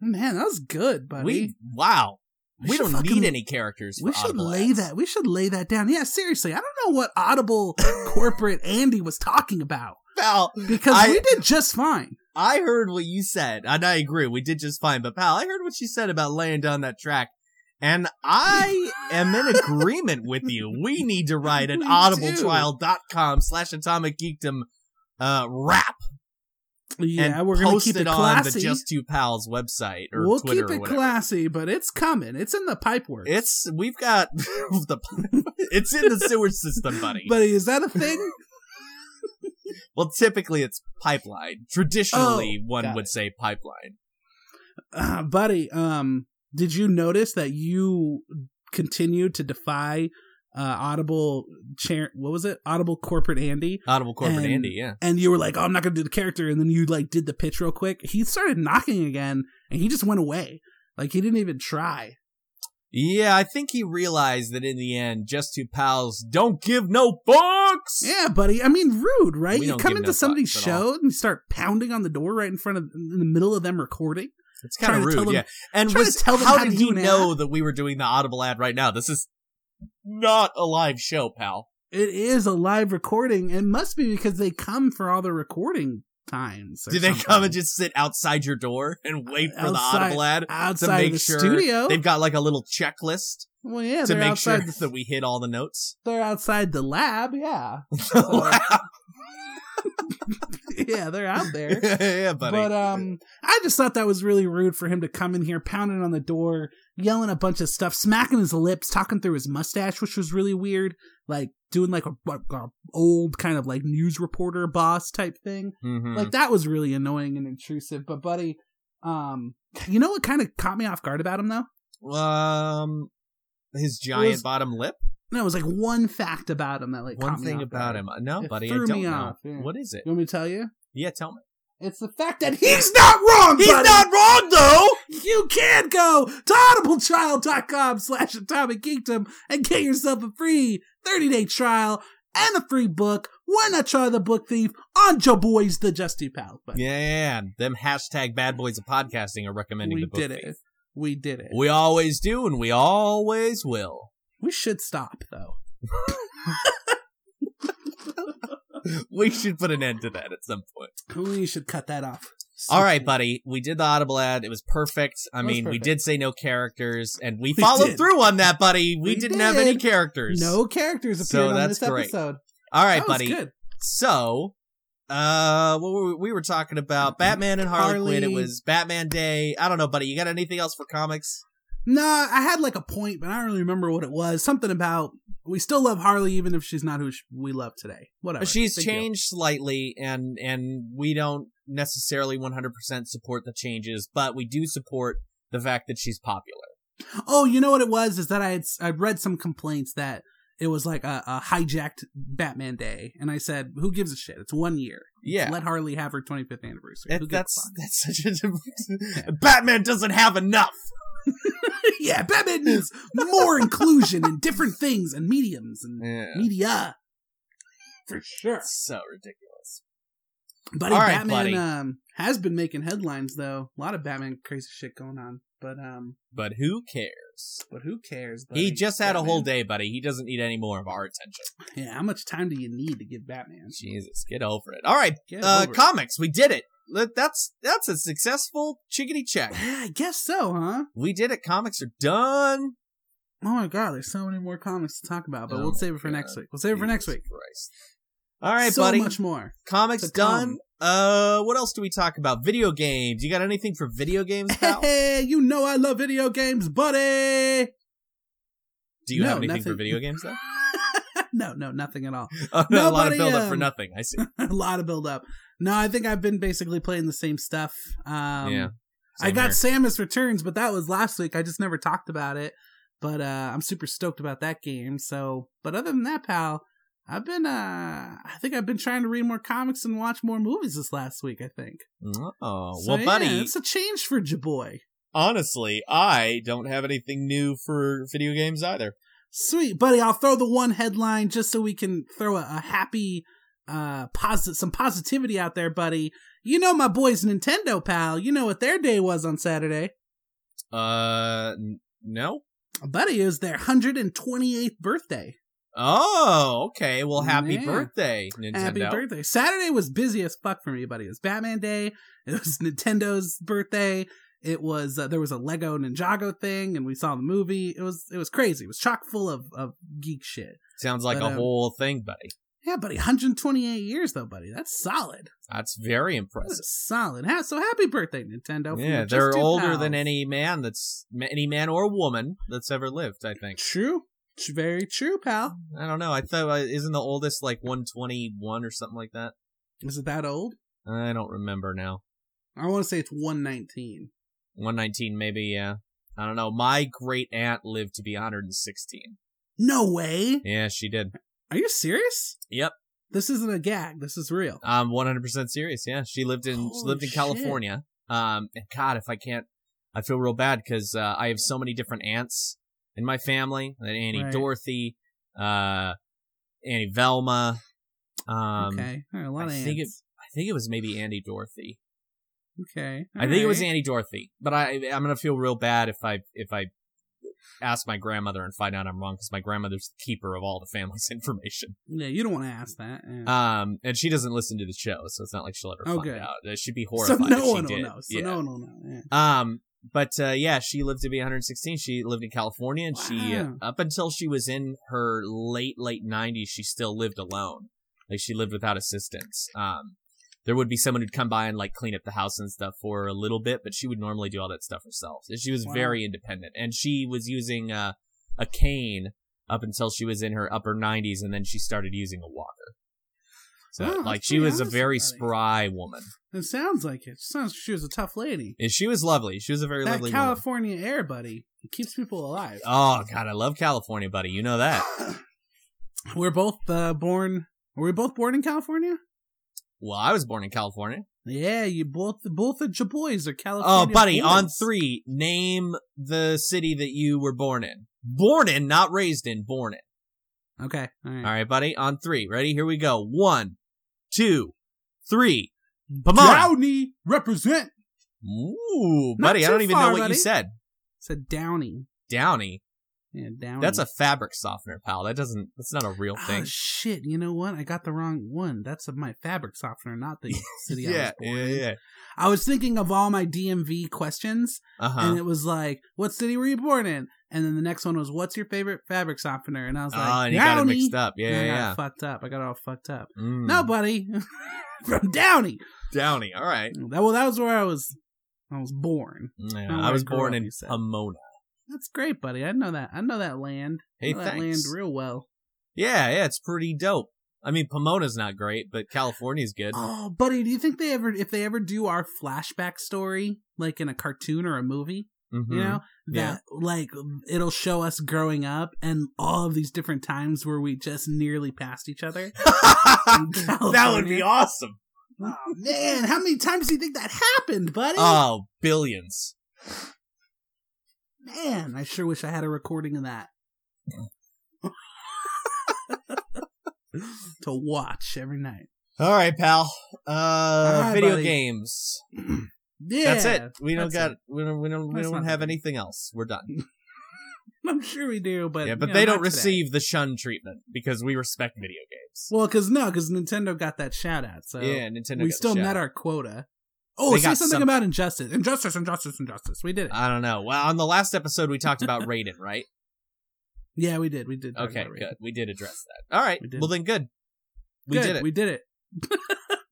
B: Man, that was good, buddy.
C: We wow.
B: We
C: We
B: should
C: don't
B: fucking-
C: need any characters.
B: We
C: for
B: should
C: Audible
B: lay
C: ads.
B: that. We should lay that down. Yeah, seriously. I don't know what Audible corporate Andy was talking about
C: pal.
B: because
C: I-
B: we did just fine.
C: I heard what you said, and I agree. We did just fine, but pal, I heard what you said about laying down that track, and I am in agreement with you. We need to write an
B: We do.
C: audibletrial.com slash atomic geekdom uh, rap
B: Yeah,
C: and
B: we're gonna
C: post
B: keep
C: it,
B: it
C: on the
B: classy.
C: Just Two Pals website or
B: we'll
C: Twitter
B: keep
C: or
B: it
C: whatever.
B: classy, but it's coming. It's in the pipework.
C: It's we've got the it's in the sewer system, buddy.
B: buddy. Is that a thing?
C: well, typically it's pipeline. Traditionally, one
B: Oh, got
C: would say pipeline.
B: uh, buddy, um, did you notice that you continue to defy uh, Audible chair. What was it? Audible corporate Andy.
C: Audible Corporate
B: And-
C: Andy, yeah.
B: And you were like, "Oh, I'm not gonna do the character," and then you like did the pitch real quick. He started knocking again, and he just went away. Like he didn't even try.
C: Yeah, I think he realized that in the end, just two pals don't give no fucks.
B: Yeah, buddy. I mean, rude, right?
C: We
B: You
C: don't
B: come
C: give
B: into
C: no
B: somebody's
C: fucks at all.
B: show and you start pounding on the door right in front of, in the middle of them recording.
C: it's kind
B: trying
C: of
B: to
C: rude.
B: tell them-
C: yeah, and
B: trying
C: was-
B: to tell them
C: how,
B: how to
C: did
B: do
C: he
B: an
C: know that we were doing the Audible ad right now? This is not a live show, pal.
B: It is a live recording. It must be because they come for all the recording times. or
C: Did they
B: something.
C: come and just sit outside your door and wait for the
B: um, Outside-
C: Audible ad?
B: outside
C: make
B: of the
C: sure
B: studio?
C: They've got like a little checklist
B: well, yeah,
C: to
B: they're
C: make sure
B: outside.
C: that we hit all the notes.
B: They're outside the lab. Yeah, yeah, they're out there.
C: yeah, buddy.
B: But um, I just thought that was really rude for him to come in here pounding on the door, yelling a bunch of stuff, smacking his lips, talking through his mustache, which was really weird. Like doing like a, like a old kind of like news reporter boss type thing.
C: Mhm.
B: Like that was really annoying and intrusive. But buddy, um, you know what kind of caught me off guard about him though?
C: um, his giant
B: was-
C: bottom lip.
B: No, it was like one fact about him that like
C: One
B: caught me
C: thing
B: off
C: about
B: guard.
C: him, uh, no,
B: It
C: buddy, I
B: threw
C: don't
B: me
C: know.
B: off, yeah.
C: What is it?
B: You want me to tell you?
C: Yeah, tell me.
B: It's the fact that he's not wrong. buddy.
C: wrong though.
B: You can go to audibletrial.com slash atomic kingdom and get yourself a free 30 day trial and a free book. Why not try the book thief on your boys, the Justy Pal? But
C: Yeah, yeah, yeah. them hashtag bad boys of podcasting are recommending
B: we
C: the book.
B: did it. We did it.
C: We always do, and we always will.
B: We should stop though.
C: We should put an end to that at some point.
B: We should cut that off.
C: All right, buddy. We did the audible ad. It was perfect. I
B: It was
C: mean, we
B: perfect.
C: did say no characters, and we
B: We
C: followed
B: did.
C: through on that, buddy. We,
B: We
C: didn't have any
B: did.
C: characters.
B: No characters
C: So
B: appeared on
C: that's
B: this
C: great.
B: episode.
C: All right,
B: That was
C: buddy.
B: good.
C: So, uh, what were we, we were talking about Batman and Harley,
B: Harley.
C: Quinn. It was Batman Day. I don't know, buddy. You got anything else for comics?
B: Nah, I had like a point, but I don't really remember what it was. Something about we still love Harley even if she's not who sh- we love today. Whatever.
C: She's
B: Big deal.
C: changed slightly, and and we don't necessarily 100% support the changes, but we do support the fact that she's popular.
B: Oh, you know what it was is that I had I read some complaints that it was like a, a hijacked Batman Day, and I said, "Who gives a shit? It's one year.
C: Yeah.
B: Let Harley have her 25th anniversary.
C: That-
B: Who gives a
C: that's that's such a Batman doesn't have enough.
B: fuck?" yeah, Batman needs more inclusion in different things and mediums and
C: Yeah.
B: media for sure.
C: So ridiculous.
B: Buddy,
C: All right,
B: Batman
C: buddy.
B: Um, has been making headlines though. A lot of Batman crazy shit going on, but um,
C: But who cares?
B: but who cares?
C: He
B: buddy?
C: just had a
B: Batman-
C: whole day, buddy. He doesn't need any more of our attention.
B: Yeah, how much time do you need to give Batman?
C: Jesus, get over it. All right,
B: Get
C: uh,
B: over it.
C: comics. We did it. Let- That's that's a successful chickadee check.
B: Yeah, I guess so, huh?
C: We did it. Comics are done.
B: Oh my god, there's so many more comics to talk about, but
C: Oh
B: we'll
C: my
B: save it for
C: God.
B: next week. We'll save it for next
C: Jesus
B: week.
C: Christ. All right,
B: so
C: buddy.
B: much more.
C: Comics
B: to come.
C: done. Uh, what else do we talk about? Video games. You got anything for video games, pal?
B: Hey, you know I love video games, buddy.
C: do you
B: No,
C: have anything for
B: nothing.
C: video games though?
B: no, no, nothing at all.
C: Oh, a lot
B: Nobody,
C: of build up for
B: um,
C: nothing. I see.
B: a lot of build up. No, I think I've been basically playing the same stuff. Um
C: Yeah,
B: I
C: Same
B: got
C: here.
B: Samus Returns, but that was last week. I just never talked about it. But uh I'm super stoked about that game. So, but other than that, pal, I've been uh I think I've been trying to read more comics and watch more movies this last week, I think.
C: Oh,
B: So,
C: well,
B: yeah,
C: buddy.
B: it's a change for Jaboy.
C: honestly, I don't have anything new for video games either.
B: Sweet, buddy. I'll throw the one headline just so we can throw a, a happy, uh, positive, some positivity out there, buddy. You know my boys Nintendo, pal. You know what their day was on Saturday,
C: Uh, n- no.
B: buddy. It was their 128th birthday.
C: Oh, okay. Well, happy
B: Yeah.
C: birthday, Nintendo.
B: Happy birthday! Saturday was busy as fuck for me, buddy. It was Batman Day. It was Nintendo's birthday. It was uh, there was a Lego Ninjago thing, and we saw the movie. It was it was crazy. It was chock full of of geek shit.
C: Sounds like
B: But,
C: a
B: um,
C: whole thing, buddy.
B: Yeah, buddy. 128 years though, buddy. That's solid.
C: That's very
B: That's
C: impressive.
B: solid. Ha- So happy birthday, Nintendo! from
C: Yeah,
B: Just
C: they're
B: Two
C: older
B: Pals.
C: than any man that's any man or woman that's ever lived. I think.
B: True, It's very true, pal.
C: I don't know. I thought uh, isn't the oldest like 121 or something like that.
B: Is it that old?
C: I don't remember now.
B: I want to say it's one nineteen.
C: 119 maybe. Yeah. I don't know. My great aunt lived to be 116.
B: No way.
C: Yeah, she did.
B: Are you serious?
C: Yep.
B: This isn't a gag. This is real.
C: I'm 100% serious. Yeah, she lived in she
B: Holy
C: lived in
B: shit.
C: California. Um, and God, if I can't, I feel real bad because uh, I have so many different aunts in my family. That Auntie
B: Right.
C: Dorothy, uh, Auntie Velma. Um,
B: okay. All right, a lot
C: I
B: of
C: think it-
B: ants.
C: I think it was maybe Auntie Dorothy.
B: okay.
C: I think it was
B: alright.
C: Auntie Dorothy, but I I'm gonna feel real bad if I if I ask my grandmother and find out I'm wrong because my grandmother's the keeper of all the family's information.
B: Yeah, you don't want to ask that. yeah.
C: Um, and she doesn't listen to the show, so it's not like she'll ever
B: Oh,
C: find
B: good.
C: out. That should be
B: so
C: horrified. if
B: no
C: she
B: one
C: did.
B: will know. So
C: yeah.
B: no one will know. Yeah.
C: Um, but uh, yeah, she lived to be 116. She lived in California, and she uh,
B: Wow.
C: up until she was in her late late 90s, she still lived alone. Like she lived without assistance. Um, there would be someone who'd come by and like clean up the house and stuff for her a little bit, but she would normally do all that stuff herself. And she was
B: Wow.
C: very independent, and she was using uh, a cane up until she was in her upper 90s, and then she started using a walker. So
B: Wow, Oh, that's
C: like she
B: pretty
C: was a
B: honest
C: very
B: about it.
C: spry woman.
B: It sounds like it. She sounds she was a tough lady.
C: And she was lovely. She was a very
B: That
C: lovely woman.
B: California air, buddy, it keeps people alive.
C: Oh God, I love California, buddy. You know that.
B: We're both uh, born. Were we both born in California?
C: Well, I was born in California.
B: Yeah, you both both of your boys are
C: Oh,
B: California.
C: buddy,
B: borns.
C: on three, name the city that you were born in. Born in, not raised in. Born in.
B: Okay, all right.
C: All right, buddy. On three. Ready? Here we go. One, two, three. Come on.
B: Downey represent.
C: Ooh,
B: Not
C: buddy, I don't
B: too
C: even
B: far,
C: know what
B: buddy.
C: you said.
B: It's a Downey.
C: Downy.
B: Yeah, Downey.
C: That's a fabric softener, pal. That doesn't. That's not a real
B: Oh
C: thing.
B: shit! You know what? I got the wrong one. That's a, my fabric softener, not the city I was
C: yeah,
B: born
C: yeah,
B: in.
C: yeah.
B: I was thinking of all my DMV questions,
C: Uh huh.
B: and it was like, "What city were you born in?" And then the next one was, "What's your favorite fabric softener?" And I was like,
C: Oh, and you got it
B: "Downey."
C: mixed up. Yeah,
B: And I
C: yeah,
B: got
C: yeah.
B: fucked up. I got all fucked up.
C: Mm.
B: No, buddy, from Downey.
C: Downey. All right.
B: That, well, that was where I was. I was born.
C: Yeah,
B: Not
C: I
B: where
C: was
B: I grew
C: born
B: up,
C: in
B: you said.
C: Pomona.
B: That's great, buddy. I know that. I know that land.
C: Hey,
B: I know that land
C: thanks.
B: real well.
C: Yeah, yeah, it's pretty dope. I mean, Pomona's not great, but California's good.
B: Oh, buddy, do you think they ever, if they ever do our flashback story, like in a cartoon or a movie,
C: Mhm.
B: you know, that
C: Yeah.
B: like it'll show us growing up and all of these different times where we just nearly passed each other?
C: that would be
B: California.
C: awesome.
B: oh, man, how many times do you think that happened, buddy?
C: Oh, billions.
B: man, I sure wish I had a recording of that. to watch every night.
C: All right, pal. Uh,
B: right,
C: video
B: buddy.
C: games.
B: Yeah.
C: that's it. We don't
B: that's
C: got.
B: it.
C: We don't. We don't. We
B: That's
C: don't
B: not
C: have
B: bad.
C: anything else. We're done.
B: I'm sure we do, but
C: yeah, but
B: you know,
C: they
B: not
C: don't
B: today.
C: receive the shun treatment because we respect video games.
B: Well, because no, because Nintendo got that shout out, so
C: yeah, Nintendo.
B: we
C: got
B: still
C: shut.
B: met our quota. Oh,
C: They
B: say
C: got
B: something
C: some- Uh,
B: about injustice, injustice, injustice, injustice. We did it.
C: I don't know. Well, on the last episode, we talked about Raiden, right?
B: yeah, we did. We did. talk
C: Okay,
B: about it.
C: good. We did address that. All right.
B: We did.
C: Well, then, good. We
B: Good,
C: did it.
B: We did it.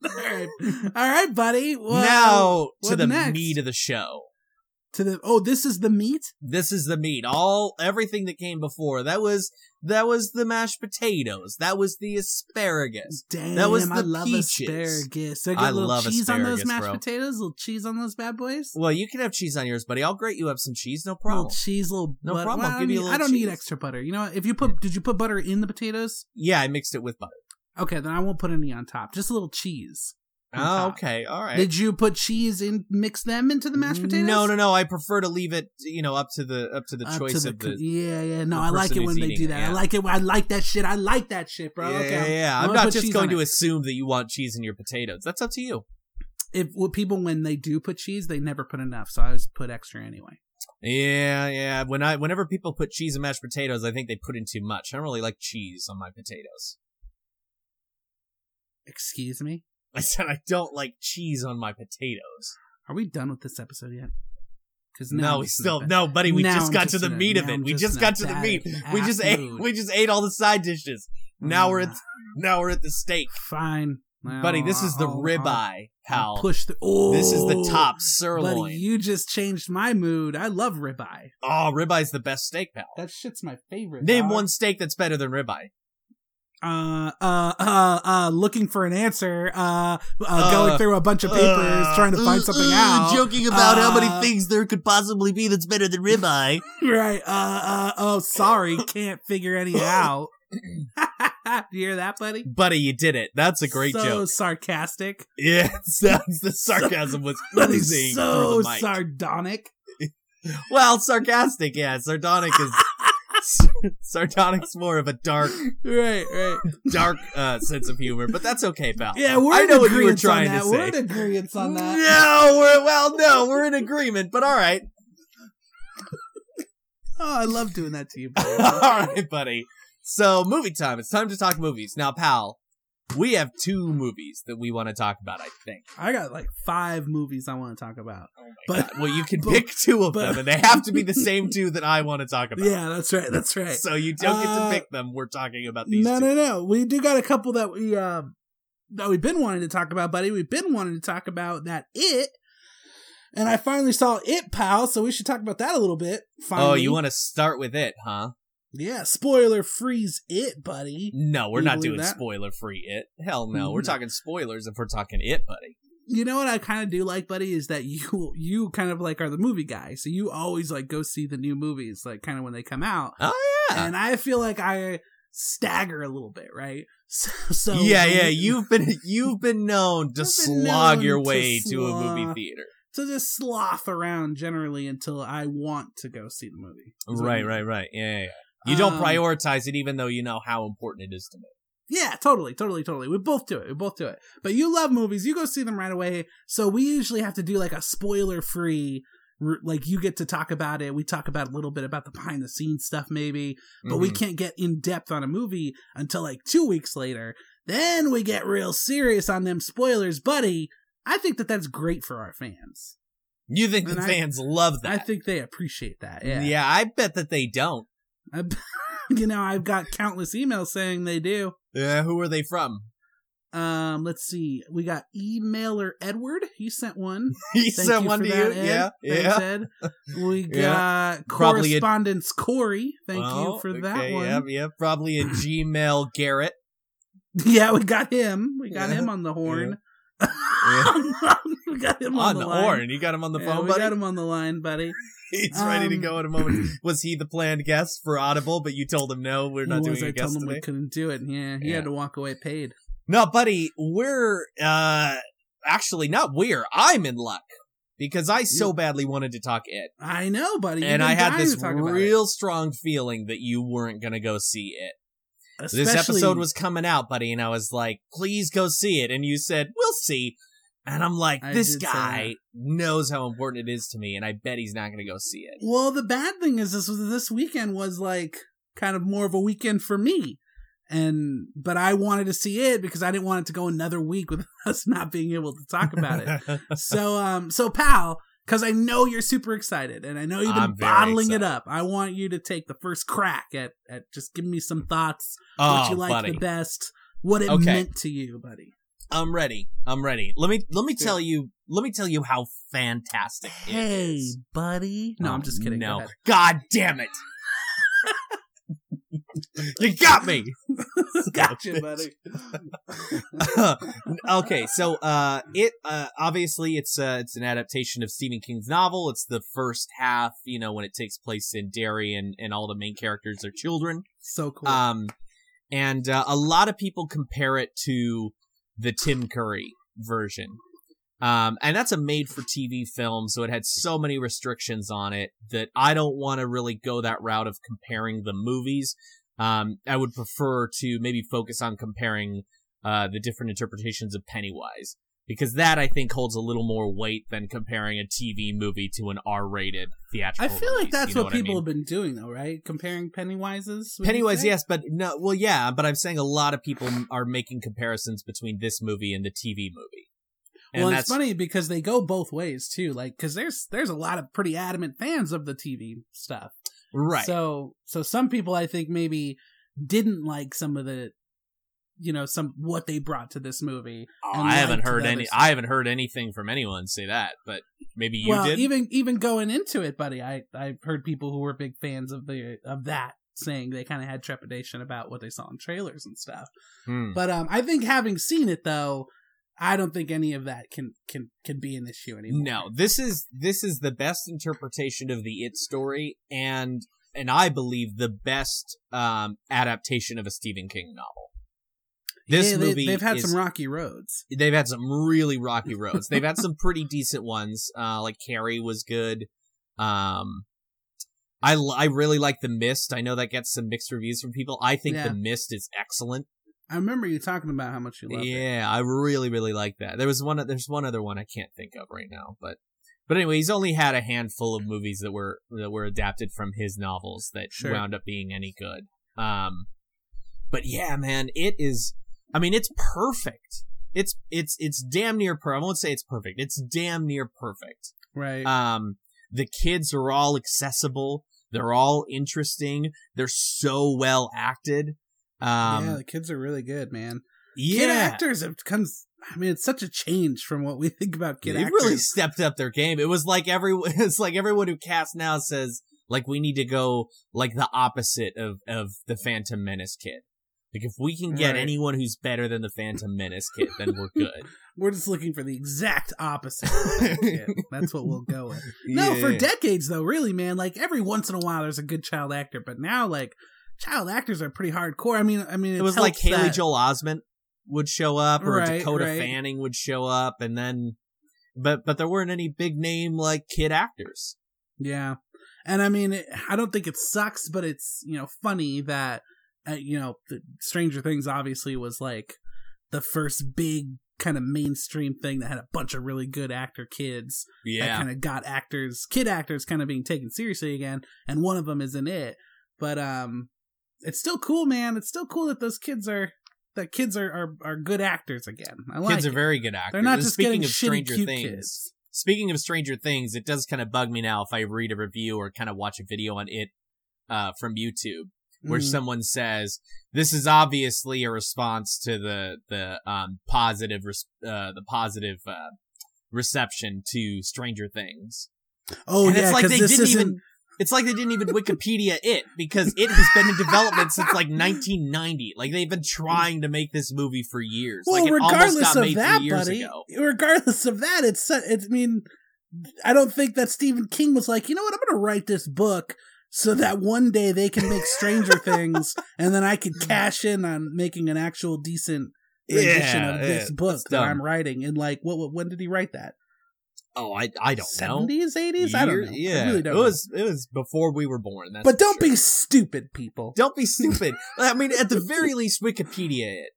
B: All right, all right, buddy. Well,
C: now
B: what
C: to the
B: next?
C: meat of the show.
B: to the oh, this is the meat.
C: This is the meat. All everything that came before that was that was the mashed potatoes. That was the asparagus.
B: Damn,
C: That was
B: I
C: the
B: love
C: peaches.
B: asparagus. So I,
C: I
B: get a little
C: love
B: cheese on those
C: asparagus,
B: mashed
C: bro.
B: potatoes, little cheese on those bad boys.
C: Well, you can have cheese on yours, buddy. I'll grate you up some cheese, no problem.
B: Little cheese, little
C: No
B: butter.
C: problem,
B: Well,
C: I'll
B: I
C: give you a
B: mean,
C: little
B: I don't need
C: cheese.
B: extra butter. You know, what? if you put, did you put butter in the potatoes?
C: yeah, I mixed it with butter.
B: Okay, then I won't put any on top. Just a little cheese. On
C: Oh,
B: top.
C: okay, all right.
B: Did you put cheese in? Mix them into the mashed potatoes?
C: No, no, no. I prefer to leave it, you know, up to the up to the
B: Up
C: choice
B: to
C: of the.
B: yeah, yeah. No,
C: the
B: I like
C: person
B: it when
C: who's
B: they do
C: eating it,
B: that. I
C: yeah.
B: like it. when- I like that shit. I like that shit, bro.
C: yeah,
B: okay.
C: yeah, yeah.
B: I'm
C: I'm
B: gonna
C: not
B: put
C: just
B: cheese
C: going
B: on
C: to
B: it.
C: assume that you want cheese in your potatoes. That's up to you.
B: If well, people when they do put cheese, they never put enough, so I always put extra anyway.
C: Yeah, yeah. When I whenever people put cheese in mashed potatoes, I think they put in too much. I don't really like cheese on my potatoes.
B: Excuse me.
C: I said I don't like cheese on my potatoes.
B: Are we done with this episode yet? Because
C: No, we still no, buddy. We
B: now
C: just
B: I'm
C: got
B: just
C: to the
B: in a-
C: meat of
B: now
C: it.
B: I'm
C: We
B: just Ah, in
C: just
B: a
C: got to the
B: bad
C: meat. We
B: ass
C: just ate.
B: mood.
C: We just ate all the side dishes. Now we're at
B: Mm.
C: now we're at the steak,
B: fine, Well,
C: buddy. This is the
B: I'll- I'll-
C: ribeye,
B: I'll
C: pal.
B: Push the. Oh,
C: This is the top
B: Buddy,
C: sirloin.
B: you just changed my mood. I love ribeye.
C: Oh, ribeye's the best steak, pal.
B: That shit's my favorite.
C: Name
B: dog.
C: one steak that's better than ribeye.
B: uh, uh, uh, uh, looking for an answer, uh, uh,
C: Uh,
B: going through a bunch of papers, trying to find something out,
C: Joking
B: uh, about how many Uh,
C: things there could possibly be that's better than ribeye.
B: right? Uh, uh, oh, sorry, can't figure any out. you hear that, buddy?
C: Buddy, you did it. That's a great
B: so
C: joke.
B: sarcastic.
C: Yeah, sounds the sarcasm was oozing
B: so
C: through the mic.
B: sardonic.
C: well, sarcastic, yeah. Sardonic is sardonic's more of a dark,
B: Right, right.
C: dark uh, sense of humor, but that's okay, pal.
B: Yeah, we're
C: I
B: in
C: know what you were
B: agreeance
C: trying
B: on
C: to
B: that.
C: say.
B: We're in agreement on that.
C: No, we're well, no, we're in agreement, but all right,
B: Oh, I love doing that to you,
C: all
B: buddy.
C: right, buddy. So, movie time. It's time to talk movies now, pal. We have two movies that we want to talk about. I think. Oh
B: I got like five movies I want to talk about. but
C: Well, you can
B: But-
C: pick two of
B: but-
C: them, and they have to be the same two that I want to talk about.
B: yeah, that's right. That's right.
C: So you don't get to
B: Uh,
C: pick them. We're talking about these.
B: No, no,
C: two.
B: no. We do got a couple that we um that we've been wanting to talk about, buddy. We've been wanting to talk about that it. And I finally saw it, pal. So we should talk about that a little bit. Finally.
C: Oh, you want to start with it, huh?
B: Yeah, spoiler freeze it, buddy.
C: No, we're
B: You
C: not
B: believe
C: doing
B: that? Mm-hmm.
C: spoiler free it. Hell no, we're
B: No.
C: talking spoilers if we're talking it, buddy.
B: you know what I kind of do like, buddy, is that you you kind of like are the movie guy, so you always like go see the new movies, like kind of when they come out.
C: Oh yeah.
B: And I feel like I stagger a little bit, right? So, so
C: yeah, yeah, you've been you've been known to
B: been
C: slog
B: known
C: your
B: to
C: way to, a movie
B: slog.
C: theater.
B: to just sloth around generally until I want to go see the movie. is what I
C: Right,
B: mean.
C: right, right. Yeah, yeah. yeah. You don't
B: "Mm, Um,
C: prioritize it even though you know how important it is to me.
B: Yeah, totally, totally, totally. We both do it. We both do it. But you love movies. You go see them right away. So we usually have to do like a spoiler free, like you get to talk about it. We talk about a little bit about the behind the scenes stuff, maybe. but we
C: Mhm.
B: can't get in depth on a movie until like two weeks later. Then we get real serious on them spoilers, buddy. I think that that's great for our fans.
C: Mm-hmm. You think the
B: and I-
C: fans love that.
B: I think they appreciate that. Yeah.
C: yeah, I bet that they don't.
B: I, you know, I've got countless emails saying they do.
C: Yeah, who are they from?
B: Um, let's see. We got emailer Edward. He sent one.
C: He
B: Thank
C: sent
B: you
C: one
B: for
C: to
B: that,
C: you.
B: Ed.
C: Yeah.
B: Thanks,
C: Yeah.
B: Ed. We got
C: Probably a-
B: correspondence Corey. Thank
C: Well,
B: you for that
C: okay,
B: one.
C: Yep, yep. Probably a Gmail Garrett.
B: Yeah, we got him. We got
C: Yeah.
B: him on the horn. we got him on,
C: on the
B: line.
C: horn. You got him on the
B: Yeah,
C: phone,
B: we
C: buddy.
B: got him on the line, buddy.
C: He's ready to
B: Um,
C: go in a moment. Was he the planned guest for Audible? But you told him no, we're not
B: He
C: doing
B: was,
C: a
B: I told
C: guest
B: him
C: today.
B: we couldn't do it. Yeah, he
C: Yeah.
B: had to walk away paid.
C: No, buddy, we're uh actually not. We're I'm in luck because I so
B: You-
C: badly wanted to talk it,
B: I know, buddy. You've
C: and
B: been
C: I had
B: dying
C: this
B: to talk about it.
C: real strong feeling that you weren't gonna go see it. this
B: Especially-
C: episode was coming out, buddy, and I was like, please go see it. And you said, we'll see. And I'm like,
B: I
C: this
B: did say
C: guy knows how important it is to me, and I bet he's not going to go see it.
B: Well, the bad thing is this was this weekend was like kind of more of a weekend for me. And but I wanted to see it because I didn't want it to go another week with us not being able to talk about it. so um so pal because i know you're super excited and i know you've been
C: I'm very
B: bottling it
C: excited.
B: up i want you to take the first crack at at just giving me some thoughts
C: oh,
B: what you like
C: buddy,
B: the best what it
C: Okay.
B: meant to you buddy
C: I'm ready. I'm ready. Let me let me
B: Do
C: tell you. Let me tell you how fantastic. it
B: hey
C: is.
B: buddy no i'm
C: Oh,
B: just kidding Go
C: No,
B: ahead.
C: God damn it! you got me.
B: gotcha buddy
C: okay, so uh, it uh, obviously it's uh, it's an adaptation of Stephen King's novel. It's the first half, you know, when it takes place in Derry and and all the main characters are children.
B: so cool
C: Um, and uh, a lot of people compare it to the Tim Curry version. Um, and that's a made for TV film, so it had so many restrictions on it that I don't want to really go that route of comparing the movies. Um, I would prefer to maybe focus on comparing uh, the different interpretations of Pennywise, because that I think holds a little more weight than comparing a TV movie to an R rated
B: i
C: theatrical
B: feel like
C: release,
B: that's
C: you know
B: what
C: I
B: people
C: mean?
B: have been doing though right comparing pennywises would you
C: Pennywise,
B: say?
C: yes, but no, well, yeah, but I'm saying a lot of people m- are making comparisons between this movie and the TV movie. And
B: well,
C: that's
B: it's funny because they go both ways too. Like, because there's there's a lot of pretty adamant fans of the TV stuff.
C: right.
B: So so some people I think maybe didn't like some of the you know some what they brought to this movie.
C: Oh,
B: and
C: I haven't
B: liked
C: heard
B: the
C: any.
B: other
C: I haven't heard anything from anyone say that, but maybe you
B: well,
C: did.
B: even even going into it, buddy, I I've heard people who were big fans of the of that. saying they kind of had trepidation about what they saw in trailers and stuff.
C: Hmm.
B: But um, I think having seen it though, I don't think any of that can can can be an issue anymore.
C: No, this is this is the best interpretation of the it story, and and I believe the best um, adaptation of a Stephen King novel. This
B: Yeah, they,
C: movie,
B: they've had
C: is-
B: some rocky roads.
C: They've had some really rocky roads. they've had some pretty decent ones. Uh, like Carrie was good. Um, I l- I really like The Mist. I know that gets some mixed reviews from people. I think
B: Yeah.
C: The Mist is excellent.
B: I remember you talking about how much you love it.
C: Yeah, I really, really like that. There was one. There's one other one I can't think of right now, but but anyway, he's only had a handful of movies that were that were adapted from his novels that
B: Sure.
C: wound up being any good. Um, but yeah, man, it is. I mean, it's perfect. It's it's it's damn near perfect. I won't say it's perfect. It's damn near perfect.
B: Right.
C: Um, the kids are all accessible. They're all interesting. They're so well acted.
B: yeah,
C: Um,
B: the kids are really good, man.
C: yeah,
B: Kid actors have come. I mean, it's such a change from what we think about kid
C: they
B: actors.
C: really stepped up their game. It was like everyone, it's like everyone who casts now says, like, we need to go like the opposite of of the Phantom Menace kid. Like, if we can get
B: Right.
C: anyone who's better than the Phantom Menace kid, then we're good.
B: We're just looking for the exact opposite. of that kid. That's what we'll go with. No, for decades though, really, man. Like every once in a while, there's a good child actor, but now like child actors are pretty hardcore. I mean, I mean,
C: it was like
B: helps
C: Haley
B: that-
C: Joel Osment would show up, or
B: Right,
C: Dakota
B: right.
C: Fanning would show up, and then, but but there weren't any big name like kid actors.
B: Yeah, and I mean, it, I don't think it sucks, but it's you know funny that uh, you know the Stranger Things obviously was like the first big kind of mainstream thing that had a bunch of really good actor kids that
C: Yeah,
B: kind of got actors, kid actors, kind of being taken seriously again, and one of them is in it. But um, it's still cool, man. It's still cool that those kids are that kids are are, are good actors again. I like.
C: kids are
B: it.
C: very good actors.
B: They're not
C: And
B: just
C: speaking
B: getting
C: of
B: shitty
C: Stranger
B: cute
C: Things.
B: kids.
C: Speaking of Stranger Things, it does kind of bug me now if I read a review or kind of watch a video on it uh, from YouTube where
B: Mhm.
C: someone says this is obviously a response to the the um, positive res- uh, the positive uh, reception to Stranger Things.
B: oh
C: and
B: yeah,
C: it's like
B: 'cause
C: they
B: this
C: didn't
B: isn't-
C: even. It's like they didn't even Wikipedia it because it has been in development since like 1990. Like they've been trying to make this movie for years.
B: Well,
C: like it almost
B: regardless
C: got
B: of
C: made
B: that,
C: three years
B: buddy.
C: ago.
B: Regardless of that, it's, su- it's. I mean, I don't think that Stephen King was like, you know what, I'm going to write this book so that one day they can make Stranger Things, and then I could cash in on making an actual decent rendition
C: Mm. Yeah,
B: of this
C: yeah,
B: book that
C: dumb.
B: I'm writing. And like, what, what? When did he write that?
C: Oh, I I don't know.
B: Seventies, eighties? I don't
C: Year-
B: know.
C: Yeah,
B: I really don't
C: it
B: know.
C: was it was before we were born. That's
B: but
C: for
B: don't
C: sure.
B: be stupid, people.
C: don't be stupid. I mean, at the very least, Wikipedia it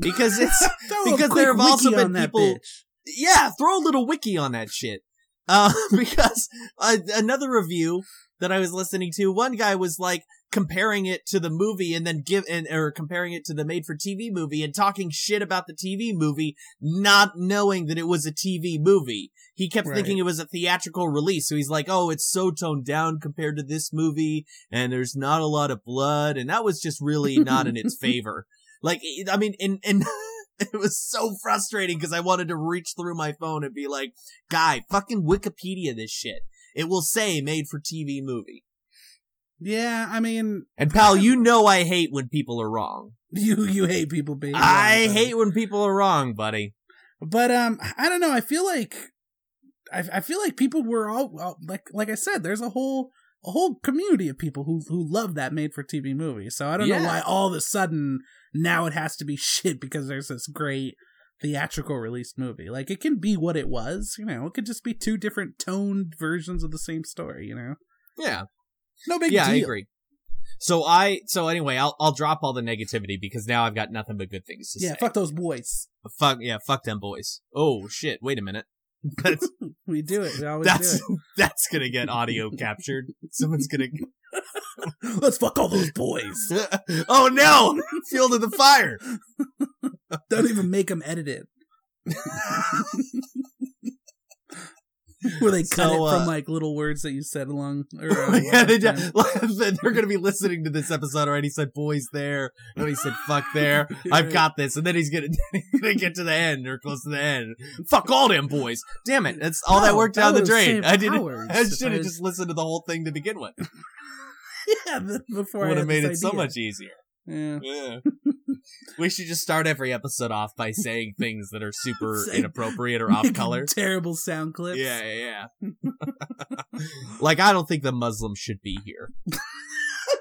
C: because it's
B: Throw a
C: because
B: quick
C: there have also
B: wiki
C: been
B: on that
C: people-
B: bitch.
C: yeah. Throw a little wiki on that shit. Uh, because uh, another review that I was listening to, one guy was like comparing it to the movie and then give and or comparing it to the made for TV movie and talking shit about the TV movie, not knowing that it was a TV movie. He kept
B: Right.
C: thinking it was a theatrical release, so he's like, "Oh, it's so toned down compared to this movie, and there's not a lot of blood," and that was just really not in its favor. Like, it- I mean, and and it was so frustrating because I wanted to reach through my phone and be like, "Guy, fucking Wikipedia this shit." It will say made for TV movie.
B: Yeah, I mean,
C: And pal, you know I hate when people are wrong.
B: you you hate people being.
C: I
B: wrong, but-
C: hate when people are wrong, buddy.
B: but um i don't know i feel like i, I feel like people were all well, like like i said there's a whole a whole community of people who who love that made for tv movie so i don't know
C: Yeah.
B: why all of a sudden now it has to be shit because there's this great theatrical released movie like it can be what it was you know it could just be two different toned versions of the same story you know
C: Yeah.
B: no big
C: yeah,
B: deal
C: I agree. So I so anyway, I'll I'll drop all the negativity because now I've got nothing but good things to
B: yeah
C: say.
B: fuck those boys
C: Fuck yeah, fuck them boys. Oh shit, wait a minute. That's
B: we do it we always
C: that's
B: do
C: that's gonna get audio captured. Someone's gonna
B: it let's fuck all those boys
C: Oh no! Fuel to the fire.
B: Don't even make them edit it. Where they cut
C: So,
B: it from
C: uh,
B: like little words that you said along. Or, uh,
C: yeah, they
B: time.
C: are gonna be listening to this episode already. He said boys there, and he said fuck there. I've got this, and then he's gonna, he's gonna get to the end or close to the end. Fuck all them boys. Damn it, that's all that
B: No,
C: worked down the
B: would've
C: drain.
B: saved
C: I didn't.
B: hours
C: I
B: if
C: should
B: I-
C: have just listened to the whole thing to begin with.
B: yeah, but before I
C: Would
B: had
C: have made it
B: this
C: so
B: idea.
C: much easier.
B: Yeah.
C: Yeah. we should just start every episode off by saying things that are super
B: Say-
C: inappropriate or off color.
B: Terrible sound clips.
C: Yeah, yeah, yeah. like I don't think the Muslims should be here.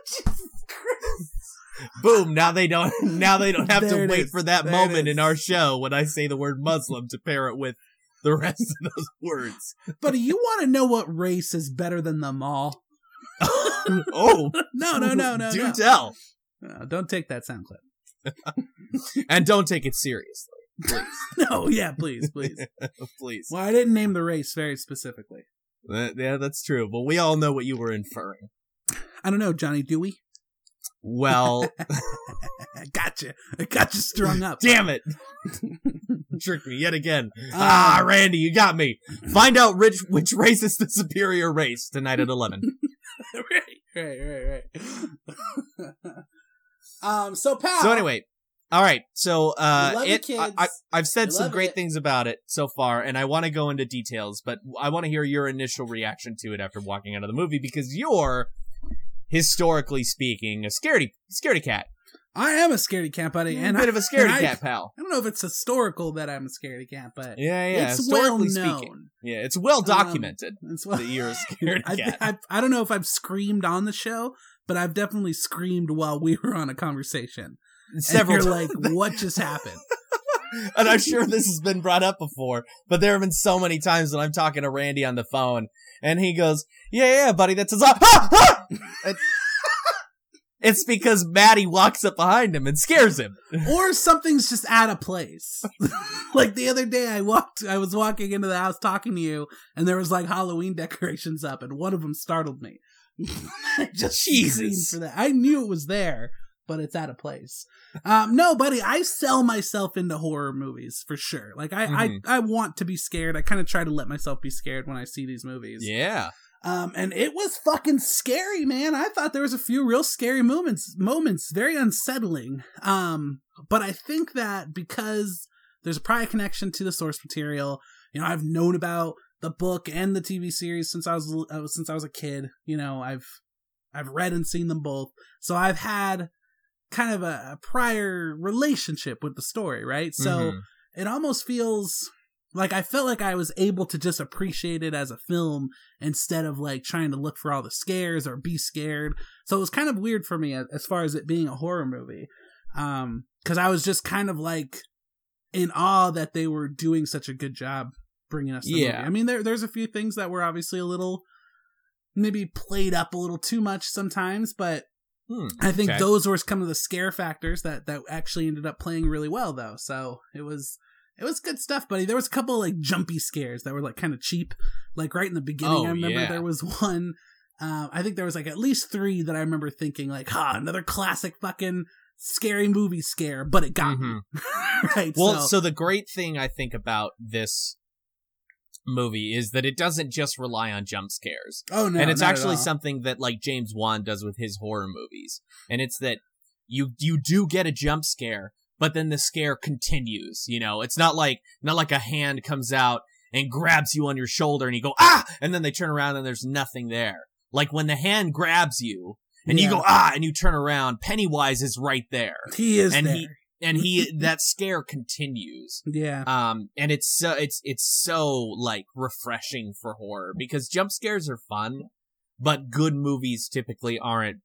B: Jesus Christ.
C: Boom! Now they don't. Now they don't have
B: There
C: to
B: it
C: wait
B: is.
C: for that
B: There it
C: moment in
B: is.
C: our show when I say the word Muslim to pair it with the rest of those words.
B: Buddy, you want to know what race is better than them all?
C: oh
B: No, no, no, no,
C: Do
B: no.
C: tell,
B: No, don't take that sound clip.
C: and don't take it seriously,
B: No, yeah, please, please.
C: please.
B: Well, I didn't name the race very specifically.
C: That- yeah, that's true. But we all know what you were inferring.
B: I don't know, Johnny. Do we?
C: Well,
B: I got you. I got you strung up.
C: Damn it! Tricked me yet again. ah, Randy, you got me. Find out which which race is the superior race tonight at eleven.
B: right, right, right, right. um. So, pal.
C: so anyway, all right. So
B: We
C: uh,
B: love you,
C: it, I,
B: kids.
C: I, I've said
B: We
C: some
B: love
C: great
B: it.
C: things about it so far, and I want to go into details, but I want to hear your initial reaction to it after walking out of the movie because you're, historically speaking, a scaredy scaredy cat,
B: I am a scaredy cat buddy, and
C: a
B: I,
C: bit of a scaredy
B: I-
C: cat pal.
B: I don't know if it's historical that I'm a scaredy cat, but
C: Yeah, yeah.
B: it's well
C: historically
B: known.
C: speaking, yeah, it's well
B: Um,
C: documented
B: It's well-
C: that you're a scaredy
B: I,
C: cat.
B: I, I don't know if I've screamed on the show, but I've definitely screamed while we were on a conversation.
C: Several
B: and you're like, what just happened?
C: and I'm sure this has been brought up before, but there have been so many times when I'm talking to Randy on the phone, and he goes, "Yeah, yeah, buddy, that's a lot." it's because Maddie walks up behind him and scares him.
B: or something's just out of place. like the other day, I walked, I was walking into the house talking to you, and there was like Halloween decorations up, and one of them startled me. I just screamed
C: Jesus.
B: for that. I knew it was there, but it's out of place. Um, no, buddy, I sell myself into horror movies for sure. Like I,
C: Mhm.
B: I, I want to be scared. I kind of try to let myself be scared when I see these movies.
C: Yeah,
B: Um, and it was fucking scary, man. I thought there was a few real scary moments, moments, very unsettling. Um, but I think that because there's probably a connection to the source material, you know, I've known about the book and the TV series since I was uh, since I was a kid. You know, I've I've read and seen them both, so I've had kind of a, a prior relationship with the story, right? So
C: Mhm.
B: it almost feels like I felt like I was able to just appreciate it as a film instead of like trying to look for all the scares or be scared. So it was kind of weird for me as, as far as it being a horror movie. Um, cause I was just kind of like in awe that they were doing such a good job bringing us. The
C: Yeah.
B: Movie. I mean, there, there's a few things that were obviously a little maybe played up a little too much sometimes, but
C: Hmm,
B: I think
C: okay.
B: those were some of the scare factors that that actually ended up playing really well though. So it was it was good stuff, buddy. There was a couple like jumpy scares that were like kind of cheap. Like right in the beginning,
C: Oh,
B: I remember
C: yeah.
B: there was one. Um, I think there was like at least three that I remember thinking like, "Ha, another classic fucking scary movie scare," but it got
C: Mhm.
B: me right.
C: Well,
B: so,
C: so the great thing I think about this movie is that it doesn't just rely on jump scares.
B: oh no,
C: and it's
B: not at
C: actually
B: all.
C: something that like James Wan does with his horror movies, and it's that you you do get a jump scare, but then the scare continues. You know, it's not like not like a hand comes out and grabs you on your shoulder, and you go ah, and then they turn around and there's nothing there. Like when the hand grabs you and you
B: Yeah.
C: go ah, and you turn around, Pennywise is right there,
B: He is
C: and
B: there.
C: he and he that scare continues
B: yeah,
C: um and it's so it's it's so like refreshing for horror because jump scares are fun but good movies typically aren't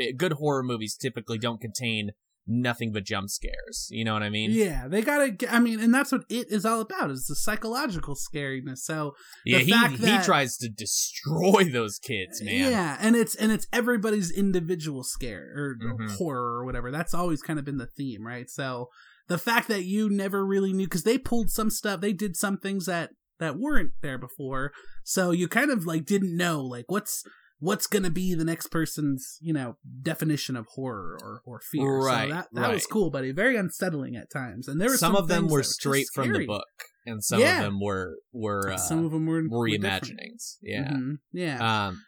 C: eh, good horror movies typically don't contain nothing but jump scares you know what i mean
B: yeah. They gotta. g- I mean, and that's what it is all about is the psychological scariness. So
C: Yeah,
B: the
C: he
B: fact
C: he
B: that-
C: tries to destroy those kids man
B: Yeah, and it's and it's everybody's individual scare or
C: Mhm.
B: horror or whatever. That's always kind of been the theme, right? So the fact that you never really knew because they pulled some stuff, they did some things that that weren't there before. So you kind of like didn't know like what's what's gonna be the next person's you know definition of horror or or fear.
C: Right,
B: so that that was
C: right.
B: cool, buddy. Very unsettling at times, and there were
C: some, of them
B: things that
C: were
B: just
C: straight from the
B: scary.
C: book and some
B: Yeah.
C: of them were were uh,
B: some of them were
C: were
B: were different.
C: reimaginings yeah
B: Mhm, yeah.
C: um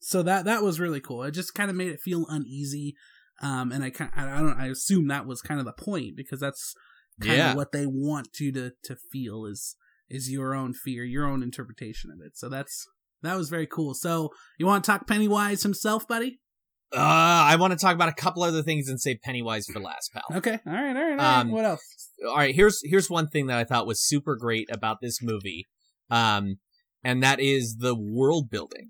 B: so that that was really cool. It just kind of made it feel uneasy, um, and I kind I don't I assume that was kind of the point because that's kind
C: yeah
B: of what they want you to to feel is is your own fear, your own interpretation of it. So that's That was very cool. So, you want to talk Pennywise himself, buddy?
C: Uh, I want to talk about a couple other things and save Pennywise for last, pal.
B: Okay. All right. All right. All right.
C: Um,
B: what else?
C: all right here's here's one thing that i thought was super great about this movie um and that is the world building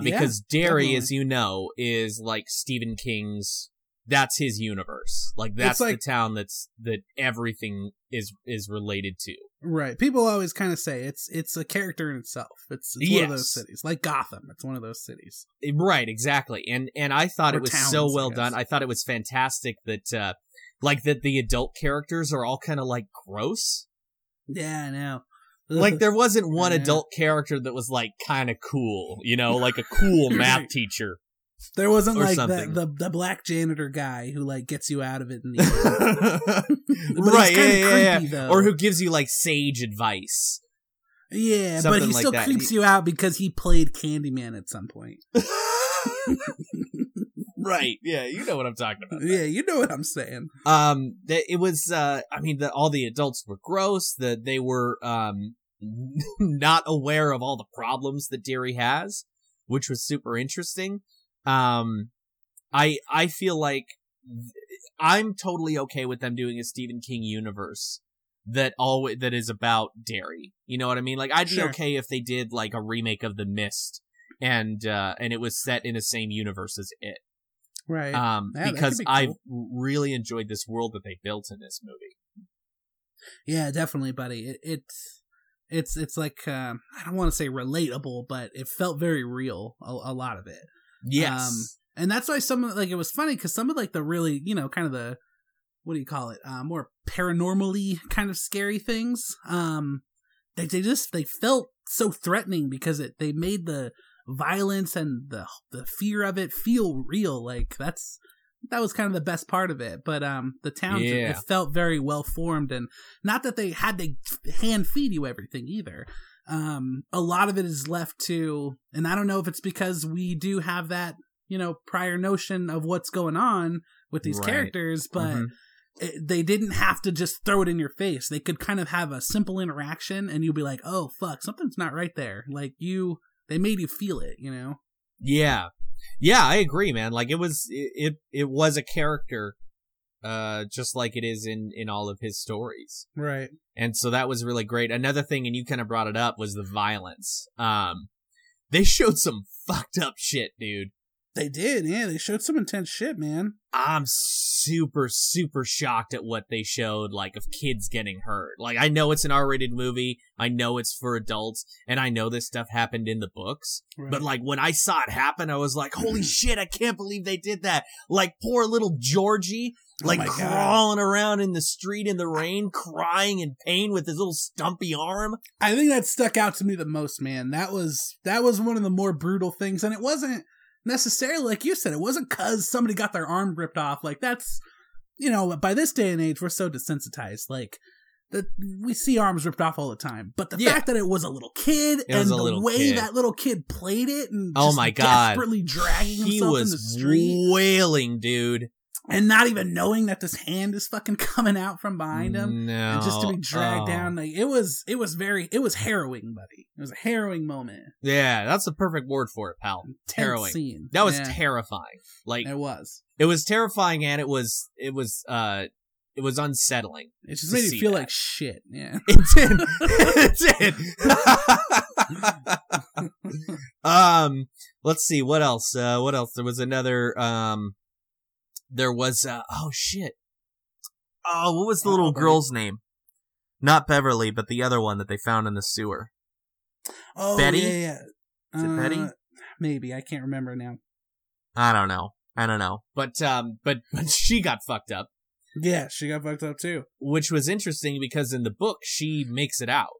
B: Yeah,
C: because derry
B: definitely.
C: as you know is like stephen king's that's his universe like that's
B: like-
C: the town that's that everything is is related to
B: Right. People always kind of say it's it's a character in itself. It's, it's one of those
C: Yes.
B: cities, like Gotham. It's one of those cities.
C: Eh, right exactly and and i thought
B: Or
C: it was
B: towns,
C: so
B: I
C: well
B: guess.
C: done i thought it was fantastic that uh like that the adult characters are all kind of like gross
B: Yeah, I know.
C: like there wasn't one
B: Yeah.
C: adult character that was like kind of cool, you know, like a cool math teacher.
B: there wasn't
C: or
B: like the,
C: something.
B: the the black janitor guy who like gets you out of it in the end. But
C: right,
B: he's
C: yeah,
B: kinda
C: yeah, yeah.
B: creepy, though.
C: Or who gives you like sage advice.
B: Yeah, but
C: Something
B: he
C: like
B: still
C: that.
B: creeps you out because he played Candyman at some point.
C: right, yeah, you know what I'm talking about.
B: yeah, you know what I'm saying.
C: Um that it was uh I mean that all the adults were gross, that they were um not aware of all the problems that Derry has, which was super interesting. Um I I feel like th- I'm totally okay with them doing a Stephen King universe that always that is about Derry. You know what I mean? Like I'd
B: Sure.
C: be okay if they did like a remake of The Mist and uh and it was set in the same universe as it
B: Right.
C: um,
B: Yeah, that could
C: because
B: be
C: I've really enjoyed this world that they built in this movie.
B: yeah, definitely, buddy. It, it's it's it's like um, I don't want to say relatable, but it felt very real. A, a lot of it.
C: Yes,
B: Um, and that's why some of like it was funny because some of like the really you know kind of the what do you call it uh, more paranormally kind of scary things um they, they just they felt so threatening because it they made the violence and the the fear of it feel real like that's that was kind of the best part of it but um the town it
C: Yeah.
B: felt very well formed and not that they had to hand feed you everything either um a lot of it is left to and i don't know if it's because we do have that you know prior notion of what's going on with these
C: Right.
B: characters but
C: Mhm.
B: it, they didn't have to just throw it in your face they could kind of have a simple interaction and you'll be like oh fuck something's not right there like you they made you feel it you know
C: yeah, yeah, I agree, man. Like it was, it it, it was a character, uh, just like it is in in all of his stories,
B: right
C: and so that was really great. Another thing, and you kind of brought it up, was the violence. Um, they showed some fucked up shit, dude.
B: they did yeah they showed some intense shit man
C: I'm super, super shocked at what they showed, like, of kids getting hurt. Like, I know it's an R rated movie. I know it's for adults. And I know this stuff happened in the books. But, like, when I saw it happen, I was like, holy shit, I can't believe they did that. Like, poor little Georgie,
B: Oh
C: like,
B: my God.
C: crawling around in the street in the rain, crying in pain with his little stumpy arm.
B: I think that stuck out to me the most, man. That was that was one of the more brutal things, and it wasn't necessarily like you said. It wasn't because somebody got their arm ripped off. Like that's you know, by this day and age, we're so desensitized. Like that we see arms ripped off all the time, but the
C: Yeah.
B: fact that it was a little kid
C: It was
B: and
C: a
B: the
C: little
B: way
C: kid.
B: that little kid played it and
C: Oh
B: just
C: my God.
B: desperately dragging
C: He
B: himself in the
C: was
B: street
C: wailing, dude.
B: and not even knowing that this hand is fucking coming out from behind him
C: No.
B: and just to be dragged
C: Oh.
B: down like it was it was very it was harrowing buddy it was a harrowing moment
C: Yeah, that's the perfect word for it, pal.
B: Tense
C: Harrowing.
B: scene.
C: That was
B: Yeah,
C: terrifying. Like
B: it was
C: it was terrifying and it was it was uh it was unsettling.
B: it just
C: to
B: made you
C: see
B: feel
C: that.
B: like shit yeah
C: It did. it did. um let's see what else? Uh what else? There was another um there was uh oh shit. Oh, what was the little
B: Uh-oh, buddy.
C: girl's name? Not Beverly, but the other one that they found in the sewer.
B: oh
C: Betty?
B: yeah, yeah.
C: Is it Betty?
B: Uh, maybe i can't remember now
C: I don't know. I don't know. But um but but she got fucked up.
B: yeah she got fucked up too
C: which was interesting because in the book she makes it out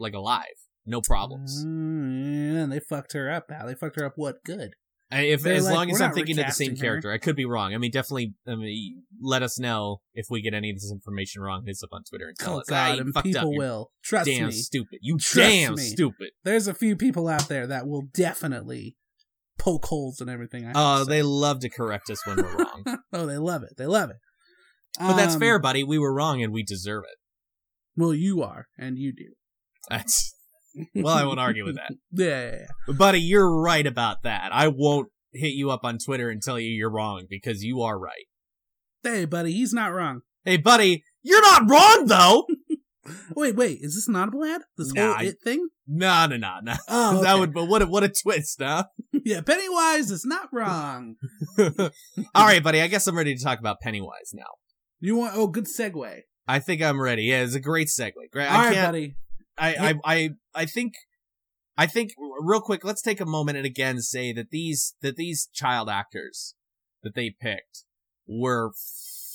C: like alive no problems
B: Mm, yeah, and they fucked her up pal they fucked her up what good
C: I- if
B: They're
C: as
B: like,
C: long as
B: "We're
C: i'm
B: not
C: thinking of the same
B: recasting her."
C: character i could be wrong i mean definitely i mean let us know if we get any of this information wrong hit us up on twitter and tell
B: oh
C: us "Ah,
B: god
C: you
B: and
C: fucked
B: people
C: up. You're
B: will trust
C: damn
B: me
C: stupid you
B: Trust
C: damn
B: me.
C: stupid
B: there's a few people out there that will definitely poke holes in everything I have
C: oh
B: to
C: they love to correct us when we're wrong
B: say. oh they love it they love it
C: but that's
B: Um,
C: fair buddy we were wrong and we deserve it
B: well you are and you do
C: that's Well, I won't argue with that.
B: Yeah.
C: But buddy, you're right about that. I won't hit you up on Twitter and tell you you're wrong because you are right.
B: Hey, buddy, he's not wrong.
C: Hey, buddy, you're not wrong though.
B: Wait, wait, is this an Audible ad? This
C: Nah,
B: whole
C: I-
B: it thing?
C: No, no, no, no.
B: Oh,
C: That
B: okay.
C: would, but what a, what a twist, huh?
B: yeah, Pennywise is not wrong.
C: All right, buddy. I guess I'm ready to talk about Pennywise now.
B: You want? Oh, good segue.
C: I think I'm ready. Yeah, it's a great segue. Great.
B: All
C: I
B: right,
C: can't.
B: buddy.
C: I, I, I, I think, I think, real quick, let's take a moment and again say that these, that these child actors that they picked were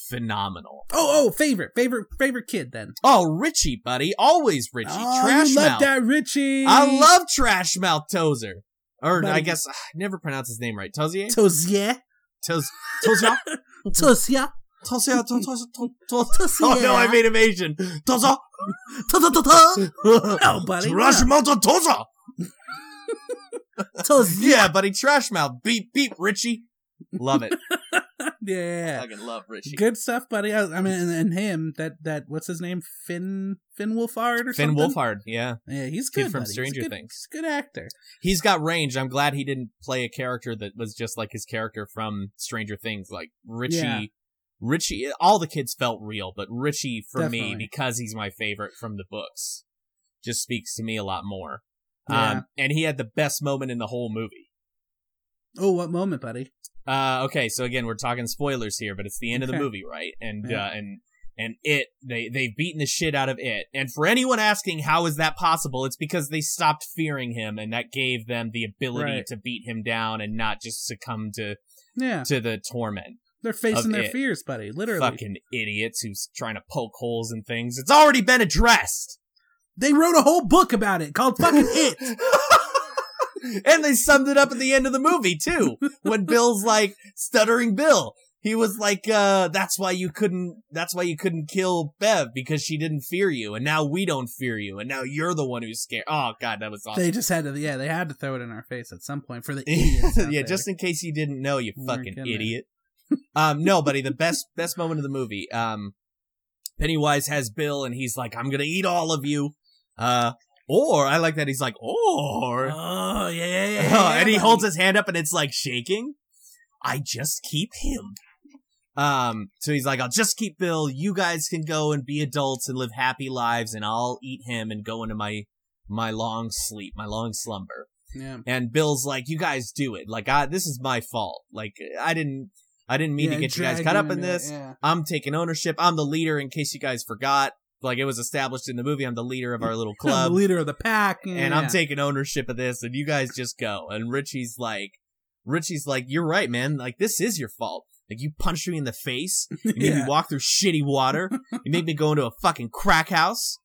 C: phenomenal.
B: Oh, oh, favorite, favorite, favorite kid then.
C: Oh, Richie, buddy, always Richie.
B: oh,
C: trash
B: you
C: mouth.
B: love that Richie.
C: I love trash mouth Tozer. Or I
B: Buddy.
C: guess I never pronounce his name right. Tozier?
B: Tosia,
C: Toz Tozer?
B: Tosia,
C: Tozier? Toz- Toz- Toz- Toz-
B: Tosia.
C: Oh no, I made him Asian. Tozer.
B: made.
C: Oh,
B: No, buddy.
C: uh, Trash mouth Tozer.
B: Tosia.
C: Yeah, buddy, trash mouth. Beep beep Richie. Love it.
B: Yeah.
C: Fucking love Richie.
B: Good stuff, buddy. I, I mean, and, and him that that what's his name? Finn Finn Wolfhard or
C: Finn
B: something.
C: Wolfhard, yeah.
B: Yeah, he's
C: Kid
B: good.
C: from
B: buddy. He's a
C: Stranger
B: good-
C: Things.
B: He's a good actor.
C: He's got range. I'm glad he didn't play a character that was just like his character from Stranger Things, like Richie.
B: Yeah.
C: Richie, all the kids felt real, but Richie for me
B: Definitely.
C: because he's my favorite from the books, just speaks to me a lot more.
B: Yeah.
C: Um, and he had the best moment in the whole movie.
B: Oh, what moment, buddy?
C: Uh, okay, so again, we're talking spoilers here, but it's the end of
B: Okay.
C: the movie, right? And
B: Yeah.
C: uh, and and it they they've beaten the shit out of it. And for anyone asking how is that possible, it's because they stopped fearing him, and that gave them the ability
B: Right.
C: to beat him down and not just succumb to
B: Yeah,
C: to the torment.
B: they're facing their
C: it.
B: fears, buddy. Literally,
C: Fucking idiots who's trying to poke holes in things. It's already been addressed.
B: they wrote a whole book about it called "Fucking It."
C: and they summed it up at the end of the movie too when bill's like stuttering bill he was like uh that's why you couldn't that's why you couldn't kill bev because she didn't fear you and now we don't fear you and now you're the one who's scared oh god that was awesome
B: They just had to, yeah, they had to throw it in our face at some point for the idiots.
C: yeah
B: out there.
C: just in case you didn't know you
B: We're
C: fucking
B: gonna-
C: idiot um no buddy the best best moment of the movie um pennywise has bill and he's like i'm gonna eat all of you uh or i like that he's like or
B: Oh yeah, yeah, yeah.
C: Oh,
B: yeah,
C: and he
B: buddy.
C: holds his hand up and it's like shaking. I just keep him. Um, so he's like, I'll just keep Bill. You guys can go and be adults and live happy lives, and I'll eat him and go into my my long sleep, my long slumber.
B: Yeah.
C: And Bill's like, "You guys do it. Like, I this is my fault. Like, I didn't, I didn't mean
B: Yeah,
C: to get you guys
B: drag
C: caught
B: him
C: up in
B: into
C: this.
B: it, Yeah.
C: I'm taking ownership. I'm the leader. In case you guys forgot, like it was established in the movie, I'm the leader of our little
B: I'm
C: club
B: the leader of the pack,
C: and
B: yeah.
C: I'm taking ownership of this, and you guys just go. And Richie's like, Richie's like, you're right, man. Like this is your fault. Like you punched me in the face. You made me
B: yeah.
C: walk through shitty water. You made me go into a fucking crack house.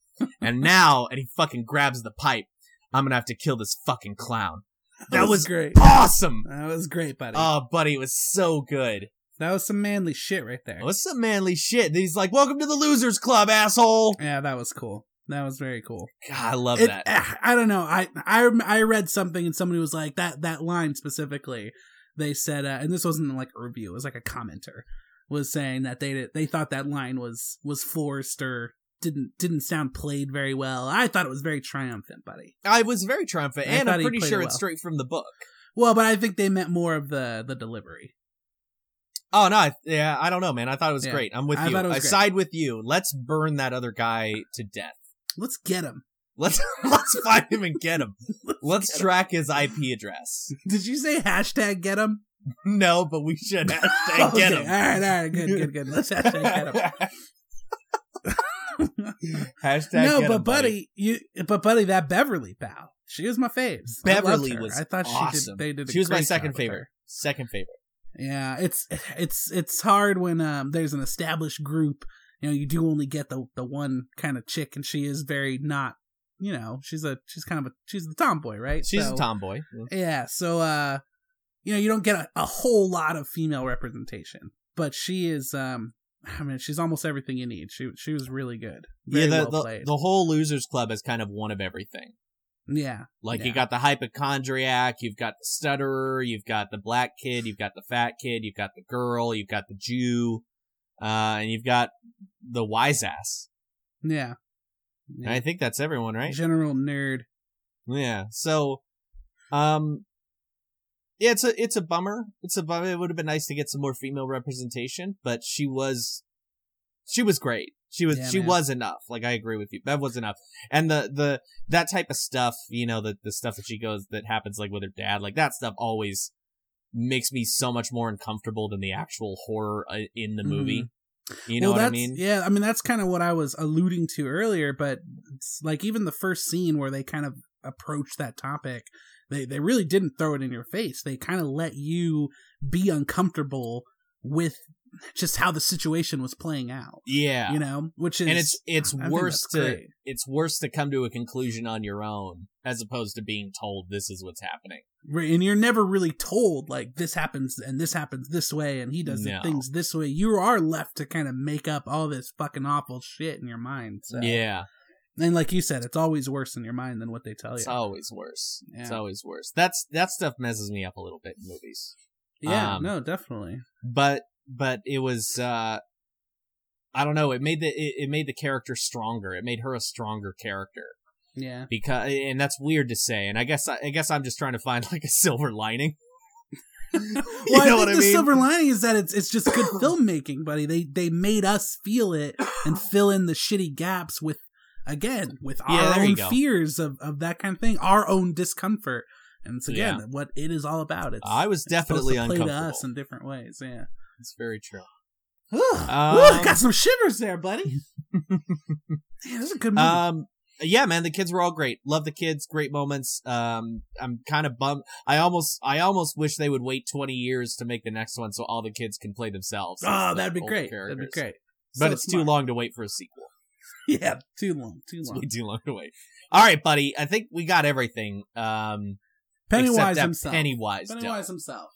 C: And now, and he fucking grabs the pipe. I'm gonna have to kill this fucking clown. That was
B: great.
C: awesome.
B: That was great, buddy.
C: Oh, buddy, it was so good.
B: that was some manly shit right there.
C: What's some manly shit? And he's like, "Welcome to the losers club, asshole."
B: Yeah, that was cool. That was very cool.
C: God, I love
B: It-
C: that.
B: eh, I don't know. I, I I read something and somebody was like that that line specifically. They said, uh, and this wasn't like a review. It was like a commenter was saying that they did- they thought that line was was forced or didn't didn't sound played very well. I thought it was very triumphant, buddy.
C: I was very triumphant,
B: I
C: and
B: thought
C: I'm
B: he
C: pretty
B: played
C: sure
B: it
C: it's
B: well.
C: straight from the book.
B: Well, but I think they meant more of the the delivery.
C: Oh no, I, yeah, I don't know, man. I thought it was
B: Yeah.
C: great. I'm with
B: I
C: you.
B: thought it was
C: I
B: great.
C: side with you. Let's burn that other guy to death.
B: Let's get him.
C: Let's let's find him and get him. Let's
B: get him.
C: track his IP address.
B: Did you say hashtag get him?
C: No, but we should hashtag
B: Okay,
C: get
B: All
C: him.
B: right, all right, good, good, good. Let's hashtag get him.
C: hashtag
B: no,
C: get
B: but
C: him,
B: buddy, you, but buddy, that Beverly pal, she was my faves. I loved
C: Beverly
B: her.
C: was
B: I thought
C: awesome.
B: she did. They did. a
C: She was my
B: great
C: second
B: job with her.
C: favorite. Second favorite.
B: Yeah, it's it's it's hard when um there's an established group. You know, you do only get the the one kind of chick, and she is very not. You know, she's a she's kind of a she's the tomboy, right?
C: She's
B: So-
C: a tomboy.
B: Yeah, so uh, you know, you don't get a, a whole lot of female representation, but she is um. I mean, she's almost everything you need. She she was really good. Very
C: yeah, the,
B: well
C: the,
B: played.
C: the whole losers club is kind of one of everything.
B: yeah,
C: Like
B: Yeah.
C: you got the hypochondriac, you've got the stutterer, you've got the black kid, you've got the fat kid, you've got the girl, you've got the Jew, uh, and you've got the wise ass.
B: yeah.
C: And I think that's everyone, right?
B: General nerd.
C: Yeah. So, um, yeah, it's a it's a bummer. It's a bummer. It would have been nice to get some more female representation, but she was, she was great. She was
B: Yeah,
C: she
B: man.
C: was enough. Like I agree with you. Bev was enough. And the the that type of stuff, you know, the the stuff that she goes that happens like with her dad, like that stuff always makes me so much more uncomfortable than the actual horror uh, in the
B: Mhm.
C: movie. You know
B: Well,
C: what I
B: that's-
C: mean?
B: Yeah, I mean that's kind of what I was alluding to earlier. But it's like even the first scene where they kind of approach that topic, they they really didn't throw it in your face. They kind of let you be uncomfortable with just how the situation was playing out.
C: Yeah.
B: You know, which is
C: and it's it's
B: I think
C: worse
B: that's
C: to
B: great.
C: it's worse to come to a conclusion on your own as opposed to being told this is what's happening.
B: Right, and you're never really told like this happens and this happens this way and he does the
C: No.
B: things this way. You are left to kind of make up all this fucking awful shit in your mind. So.
C: yeah,
B: and like you said, it's always worse in your mind than what they tell you.
C: it's always worse. It's
B: Yeah.
C: always worse. That's that stuff messes me up a little bit in movies.
B: yeah,
C: um,
B: no, definitely.
C: But but it was uh I don't know. It made the it, it made the character stronger. It made her a stronger character
B: Yeah,
C: because and that's weird to say. And I guess I, I guess I'm just trying to find like a silver lining.
B: well, I think the silver lining is that it's it's just good filmmaking, buddy. They they made us feel it and fill in the shitty gaps with again with
C: Yeah,
B: our
C: there you
B: own
C: go.
B: fears of of that kind of thing, our own discomfort, and it's again what it is all about. It's
C: I was definitely
B: supposed to
C: uncomfortable.
B: play to us in different ways. Yeah, Um,
C: It's very true.
B: Ooh, got some shivers there, buddy. Man, that's a good movie.
C: Um, yeah, man, the kids were all great. Love the kids, great moments. Um, I'm kind of bummed. I almost, I almost wish they would wait 20 years to make the next one so all the kids can play themselves.
B: oh,
C: Like,
B: that'd be
C: older
B: great. That'd be
C: characters.
B: great.
C: But
B: So
C: it's too
B: smart.
C: long to wait for a sequel.
B: Yeah, too long. Too
C: It's
B: long.
C: way too long to wait. All right, buddy. I think we got everything. Um, except
B: Pennywise
C: that
B: himself.
C: Pennywise. does.
B: Pennywise himself.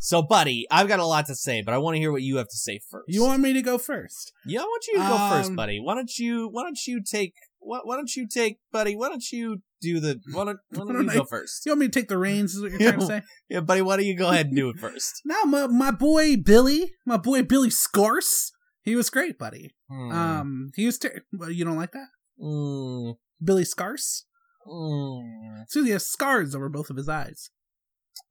C: So, buddy, I've got a lot to say, but I want to hear what you have to say first.
B: You want me to go first?
C: Yeah, I want you to go first,
B: Um,
C: buddy. Why don't you? Why don't you take? Why, why don't you take, buddy? Why don't you do the? Why don't,
B: Why
C: why don't
B: don't
C: you go
B: I-
C: first?
B: Do you want me to take the reins? Is what you're trying to
C: Yeah.
B: say?
C: Yeah, buddy. Why don't you go ahead and do it first?
B: No, my my boy Billy, my boy Billy Scorse, he was great, buddy.
C: Mm.
B: Um, he was. Ter- well, you don't like that,
C: Mm.
B: Billy Scarce?
C: Mm.
B: So he has scars over both of his eyes.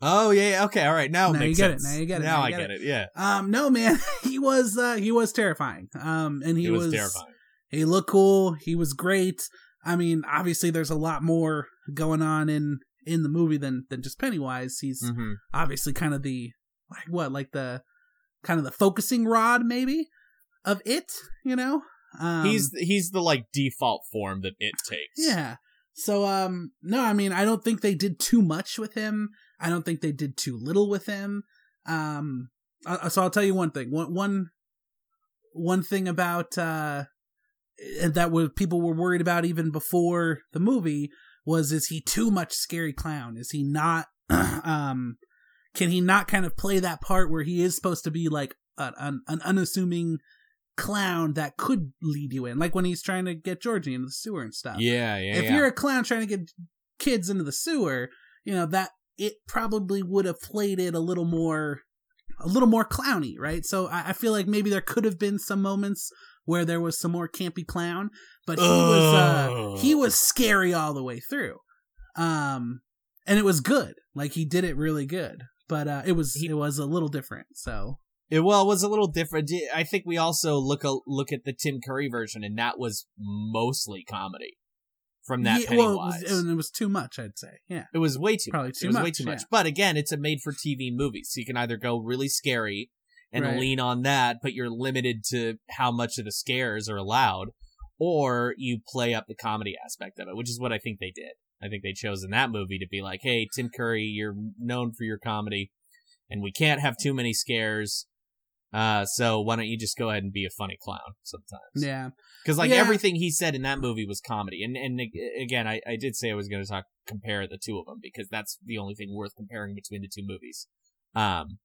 C: Oh yeah. yeah, Okay. All right. Now, it
B: Now you
C: makes
B: get it,
C: sense.
B: now you get it,
C: Now
B: now
C: I
B: you
C: get
B: get
C: it. Yeah.
B: Um, no man, he was uh, he was terrifying. Um, and he
C: it was,
B: was
C: terrifying.
B: he looked cool. He was great. I mean, obviously, there's a lot more going on in in the movie than than just Pennywise. He's
C: Mm-hmm.
B: obviously kind of the like what like the kind of the focusing rod maybe of it you know um,
C: he's he's the like default form that it takes.
B: yeah so um no i mean i don't think they did too much with him i don't think they did too little with him um I, I- so i'll tell you one thing one one one thing about uh and that was people were worried about even before the movie was is he too much scary clown is he not um can he not kind of play that part where he is supposed to be like an, an, an unassuming clown that could lead you in like when he's trying to get georgie into the sewer and stuff
C: Yeah. Yeah.
B: if
C: yeah.
B: you're a clown trying to get kids into the sewer you know that it probably would have played it a little more a little more clowny right so i, I feel like maybe there could have been some moments where there was some more campy clown but he was uh
C: Ugh.
B: he was scary all the way through um and it was good like he did it really good but uh it was
C: He-
B: it was a little different so
C: It, well, it was a little different. I think we also look a, look at the Tim Curry version, and that was mostly comedy from that
B: Yeah,
C: Pennywise.
B: well it was, it was too much i'd say yeah
C: It was way too
B: Probably
C: much.
B: too
C: it was way
B: much,
C: too
B: yeah.
C: much. But again, it's a made for TV movie, so you can either go really scary and
B: Right.
C: lean on that, but you're limited to how much of the scares are allowed, or you play up the comedy aspect of it, which is what I think they did. I think they chose in that movie to be like, "Hey, Tim Curry, you're known for your comedy, and we can't have too many scares." Uh, so why don't you just go ahead and be a funny clown sometimes?
B: yeah
C: Because like
B: Yeah.
C: everything he said in that movie was comedy, and and ag- again, I, I did say I was going to talk compare the two of them because that's the only thing worth comparing between the two movies. Um,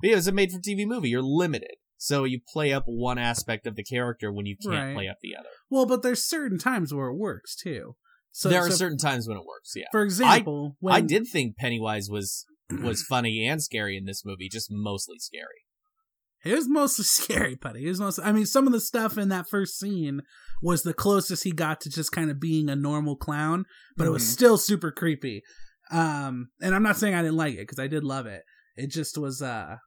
C: but yeah, it was a made for TV movie. You're limited, so you play up one aspect of the character when you can't
B: Right.
C: play up the other.
B: well but there's certain times where it works too so
C: there are
B: so
C: certain times when it works. Yeah,
B: for example when
C: I did think Pennywise was was funny and scary in this movie, just mostly scary.
B: It was mostly scary, buddy. It was mostly. I mean, some of the stuff in that first scene was the closest he got to just kind of being a normal clown, but it was
C: Mhm.
B: still super creepy. Um, and I'm not saying I didn't like it because I did love it. It just was. uh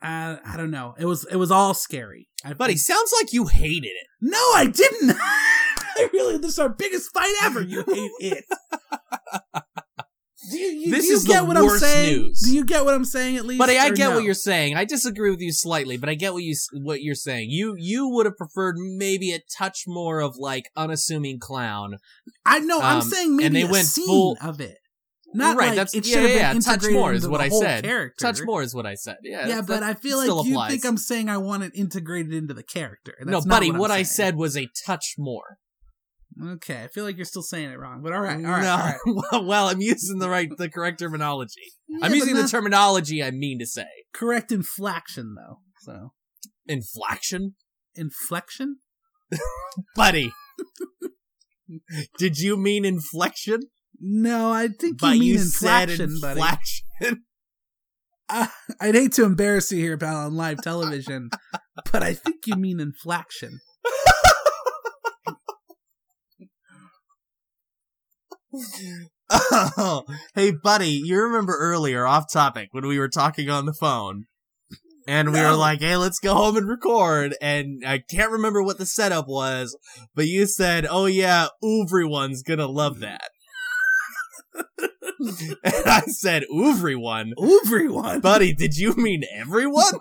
B: I, I don't know. It was it was all scary. I,
C: Buddy, sounds like you hated it.
B: no, I didn't. I really, this is our biggest fight ever. You hate it. Do you,
C: This
B: do you
C: is the
B: get what
C: worst
B: I'm saying?
C: news.
B: Do you get what I'm saying at least?
C: Buddy, I
B: or
C: get
B: no?
C: what you're saying. I disagree with you slightly, but I get what you s- what you're saying. You you would have preferred maybe a touch more of like unassuming clown.
B: I know. I'm
C: Um,
B: saying maybe
C: and they
B: a
C: went
B: scene
C: full-
B: of it. Not
C: right,
B: like
C: that's
B: it
C: yeah,
B: should have
C: yeah, yeah.
B: been
C: Touch
B: integrated
C: more
B: into
C: is
B: the
C: what I
B: whole
C: said.
B: Character.
C: Touch more is what I said. Yeah,
B: Yeah,
C: that-
B: but I feel like
C: still
B: you
C: applies.
B: think I'm saying I want it integrated into the character. and
C: no,
B: that's not
C: buddy,
B: what, I'm
C: what I
B: saying.
C: said was a touch more.
B: Okay, I feel like you're still saying it wrong. But all right, all right,
C: no,
B: all right.
C: well, well, I'm using the right, the correct terminology.
B: Yeah,
C: I'm
B: but
C: using the
B: not
C: terminology I mean to say.
B: correct inflection though. So
C: Inflection,
B: inflection.
C: buddy. Did you mean inflection?
B: No, I think
C: But
B: you mean
C: you said
B: inflection, buddy.
C: inflection.
B: Uh, I'd hate to embarrass you here, pal, on live television, but I think you mean inflection.
C: Oh, hey, buddy, you remember earlier, off topic, when we were talking on the phone, and we were
B: No.
C: like, "Hey, let's go home and record." And I can't remember what the setup was, but you said, "Oh yeah, everyone's gonna love that." and I said, "Everyone,
B: Everyone,
C: buddy, did you mean everyone?"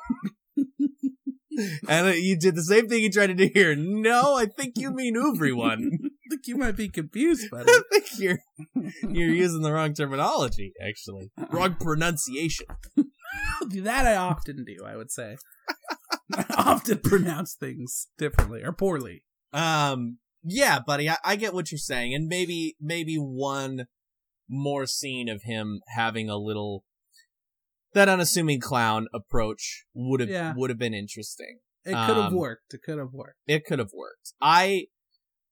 C: and uh, you did the same thing you tried to do here. No, I think you mean everyone.
B: I think you might be confused, buddy.
C: I think you're you're using the wrong terminology, actually. Wrong
B: Uh-uh.
C: pronunciation.
B: that I often do. I would say I often pronounce things differently or poorly.
C: Um yeah, buddy, I, I get what you're saying. And maybe maybe one more scene of him having a little that unassuming clown approach would have
B: Yeah.
C: would have been interesting.
B: It could have
C: Um,
B: worked. It could have worked.
C: It could have worked. I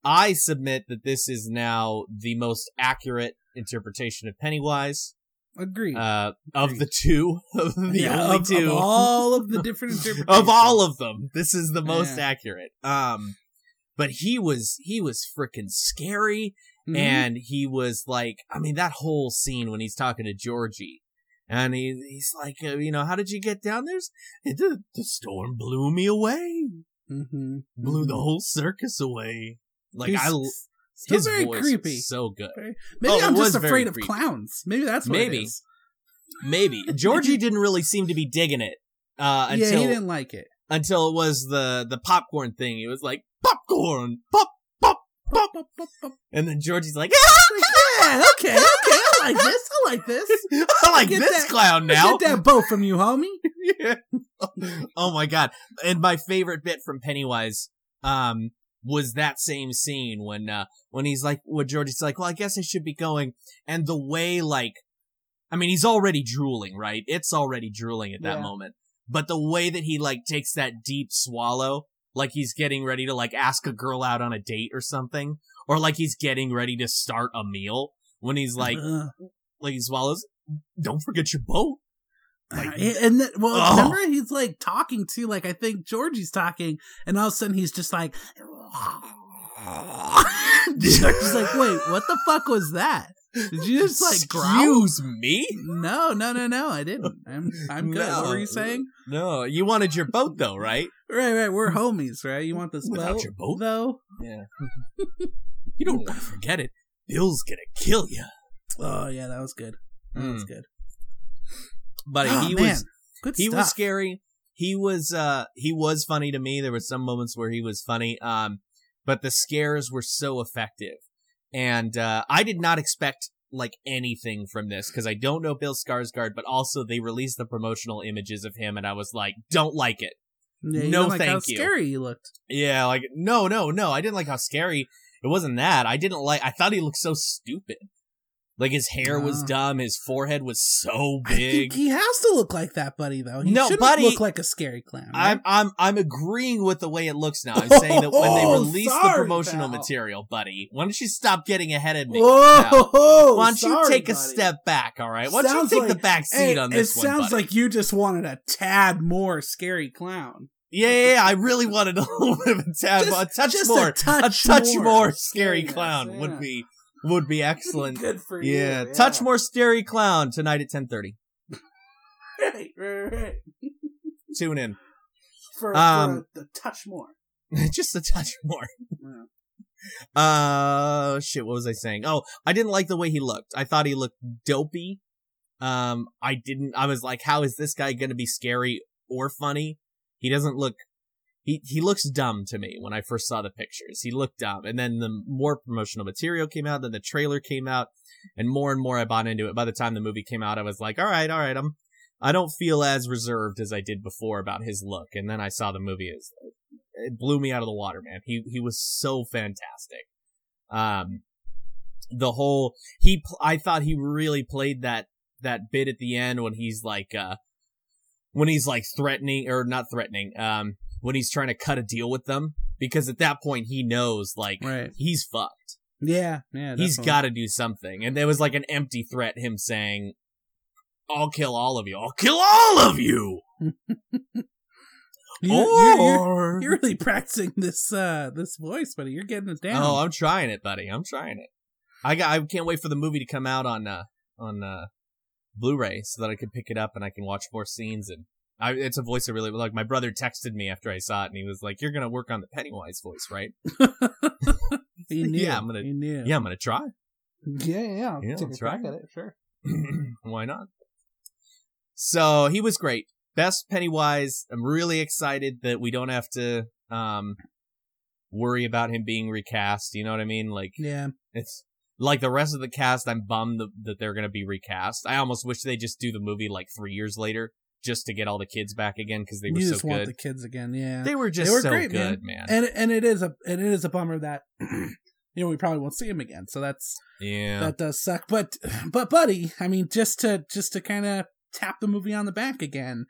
C: I submit that this is now the most accurate interpretation of Pennywise
B: Agreed.
C: uh of the two of the
B: Yeah,
C: only
B: of,
C: two
B: of all of the different interpretations
C: of all of them this is the most
B: Yeah.
C: accurate um but he was he was freaking scary
B: Mhm.
C: and he was like i mean that whole scene when he's talking to georgie and he, he's like uh, you know how did you get down there the, the storm blew me away
B: Mhm.
C: blew the
B: Mhm.
C: whole circus away like
B: He's
C: i l-
B: still
C: his
B: very
C: voice
B: creepy.
C: was so good
B: Maybe
C: Oh, it
B: I'm just
C: was very
B: afraid of
C: creepy.
B: clowns. Maybe that's what
C: Maybe.
B: It is.
C: maybe georgie didn't really seem to be digging it uh
B: yeah,
C: until
B: he didn't like it.
C: until it was the the popcorn thing. It was like popcorn, pop, pop, pop, pop, pop, pop. and then Georgie's like, "Ah,
B: Yeah, okay, okay. I like this. I like this.
C: I like
B: Get
C: this
B: that-
C: clown now.
B: Get that bow from you, homie.
C: Yeah. oh my god! And my favorite bit from Pennywise um was that same scene when uh when he's like when Georgie's like, well, I guess I should be going, and the way like. I mean, he's already drooling, right? It's already drooling at that
B: Yeah.
C: moment. But the way that he like takes that deep swallow, like he's getting ready to like ask a girl out on a date or something, or like he's getting ready to start a meal when he's like,
B: Ugh.
C: like he swallows, don't forget your boat. like-
B: and then, well,
C: Ugh.
B: remember he's like talking to like I think Georgie's talking, and all of a sudden he's just like, Georgie's like, wait, what the fuck was that? Did you just like growl?
C: excuse me?
B: No, no, no, no, I didn't. I'm I'm good. What
C: No.
B: were you saying?
C: No, you wanted your boat though, right?
B: Right, right. We're homies, right? You want this
C: Without
B: boat?
C: your boat?
B: though?
C: Yeah. you don't want to forget it. Bill's gonna kill you,
B: Oh yeah, that was good. That was
C: Mm.
B: good.
C: buddy.
B: Oh,
C: he
B: Hmm. man.
C: was
B: Good
C: he
B: stuff.
C: was scary. He was uh he was funny to me. There were some moments where he was funny. Um, but the scares were so effective, and uh, I did not expect like anything from this because I don't know Bill Skarsgård, but also they released the promotional images of him, and I was like, don't like it.
B: Yeah, you
C: No,
B: know, like how
C: thank you.
B: scary you looked.
C: Yeah, like no, no, no. I didn't like how scary it wasn't that. I didn't like. I thought he looked so stupid. Like his hair was
B: Ah.
C: dumb, his forehead was so
B: I think
C: big.
B: he has to look like that, buddy. Though he
C: No,
B: shouldn't
C: Buddy-
B: look like a scary clown. right?
C: I'm I'm I'm agreeing with the way it looks now. I'm saying that when they
B: Oh,
C: release the
B: sorry,
C: promotional
B: pal.
C: material, buddy, why don't you stop getting ahead of me?
B: Whoa!
C: Why don't you
B: sorry,
C: take a
B: buddy.
C: step back, all right? Why don't
B: Sounds
C: you take the
B: like-
C: back seat
B: Hey,
C: on this
B: it
C: one?
B: sounds
C: buddy?
B: like you just wanted a tad more scary clown.
C: yeah, yeah, yeah, I really wanted a little bit of a, tab, a touch
B: just
C: more.
B: a touch,
C: more, scary
B: scariness,
C: clown
B: yeah.
C: would be would be excellent.
B: Good for you.
C: Yeah. touch more scary clown tonight at ten thirty.
B: Right, right, right.
C: Tune in,
B: For,
C: Um,
B: for the touch more.
C: just a touch more.
B: Yeah.
C: Uh, shit. What was I saying? Oh, I didn't like the way he looked. I thought he looked dopey. Um, I didn't. I was like, how is this guy gonna be scary or funny? He doesn't look. He he looks dumb to me when I first saw the pictures. He looked dumb, and then the more promotional material came out, then the trailer came out, and more and more I bought into it. By the time the movie came out, I was like, all right, all right, I'm. I don't feel as reserved as I did before about his look, and then I saw the movie as it blew me out of the water, man. He he was so fantastic. Um, the whole he pl- I thought he really played that that bit at the end when he's like uh when he's like threatening or not threatening um when he's trying to cut a deal with them because at that point he knows like
B: Right.
C: he's fucked.
B: Yeah, yeah.
C: he's got to do something, and there was like an empty threat him saying. I'll kill all of you. I'll kill all of you.
B: You,
C: or
B: you're, you're, you're really practicing this uh this voice, buddy. You're getting it down.
C: Oh, I'm trying it, buddy. I'm trying it. I got. I can't wait for the movie to come out on uh, on uh, Blu-ray so that I can pick it up and I can watch more scenes. And I, it's a voice I really like. My brother texted me after I saw it, and he was like, "You're gonna work on the Pennywise voice, right?"
B: he knew.
C: yeah, I'm gonna-
B: He knew.
C: Yeah, I'm gonna try.
B: yeah, yeah. I'll
C: Yeah,
B: take a
C: that's
B: crack
C: right.
B: at it, sure.
C: Why not? So he was great. Best Pennywise. I'm really excited that we don't have to um worry about him being recast. You know what I mean? Like
B: Yeah,
C: It's like the rest of the cast. I'm bummed th- that they're gonna be recast. I almost wish they just do the movie like three years later, just to get all the kids back again because they were
B: you
C: so
B: just want
C: good.
B: the kids again. Yeah,
C: They were just
B: were
C: so
B: great, man.
C: good, man.
B: and and it is a and it is a bummer that you know we probably won't see him again. So that's
C: yeah,
B: that does suck. But but buddy, I mean, just to just to kind of tap the movie on the back again.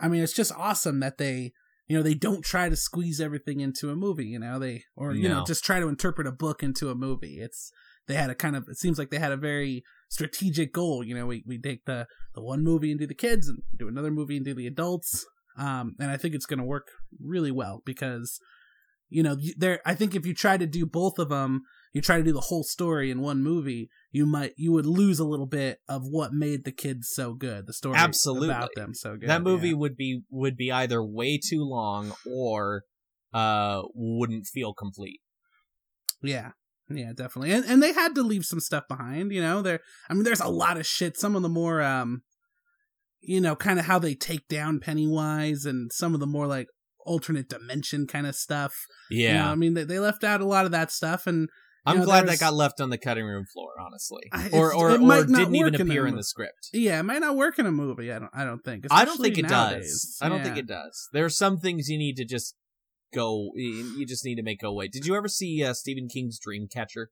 B: I mean, it's just awesome that they you know they don't try to squeeze everything into a movie. You know they or you know
C: No.
B: just try to interpret a book into a movie. It's they had a kind of it seems like they had a very strategic goal. You know we we take the the one movie and do the kids and do another movie and do the adults. Um, and I think it's going to work really well because you know you- there. I think if you try to do both of them, you try to do the whole story in one movie, you might you would lose a little bit of what made the kids so good. The story
C: Absolutely.
B: about them so good.
C: that movie
B: yeah.
C: would be would be either way too long or uh wouldn't feel complete.
B: Yeah. Yeah, definitely. And and they had to leave some stuff behind, you know. There I mean there's a lot of shit. Some of the more um you know, kind of how they take down Pennywise and some of the more like alternate dimension kind of stuff. You
C: Yeah,
B: know, I mean they, they left out a lot of that stuff and
C: I'm
B: you know,
C: glad
B: there's-
C: that got left on the cutting room floor, honestly,
B: I-
C: or
B: it's-
C: or,
B: it
C: or
B: might not
C: didn't even
B: work in
C: appear
B: a
C: in
B: mo-
C: the script.
B: yeah, it might not work in a movie. I don't I don't think.
C: I don't think
B: especially
C: it
B: nowadays.
C: does. I don't think
B: Yeah.
C: it does. There are some things you need to just go. You you just need to make go away. Did you ever see uh, Stephen King's Dreamcatcher?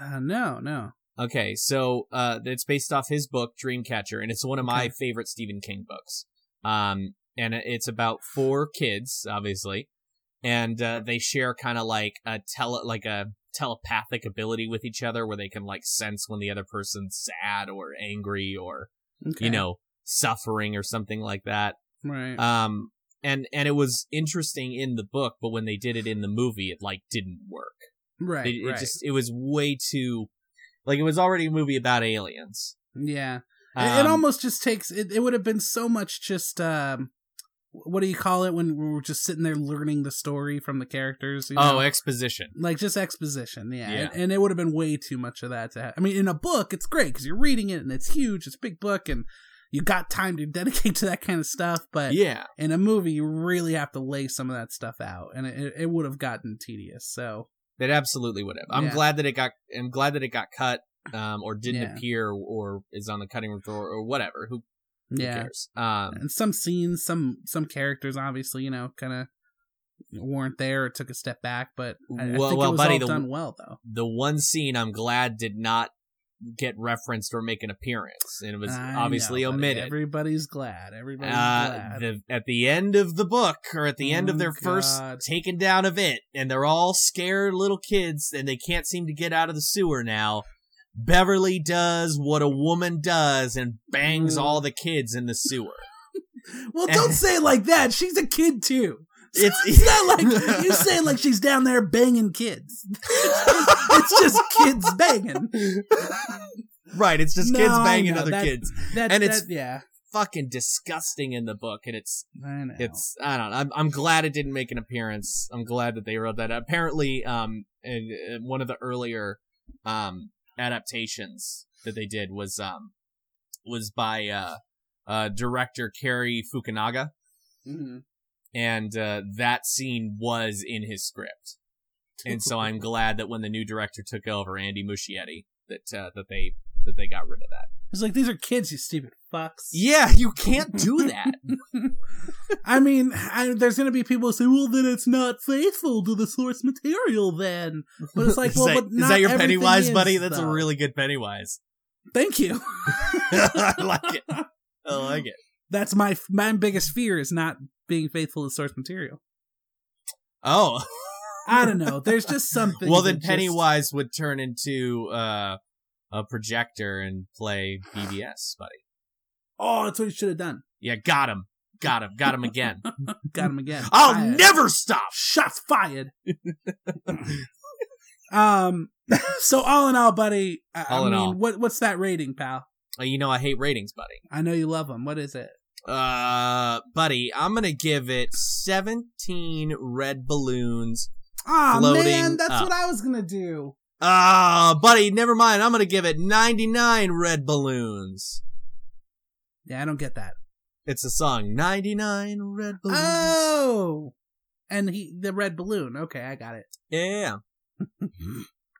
B: Uh, no, no.
C: Okay, so uh, it's based off his book Dreamcatcher, and it's one of my
B: Okay.
C: favorite Stephen King books. Um, and it's about four kids, obviously, and uh, they share kind of like a tele like a telepathic ability with each other, where they can like sense when the other person's sad or angry or
B: Okay.
C: you know suffering or something like that
B: Right.
C: um and and it was interesting in the book but when they did it in the movie it like didn't work
B: right.
C: it, it
B: right.
C: just it was way too like it was already a movie about aliens
B: Yeah. It- it
C: Um,
B: almost just takes it, it would have been so much just um what do you call it when we're just sitting there learning the story from the characters you
C: oh
B: know?
C: exposition
B: like just exposition yeah,
C: Yeah.
B: And, and it would have been way too much of that to have i mean in a book it's great because you're reading it and it's huge it's a big book and you got time to dedicate to that kind of stuff but
C: yeah
B: in a movie you really have to lay some of that stuff out and it, it would have gotten tedious so
C: it absolutely would have i'm
B: Yeah.
C: glad that it got i'm glad that it got cut um or didn't
B: Yeah.
C: appear or is on the cutting room floor or whatever who, who
B: yeah
C: cares um
B: and some scenes some some characters obviously you know kind of weren't there or took a step back but i, I
C: Well-
B: think
C: well,
B: it was
C: buddy,
B: all
C: the-
B: done well though
C: the one scene i'm glad did not get referenced or make an appearance, and it was
B: I
C: obviously
B: know, buddy.
C: omitted.
B: Everybody's glad. Everybody's
C: uh,
B: glad.
C: the, at the end of the book, or at the end of
B: Oh,
C: their first
B: God.
C: taken down event, and they're all scared little kids, and they can't seem to get out of the sewer now. Beverly does what a woman does and bangs
B: Ooh.
C: all the kids in the sewer.
B: well, don't say it like that. She's a kid too.
C: It's-
B: It's not like you say it like she's down there banging kids. it's just kids banging.
C: right, it's just
B: No,
C: kids
B: I
C: banging
B: know,
C: other
B: that-
C: kids.
B: That,
C: And
B: and
C: it's-
B: it's yeah.
C: Fucking disgusting in the book, and it's
B: I know.
C: it's I don't know. I'm, I'm glad it didn't make an appearance. I'm glad that they wrote that. Apparently, um, in, in one of the earlier um adaptations that they did was um was by uh uh director Kerry Fukunaga, Mm-hmm.
B: Mhm.
C: and uh, that scene was in his script. And so I'm glad that when the new director took over, Andy Muschietti, that uh, that they that they got rid of that.
B: It's like these are kids, you stupid fucks.
C: Yeah, you can't do that.
B: I mean, I, there's going to be people who say, "Well, then it's not faithful to the source material." Then, but it's like,
C: Is
B: well,
C: that-
B: but
C: is
B: not
C: that your
B: everything
C: Pennywise,
B: is,
C: buddy? That's
B: though.
C: a really good Pennywise.
B: thank you.
C: I like it. I like it.
B: That's my my biggest fear is not being faithful to source material.
C: Oh,
B: I don't know. There's just something.
C: well then
B: that just-
C: Pennywise would turn into uh, a projector and play BBS, buddy.
B: oh, that's what he should have done.
C: Yeah, got him, got him, got him again.
B: Got him again.
C: I'll
B: Fired.
C: never stop.
B: Shots fired. um. So all in all, buddy. I,
C: All
B: I
C: in
B: mean,
C: all.
B: what what's that rating, pal?
C: Uh, you know I hate ratings, buddy.
B: I know you love him. What is it?
C: Uh, buddy, I'm gonna give it 17 red balloons.
B: Ah
C: Floating
B: man, that's
C: up.
B: what I was gonna do.
C: Uh, buddy, never mind. I'm gonna give it 99 red balloons.
B: Yeah, I don't get that.
C: It's a song. 99 red balloons.
B: Oh, and he the red balloon. Okay, I got it.
C: yeah.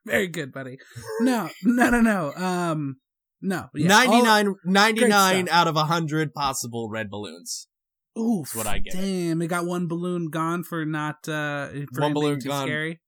B: Very good, buddy. No, no, no, no. Um, no. yeah, all-
C: 99, 99
B: stuff.
C: out of 100 possible red balloons.
B: Oof,
C: what I get.
B: Damn, it got one balloon gone for not uh for
C: One
B: it
C: balloon
B: being too
C: gone.
B: Scary.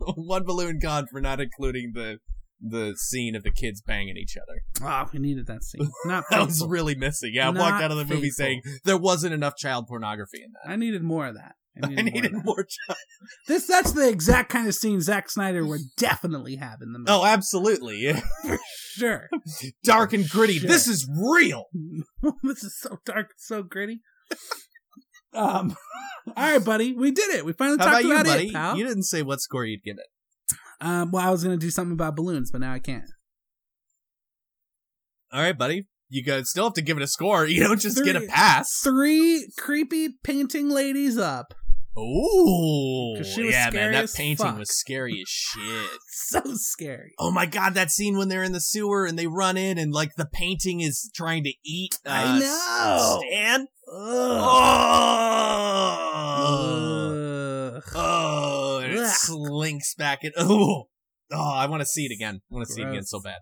C: One balloon gone for not including the the scene of the kids banging each other.
B: Oh, we needed that scene. Not
C: That was
B: faithful.
C: really missing. Yeah, I
B: Not
C: walked out of the movie
B: faithful.
C: saying there wasn't enough child pornography in that.
B: I needed more of that.
C: I needed
B: of that.
C: more child.
B: This that's the exact kind of scene Zack Snyder would definitely have in the movie.
C: Oh, absolutely. Yeah.
B: sure.
C: Dark and gritty.
B: Shit.
C: This is real.
B: this is so dark, so gritty. um, all right, buddy, we did it. We finally
C: How about
B: talked
C: you,
B: about,
C: buddy?
B: it, pal.
C: You didn't say what score you'd give it.
B: um, well, I was gonna do something about balloons, but now I can't.
C: All right, buddy. You guys still have to give it a score. You don't just get a
B: Three.
C: pass.
B: Three creepy painting ladies up.
C: Ooh,
B: 'Cause she was
C: yeah,
B: scary
C: man, that
B: as
C: painting
B: fuck.
C: was scary as shit.
B: So scary.
C: Oh my god, that scene when they're in the sewer and they run in and like the painting is trying to eat. Uh,
B: I know.
C: Stan.
B: Ugh.
C: Oh,
B: Ugh.
C: oh, and it
B: Ugh.
C: slinks back and oh, oh, I want to see it again. I want to see it again
B: Gross.
C: so bad.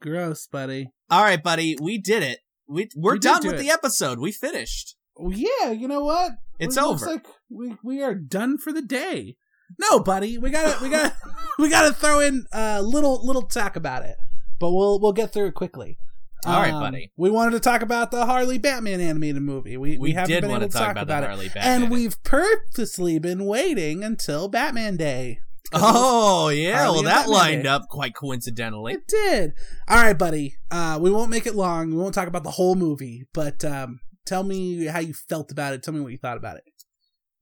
B: Gross, buddy.
C: All right, buddy, we did it. We we're
B: We did
C: done
B: do it.
C: with the episode. We finished.
B: Well, yeah, you know what?
C: It's
B: It looks
C: over.
B: like we we are done for the day. No, buddy, we gotta we gotta we gotta throw in a little little talk about it, but we'll we'll get through it quickly. Um,
C: All right, buddy.
B: We wanted to talk about the Harley Batman animated movie. We we,
C: we
B: haven't
C: did
B: been
C: want
B: able
C: to talk about, the Harley Batman.
B: and we've purposely been waiting until Batman Day.
C: oh yeah,
B: Harley
C: well
B: and
C: that
B: Batman
C: lined
B: Day.
C: up quite coincidentally.
B: It did. All right, buddy. Uh, we won't make it long. We won't talk about the whole movie, but um, tell me how you felt about it. Tell me what you thought about it.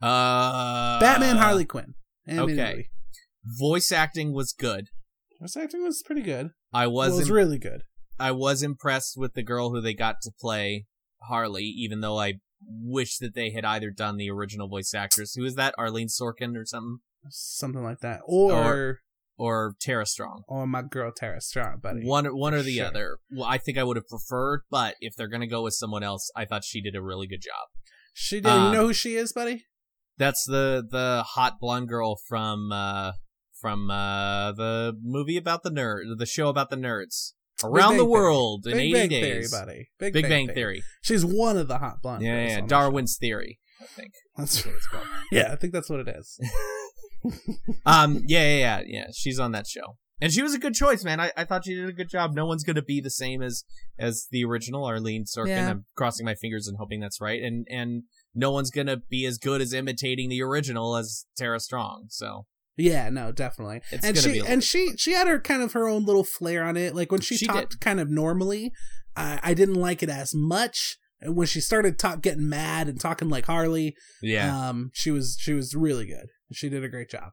C: Uh,
B: Batman Harley Quinn. Animated
C: okay.
B: movie.
C: voice acting was good.
B: Voice acting was pretty good.
C: I was
B: was
C: im-
B: really good.
C: I was impressed with the girl who they got to play Harley, even though I wish that they had either done the original voice actress. Who is that? Arlene Sorkin or something?
B: Something like that. Or
C: Or Tara Strong?
B: or my girl Tara Strong, buddy.
C: One, one or the
B: Sure.
C: other. Well, I think I would have preferred, but if they're gonna go with someone else, I thought she did a really good job.
B: She did
C: Um,
B: you know who she is, buddy?
C: That's the the hot blonde girl from uh from uh the movie about the nerd, the show about the nerds around
B: Bang
C: the
B: Theory.
C: world in
B: Big
C: eighty
B: Bang Theory,
C: days.
B: buddy. Big,
C: Big Bang, Theory.
B: She's one of the hot blonde.
C: Yeah,
B: girls
C: yeah,
B: on
C: yeah.
B: the
C: Darwin's theory. I think.
B: show. That's what it's called. yeah, I think that's what it is.
C: Um, yeah, yeah, yeah, yeah. She's on that show. And she was a good choice, man. I, I thought she did a good job. No one's gonna be the same as as the original Arlene Sorkin.
B: Yeah.
C: I'm crossing my fingers and hoping that's right. And and no one's gonna be as good as imitating the original as Tara Strong. So
B: Yeah, no, definitely.
C: It's
B: and
C: gonna
B: she
C: be a little
B: and she she had her kind of her own little flair on it. Like when she,
C: She
B: talked kind of normally, I, I didn't like it as much. And when she started talk getting mad and talking like Harley,
C: yeah,
B: um, she was she was really good. She did a great job.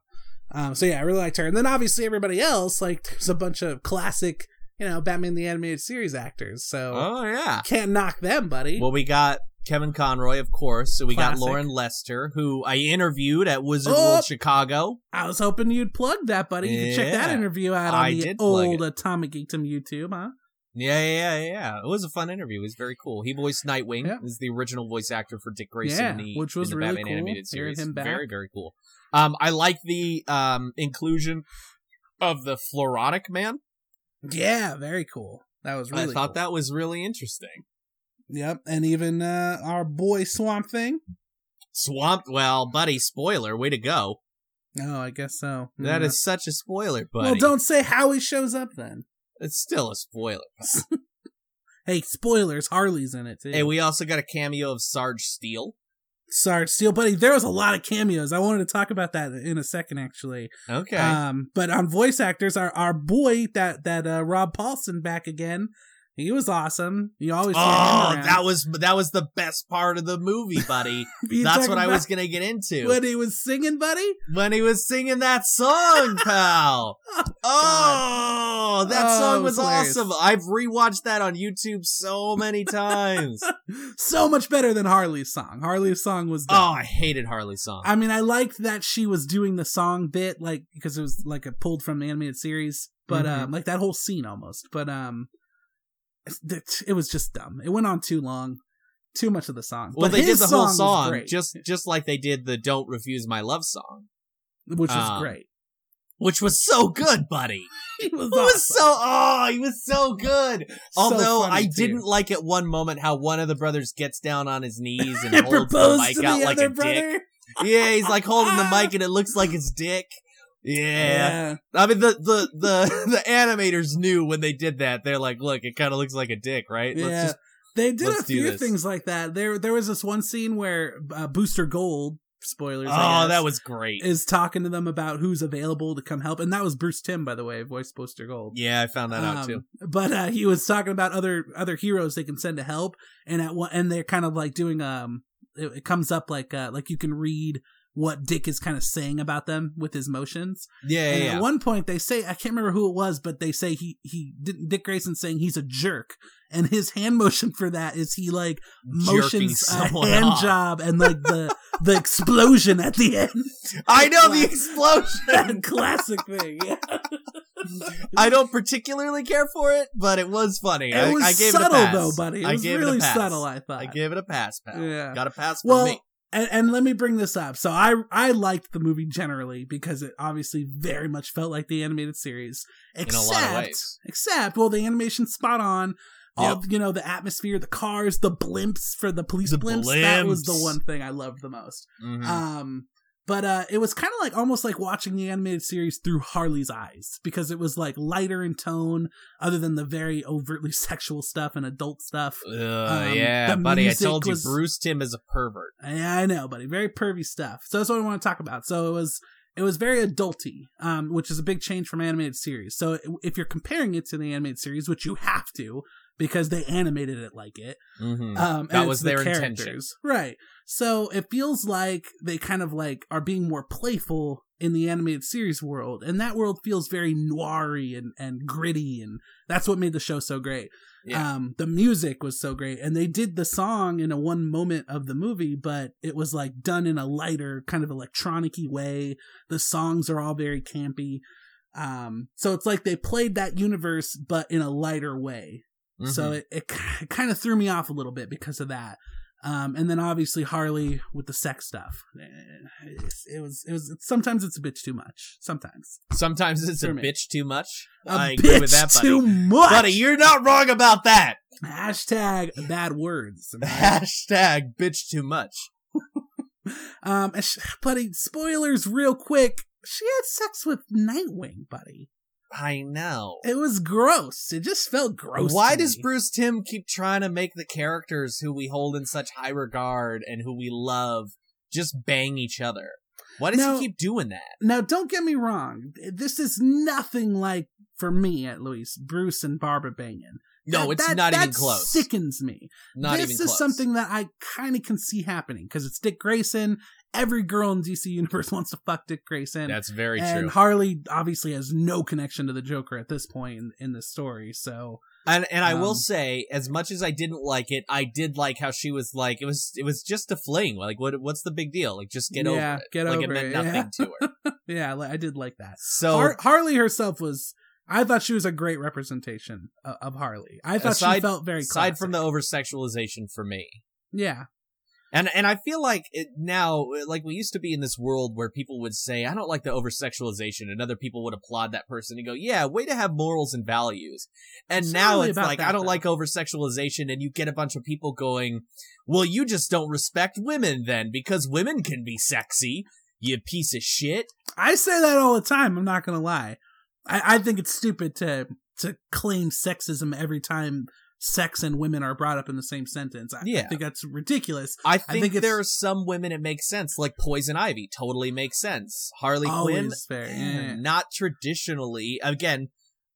B: Um, so yeah, I really liked her. And then obviously everybody else, like there's a bunch of classic, you know, Batman the Animated Series actors. So
C: oh yeah.
B: can't knock them, buddy.
C: Well, we got Kevin Conroy, of course. So we
B: Classic.
C: got Lauren Lester, who I interviewed at Wizard
B: Oh!
C: World Chicago.
B: I was hoping you'd plug that, buddy. You can check that
C: Yeah.
B: interview out on
C: I
B: the
C: did plug
B: old Atomic Geekdom YouTube, huh?
C: Yeah, yeah, yeah, yeah. It was a fun interview. It was very cool. He voiced Nightwing.
B: Yeah.
C: Is the original voice actor for Dick Grayson
B: Yeah,
C: in the,
B: which was
C: in the
B: really
C: Batman
B: cool, hearing
C: animated series.
B: him back.
C: Very, very cool. Um, I like the um inclusion of the Floronic Man.
B: Yeah, very cool. That was really.
C: I thought
B: cool.
C: that was really interesting.
B: Yep, and even uh, our boy Swamp Thing.
C: Swamp. Well, buddy, spoiler. Way to go.
B: Oh, I guess so.
C: That
B: Yeah.
C: is such a spoiler, buddy.
B: Mm-hmm. Well, don't say how he shows up then.
C: It's still a spoiler.
B: Hey, spoilers! Harley's in it too.
C: Hey, we also got a cameo of Sarge Steele.
B: Sarge Steel, buddy. There was a lot of cameos. I wanted to talk about that in a second, actually.
C: Okay.
B: Um, but on voice actors, our our boy that that uh, Rob Paulson back again. He was awesome. You always.
C: Oh, that was that was the best part of the movie, buddy. That's what I was gonna get into
B: When he was singing, buddy.
C: when he was singing that song, pal. oh, that
B: Oh, it
C: song
B: was
C: was
B: hilarious.
C: awesome. I've rewatched that on YouTube so many times.
B: So much better than Harley's song. Harley's song was. the
C: oh, I hated Harley's song.
B: I mean, I liked that she was doing the song bit, like because it was like a pulled from the animated series, but
C: Mhm.
B: um, like that whole scene almost. But um, it, it was just dumb. It went on too long, too much of the song.
C: well,
B: but
C: they did
B: his
C: the whole
B: was
C: song
B: great,
C: just just like they did the "Don't Refuse My Love" song,
B: which was
C: um,
B: great.
C: which was so good, buddy.
B: It was,
C: It was so oh, he was so good. Although
B: funny,
C: I
B: too.
C: didn't like at one moment how one of the brothers gets down on his knees and
B: It
C: holds the
B: proposed
C: mic
B: to the
C: out
B: other
C: like a dick.
B: brother.
C: Yeah, he's like holding the mic and it looks like his dick. Yeah.
B: Yeah.
C: I mean the the the the animators knew when they did that. They're like, look, it kind of looks like a dick, right?
B: Yeah. They did a
C: let's do
B: few
C: this.
B: things like that. There, there was this one scene where uh, Booster Gold spoilers. I
C: Oh,
B: guess,
C: that was great.
B: is talking to them about who's available to come help, and that was Bruce Tim, by the way, voice Booster Gold.
C: Yeah, I found that out too.
B: Um, But uh, he was talking about other other heroes they can send to help, and at one, and they're kind of like doing um, it, it comes up like uh, like you can read what Dick is kind of saying about them with his motions.
C: Yeah,
B: and
C: yeah.
B: at one point they say I can't remember who it was, but they say he he didn't Dick Grayson saying he's a jerk, and his hand motion for that is he like
C: Jerking
B: motions a
C: someone
B: hand
C: off.
B: job and like the the explosion at the end.
C: I know the
B: Like-
C: explosion.
B: classic thing. Yeah.
C: I don't particularly care for it, but it was funny. I,
B: it was
C: I gave
B: subtle
C: it a pass.
B: though, buddy. It
C: I
B: was
C: gave
B: really
C: it a pass.
B: subtle. I thought.
C: I gave it a pass, pal.
B: Yeah.
C: Got a pass from
B: well,
C: me.
B: and, and let me bring this up. So I I liked the movie generally because it obviously very much felt like the animated series,
C: In
B: except
C: a lot of ways.
B: except well the animation spot on. All you know, the atmosphere, the cars, the blimps for the police
C: The
B: blimps, That was the
C: blimps.
B: one thing I loved the most.
C: Mhm.
B: Um, but uh, it was kind of like almost like watching the animated series through Harley's eyes because it was like lighter in tone, other than the very overtly sexual stuff and adult stuff.
C: Ugh,
B: um,
C: yeah,
B: the
C: buddy. I
B: music
C: told
B: was-
C: you, Bruce Tim is a pervert.
B: Yeah, I know, buddy. Very pervy stuff. So that's what I want to talk about. So it was it was very adulty, um, which is a big change from animated series. So if you're comparing it to the animated series, which you have to because they animated it like it,
C: Mhm.
B: um,
C: That
B: and
C: was
B: it's the
C: their
B: characters.
C: intention.
B: right? So it feels like they kind of like are being more playful in the animated series world, and that world feels very noiry and and gritty, and that's what made the show so great.
C: Yeah.
B: Um, the music was so great, and they did the song in a one moment of the movie, but it was like done in a lighter kind of electronic-y way. The songs are all very campy. Um, so it's like they played that universe, but in a lighter way. So
C: Mhm.
B: it, it, kind of threw me off a little bit because of that. Um, and then obviously Harley with the sex stuff. Eh, it's- It was, it was, sometimes it's a bitch too much. Sometimes.
C: sometimes it's a
B: Sure, man.
C: bitch too much.
B: A
C: I
B: bitch
C: agree with that, buddy.
B: too much.
C: Buddy, you're not wrong about that.
B: Hashtag bad words. am I
C: Hashtag bitch too much.
B: Um, and sh- buddy, spoilers real quick. She had sex with Nightwing, buddy.
C: I know.
B: It was gross. It just felt gross.
C: Why
B: to
C: does
B: me.
C: Bruce Tim keep trying to make the characters who we hold in such high regard and who we love just bang each other? Why does
B: No.
C: he keep doing that?
B: Now, don't get me wrong. This is nothing like, for me at least, Bruce and Barbara banging.
C: No,
B: That-
C: it's
B: that-
C: not even
B: that
C: close.
B: sickens me.
C: Not
B: this
C: even
B: is
C: close.
B: something that I kind of can see happening because it's Dick Grayson. Every girl in DC Universe wants to fuck Dick Grayson.
C: That's very
B: and
C: true.
B: Harley obviously has no connection to the Joker at this point in, in this story. So
C: And and I will
B: Um,
C: say, as much as I didn't like it, I did like how she was like, it was it was just a fling. Like, what what's the big deal? Like, just get over
B: Yeah,
C: it.
B: get
C: like, it
B: over
C: meant
B: it,
C: nothing
B: yeah.
C: to her.
B: yeah, li- I did like that.
C: So
B: Har- Harley herself was. I thought she was a great representation of, of Harley. I thought she
C: Aside-
B: felt very
C: aside from the
B: classic.
C: over sexualization for me,
B: yeah
C: And and I feel like it now, uh, like we used to be in this world where people would say, "I don't like the over sexualization," and other people would applaud that person and go, "Yeah, way to have morals and values." And
B: It's not
C: now
B: really
C: it's
B: about
C: like,
B: that,
C: "I don't
B: though.
C: like over sexualization," and you get a bunch of people going, "Well, you just don't respect women then, because women can be sexy." You piece of shit.
B: I say that all the time. I'm not gonna lie. I, I think it's stupid to to claim sexism every time sex and women are brought up in the same sentence. I
C: Yeah.
B: think that's ridiculous.
C: I think,
B: think it's-
C: there are some women it makes sense, like Poison Ivy, totally makes sense. Harley Quinn,
B: Always fair. Yeah.
C: not traditionally again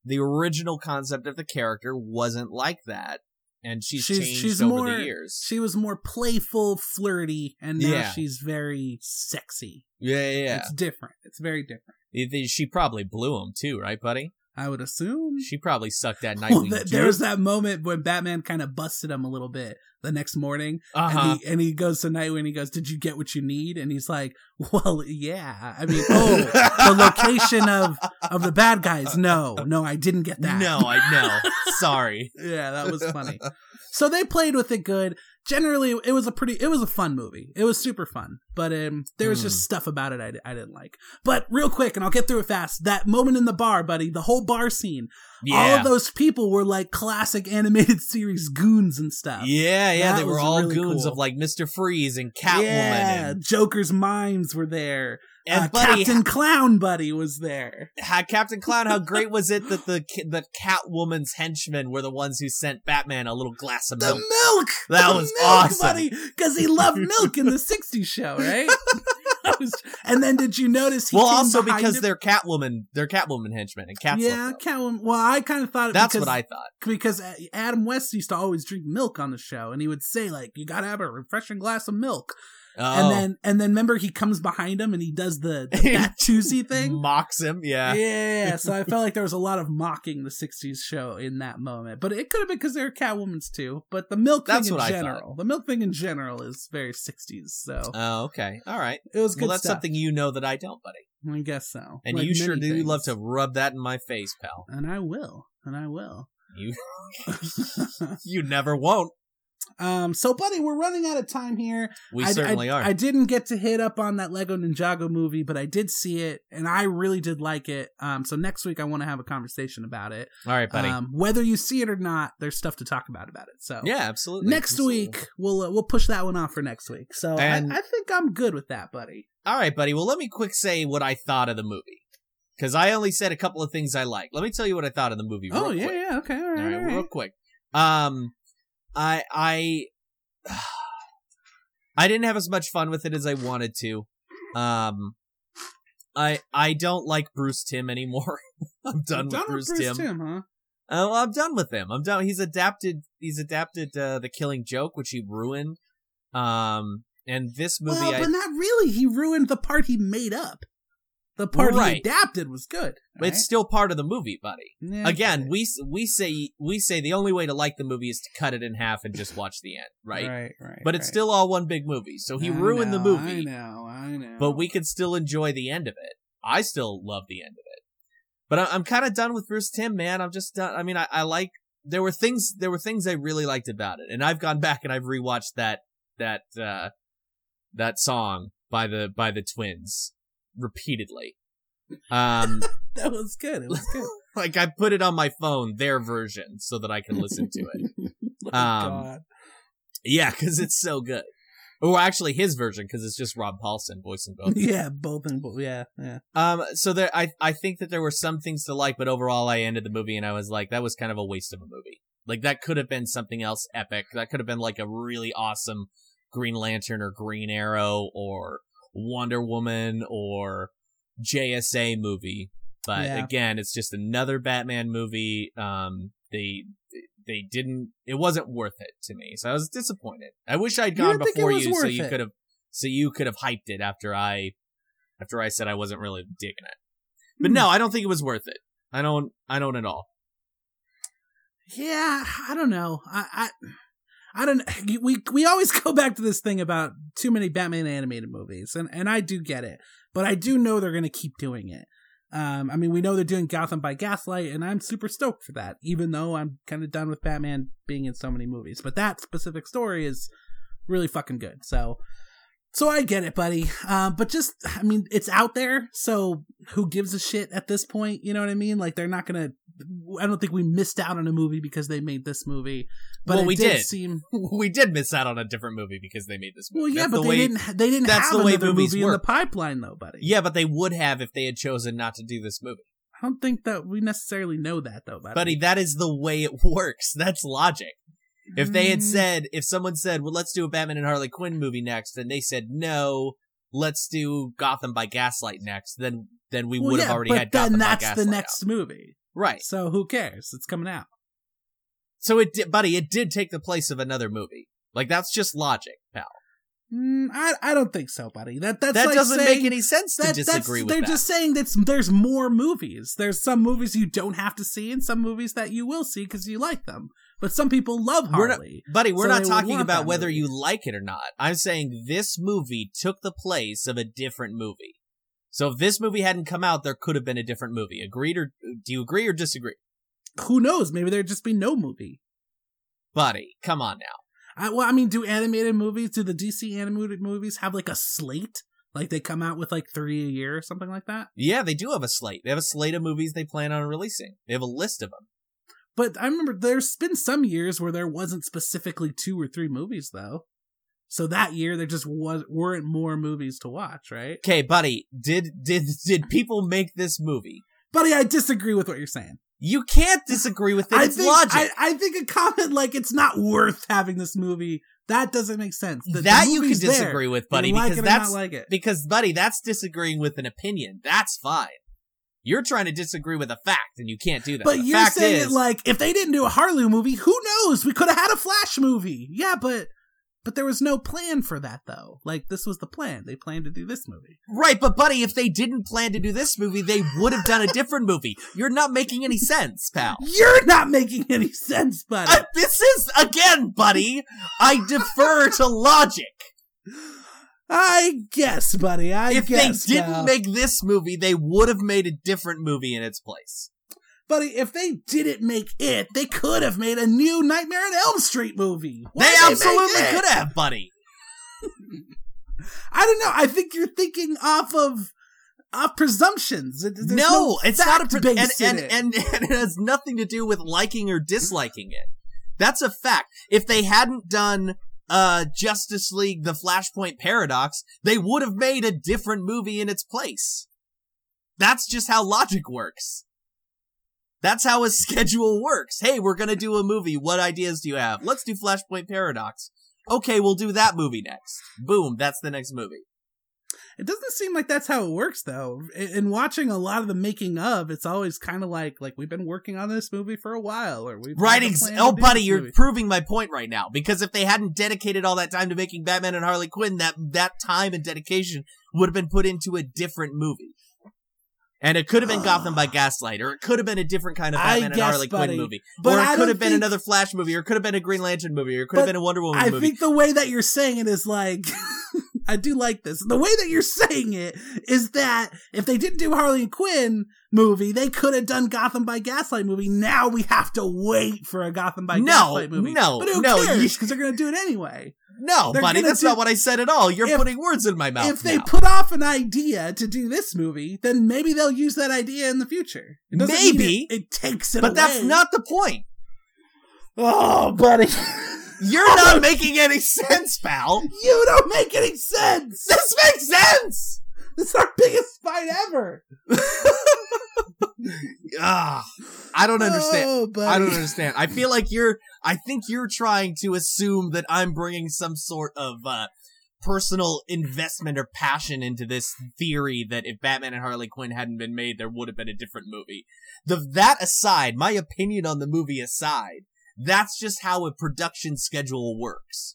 C: the original concept of the character wasn't like that and she's, changed over the years
B: She was more playful, flirty, and now
C: Yeah.
B: she's very sexy.
C: yeah yeah, yeah.
B: It's different. It's very different.
C: It- it- she probably blew him too right buddy
B: I would assume.
C: she probably sucked that night
B: Well, th- there was that moment when Batman kind of busted him a little bit the next morning,
C: uh-huh
B: And, he, and he goes to Nightwing and he goes, Did you get what you need? And he's like, Well, yeah. I mean, oh, the location of, of the bad guys. No, no, I didn't get that.
C: no i know sorry
B: Yeah, that was funny. So they played with it good. Generally, it was a pretty, it was a fun movie. It was super fun, but um, there was
C: Hmm.
B: just stuff about it I, d- I didn't like. But real quick, and I'll get through it fast. That moment in the bar, buddy, the whole bar scene. All
C: yeah
B: of those people were like classic animated series goons and stuff.
C: yeah yeah
B: That
C: they were
B: was
C: all
B: really
C: goons
B: cool.
C: of like mr freeze and catwoman
B: Yeah,
C: and,
B: Joker's mimes were there.
C: and
B: Uh,
C: buddy
B: Captain Clown Buddy was there.
C: how, Captain Clown, how great was it that the ki- the Catwoman's henchmen were the ones who sent Batman a little glass of
B: The
C: milk?
B: milk.
C: That
B: The
C: was
B: milk,
C: awesome.
B: buddy, because he loved milk in the '60s show, right? That was- and then did you notice? He
C: well,
B: came
C: also
B: behind
C: because
B: him-
C: they're Catwoman, they're Catwoman henchmen and Catwoman.
B: yeah, Catwoman. Well, I kind of thought it
C: that's
B: because,
C: what I thought.
B: because Adam West used to always drink milk on the show, and he would say like, "You gotta have a refreshing glass of milk,"
C: Oh.
B: and then and then remember he comes behind him and he does the, the Batsy thing.
C: mocks him. Yeah.
B: Yeah, so I felt like there was a lot of mocking the '60s show in that moment, but it could have been because they were Catwoman's too. But the milk
C: That's
B: thing
C: what
B: in
C: I
B: general, the milk thing in general is very '60s, so
C: Oh, okay. All right.
B: it was good
C: Well, that's
B: stuff.
C: something you know that I don't, buddy.
B: I guess so.
C: And
B: Like
C: you sure
B: many
C: do
B: things.
C: love to rub that in my face, pal.
B: and I will, and I will.
C: You you never won't.
B: um, so buddy, we're running out of time here.
C: We
B: I- I-
C: certainly are.
B: I didn't get to hit up on that Lego Ninjago movie, but I did see it, and I really did like it. Um, so next week I want to have a conversation about it.
C: All right, buddy.
B: Um, whether you see it or not, there's stuff to talk about about it. So
C: yeah, absolutely.
B: next
C: Absolutely.
B: week we'll uh, we'll push that one off for next week. So
C: And-
B: I, I think I'm good with that, buddy.
C: All right, buddy. Well, let me quick say what I thought of the movie. Because I only said a couple of things I like. Let me tell you what I thought of the movie.
B: Oh
C: real
B: yeah,
C: quick.
B: yeah, okay, all right,
C: All
B: all
C: right,
B: right.
C: real quick. Um, I I I didn't have as much fun with it as I wanted to. Um, I I don't like Bruce Tim anymore. I'm done, with, Bruce Tim.
B: huh?
C: Oh, I'm done with him. I'm done. He's adapted. He's adapted uh, the Killing Joke, which he ruined. Um, and this movie,
B: well,
C: I,
B: but not really. He ruined the part he made up. The part
C: Right.
B: he adapted was good.
C: but it's still part of the movie, buddy.
B: right? Yeah,
C: Again,
B: okay.
C: we s- we say we say the only way to like the movie is to cut it in half and just watch the end, right?
B: right, right,
C: but it's
B: right.
C: still all one big movie. So he
B: I
C: ruined the
B: know, I
C: movie,
B: know, I know.
C: but we can still enjoy the end of it. I still love the end of it. But I, I'm kind of done with Bruce Tim, man. I'm just done. I mean, I, I like there were things there were things I really liked about it, and I've gone back and I've rewatched that that uh, that song by the by the twins repeatedly. Um,
B: that was good. It was good.
C: like I put it on my phone, their version, so that I can listen to it.
B: Oh,
C: Um,
B: God.
C: Yeah, because it's so good. Or actually his version, because it's just Rob Paulson voicing both.
B: yeah, both and both. Yeah, yeah.
C: Um, so there, I I think that there were some things to like, but overall, I ended the movie and I was like, that was kind of a waste of a movie. Like that could have been something else epic. That could have been like a really awesome Green Lantern or Green Arrow or Wonder Woman or JSA movie. But
B: Yeah.
C: again, it's just another Batman movie. Um, they they didn't. It wasn't worth it to me, so I was disappointed. I wish I'd
B: You
C: gone
B: didn't think it
C: before
B: was
C: you, so
B: worth
C: you
B: it.
C: could have so you could have hyped it after I after I said I wasn't really digging it. But
B: Hmm.
C: no, I don't think it was worth it. I don't I don't at all.
B: Yeah, I don't know. I, I, I don't. We we always go back to this thing about too many Batman animated movies, and and I do get it, but I do know they're gonna keep doing it. Um, I mean, we know they're doing Gotham by Gaslight, and I'm super stoked for that. Even though I'm kind of done with Batman being in so many movies, but that specific story is really fucking good. So, so I get it, buddy. Um, but just, I mean, it's out there, so who gives a shit at this point? You know what I mean? Like, they're not gonna. I don't think we missed out on a movie because they made this movie. But
C: Well,
B: it
C: we
B: did,
C: did.
B: seem.
C: we did miss out on a different movie because they made this movie.
B: Well, yeah,
C: That's
B: but
C: the
B: they
C: way-
B: didn't. ha- They didn't
C: that's
B: have
C: the way
B: another
C: movies
B: movie in the
C: work.
B: pipeline, though, buddy.
C: Yeah, but they would have if they had chosen not to do this movie.
B: I don't think that we necessarily know that, though, buddy.
C: Buddy, that is the way it works. That's logic. If they had
B: Mm.
C: said, if someone said, well, let's do a Batman and Harley Quinn movie next, and they said no, let's do Gotham by Gaslight next, then then we
B: Well,
C: would
B: yeah,
C: have already
B: but
C: had
B: then
C: Gotham
B: that's
C: by Gaslight.
B: the
C: out.
B: next movie.
C: right.
B: So who cares? It's coming out.
C: So it, did, buddy, it did take the place of another movie. Like that's just logic, pal.
B: Mm, I I don't think so, buddy. That that's
C: that
B: like
C: doesn't
B: saying-
C: make any sense to
B: that-
C: disagree with
B: they're
C: that.
B: just saying that there's more movies. There's some movies you don't have to see, and some movies that you will see because you like them. But some people love
C: We're not-
B: Harley.
C: Buddy, we're
B: so
C: not
B: they
C: talking
B: want
C: about
B: that
C: whether
B: movie.
C: you like it or not. I'm saying this movie took the place of a different movie. So if this movie hadn't come out, there could have been a different movie. Agreed or do you agree or disagree?
B: Who knows? Maybe there'd just be no movie.
C: Buddy, come on now.
B: I, well, I mean, do animated movies? Do the DC animated movies have like a slate? Like they come out with like three a year or something like that?
C: Yeah, they do have a slate. They have a slate of movies they plan on releasing. They have a list of them.
B: But I remember there's been some years where there wasn't specifically two or three movies though. So that year there just was weren't more movies to watch, right?
C: Okay, buddy, did did did people make this movie?
B: Buddy, I disagree with what you're saying.
C: You can't disagree with it.
B: I
C: It's
B: think
C: logic.
B: I, I think a comment like it's not worth having this movie that doesn't make sense. The- the
C: that you can
B: movie's there.
C: disagree with,
B: You
C: buddy,
B: like
C: because
B: it or
C: that's
B: not like it.
C: because buddy, that's disagreeing with an opinion. That's fine. You're trying to disagree with a fact, and you can't do that.
B: But
C: the
B: you're
C: fact
B: saying
C: is,
B: it like if they didn't do a Harley movie, who knows? We could have had a Flash movie. Yeah, but but there was no plan for that though. Like this was the plan. They planned to do this movie.
C: right, but buddy, if they didn't plan to do this movie, they would have done a different movie. You're not making any sense, pal.
B: You're not making any sense, buddy.
C: I- this is again, buddy. I defer to logic.
B: I guess, buddy. I
C: if
B: guess.
C: they didn't
B: pal.
C: make this movie, they would have made a different movie in its place.
B: buddy, if they didn't make it, they could have made a new Nightmare on Elm Street movie. Why
C: they
B: did make
C: absolutely
B: it?
C: could have, buddy.
B: I don't know. I think you're thinking off of off presumptions. There's
C: no, it's not a
B: fact
C: pre- and,
B: base in
C: and,
B: it.
C: and and it has nothing to do with liking or disliking it. That's a fact. If they hadn't done uh Justice League the Flashpoint Paradox, they would have made a different movie in its place. That's just how logic works. That's how a schedule works. Hey, we're going to do a movie. What ideas do you have? Let's do Flashpoint Paradox. Okay, we'll do that movie next. Boom, that's the next movie.
B: It doesn't seem like that's how it works though. In- In watching a lot of the making of, it's always kind of like like we've been working on this movie for a while, or we've
C: Right,
B: had a
C: ex-
B: plan to
C: oh,
B: do
C: buddy,
B: this
C: you're
B: movie.
C: proving my point right now. Because if they hadn't dedicated all that time to making Batman and Harley Quinn, that that time and dedication would have been put into a different movie, and it could have been Gotham by Gaslight, or it could have been a different kind of
B: I
C: Batman and
B: guess,
C: Harley
B: buddy,
C: Quinn movie,
B: but
C: or
B: I
C: it could
B: don't
C: have been
B: think-
C: another Flash movie, or it could have been a Green Lantern movie, or it could have
B: But
C: been a Wonder Woman
B: I
C: movie.
B: think the way that you're saying it is like. I do like this. The way that you're saying it is that if they didn't do Harley Quinn movie, they could have done Gotham by Gaslight movie. Now we have to wait for a Gotham by
C: No,
B: Gaslight movie.
C: no,
B: but who
C: no, you-
B: cares? Because they're going to do it anyway.
C: no,
B: they're
C: buddy,
B: gonna
C: that's
B: do-
C: not what I said at all. You're
B: If-
C: putting words in my mouth.
B: if they
C: now.
B: put off an idea to do this movie, then maybe they'll use that idea in the future. It doesn't mean
C: Maybe.
B: it, it takes it,
C: but that's
B: away.
C: not the point.
B: Oh, buddy.
C: You're not making any sense, pal.
B: You don't make any sense.
C: This makes sense.
B: This is our biggest fight ever.
C: Ah, I don't understand.
B: Oh, buddy.
C: I don't understand. I feel like you're. I think you're trying to assume that I'm bringing some sort of uh, personal investment or passion into this theory that if Batman and Harley Quinn hadn't been made, there would have been a different movie. The that aside, my opinion on the movie aside, that's just how a production schedule works.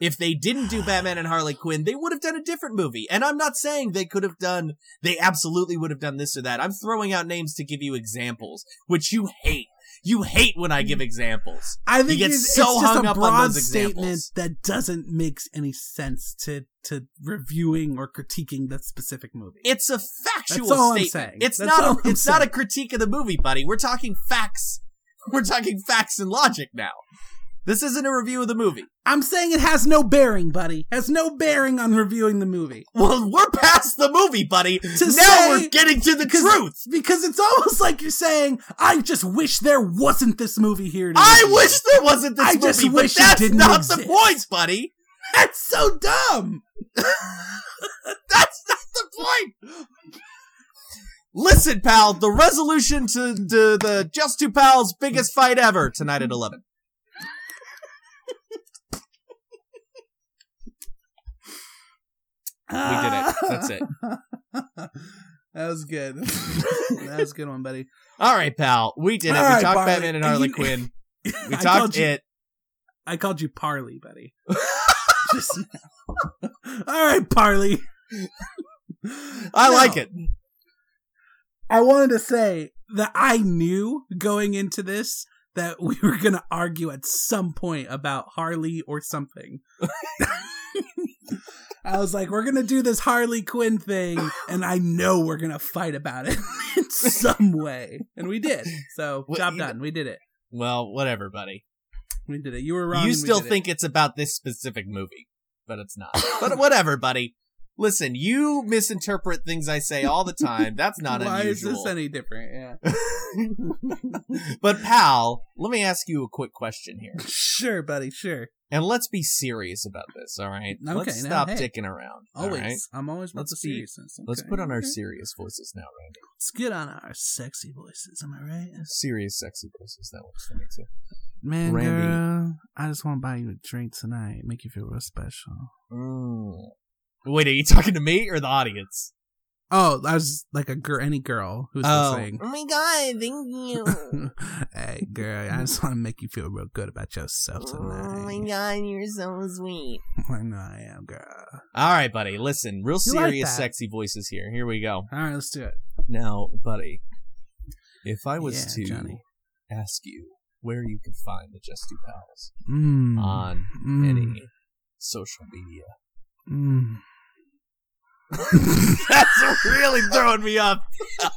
C: If they didn't do Batman and Harley Quinn, they would have done a different movie. And I'm not saying they could have done they absolutely would have done this or that. I'm throwing out names to give you examples, which you hate. You hate when I give examples.
B: I think
C: get
B: it's,
C: so
B: it's just
C: hung
B: a
C: up on
B: broad
C: those
B: statement
C: examples.
B: that doesn't make any sense to to reviewing or critiquing that specific movie.
C: It's a factual
B: That's all I'm
C: statement.
B: saying.
C: It's
B: That's
C: not
B: all
C: a,
B: I'm
C: it's not a critique of the movie, buddy. We're talking facts. We're talking facts and logic now. This isn't a review of the movie.
B: I'm saying it has no bearing, buddy. Has no bearing on reviewing the movie.
C: Well, we're past the movie, buddy. now
B: say-
C: we're getting to the truth.
B: Because it's almost like you're saying, I just wish there wasn't this movie here. to
C: I
B: review."
C: wish there wasn't this
B: I
C: movie,
B: just
C: but
B: wish it
C: that's
B: didn't
C: not the
B: exist.
C: point, buddy.
B: That's so dumb.
C: That's not the point. Listen, pal, the resolution to, to the Just Two Pals biggest fight ever tonight at 11. We did it. That's it.
B: That was good. that was a good one, buddy.
C: All right, pal. We did it.
B: All
C: we
B: right,
C: talked
B: Barley.
C: Batman and Harley
B: You-
C: Quinn. We
B: I
C: talked
B: called you-
C: it.
B: I called you Parley, buddy. Just now. All right, Parley.
C: I
B: No,
C: like it.
B: I wanted to say that I knew going into this that we were going to argue at some point about Harley or something. I was like, we're going to do this Harley Quinn thing, and I know we're going to fight about it in some way. And we did. So,
C: Well,
B: job
C: you-
B: done. We did it.
C: Well, whatever, buddy.
B: We did it. You were wrong. and
C: you
B: we
C: still
B: did it.
C: think it's about this specific movie, but it's not. but whatever, buddy. Listen, you misinterpret things I say all the time. That's not
B: Why
C: unusual.
B: is this any different? Yeah.
C: but pal, let me ask you a quick question here.
B: Sure, buddy. Sure.
C: And let's be serious about this, all right?
B: Okay,
C: let's
B: now,
C: stop
B: hey.
C: dicking around. all
B: Always.
C: right?
B: I'm always with
C: Let's
B: the
C: be-
B: seriousness.
C: Let's
B: Okay,
C: put on our
B: okay.
C: serious voices now, Randy.
B: Let's get on our sexy voices. Am I right?
C: Serious, sexy voices. That works for me too.
B: Man,
C: Randy.
B: girl, I just want to buy you a drink tonight. Make you feel real special.
C: Mm. Wait, are you talking to me or the audience?
B: Oh, that was like a girl, any girl who's
C: Oh.
B: listening.
C: my god, thank you.
B: hey, girl, I just want to make you feel real good about yourself
A: Oh,
B: tonight.
C: Oh god, you're so sweet.
B: I know I am, girl.
C: All right, buddy. Listen, real
B: You like
C: serious,
B: that.
C: sexy voices here. Here we go.
B: All right, let's do it.
C: Now, buddy, if I was
B: Yeah,
C: to
B: Johnny.
C: ask you where you could find the Just Do Pals Hmm.
B: Mm,
C: on
B: mm,
C: any social media,
B: mm.
C: That's really throwing me off.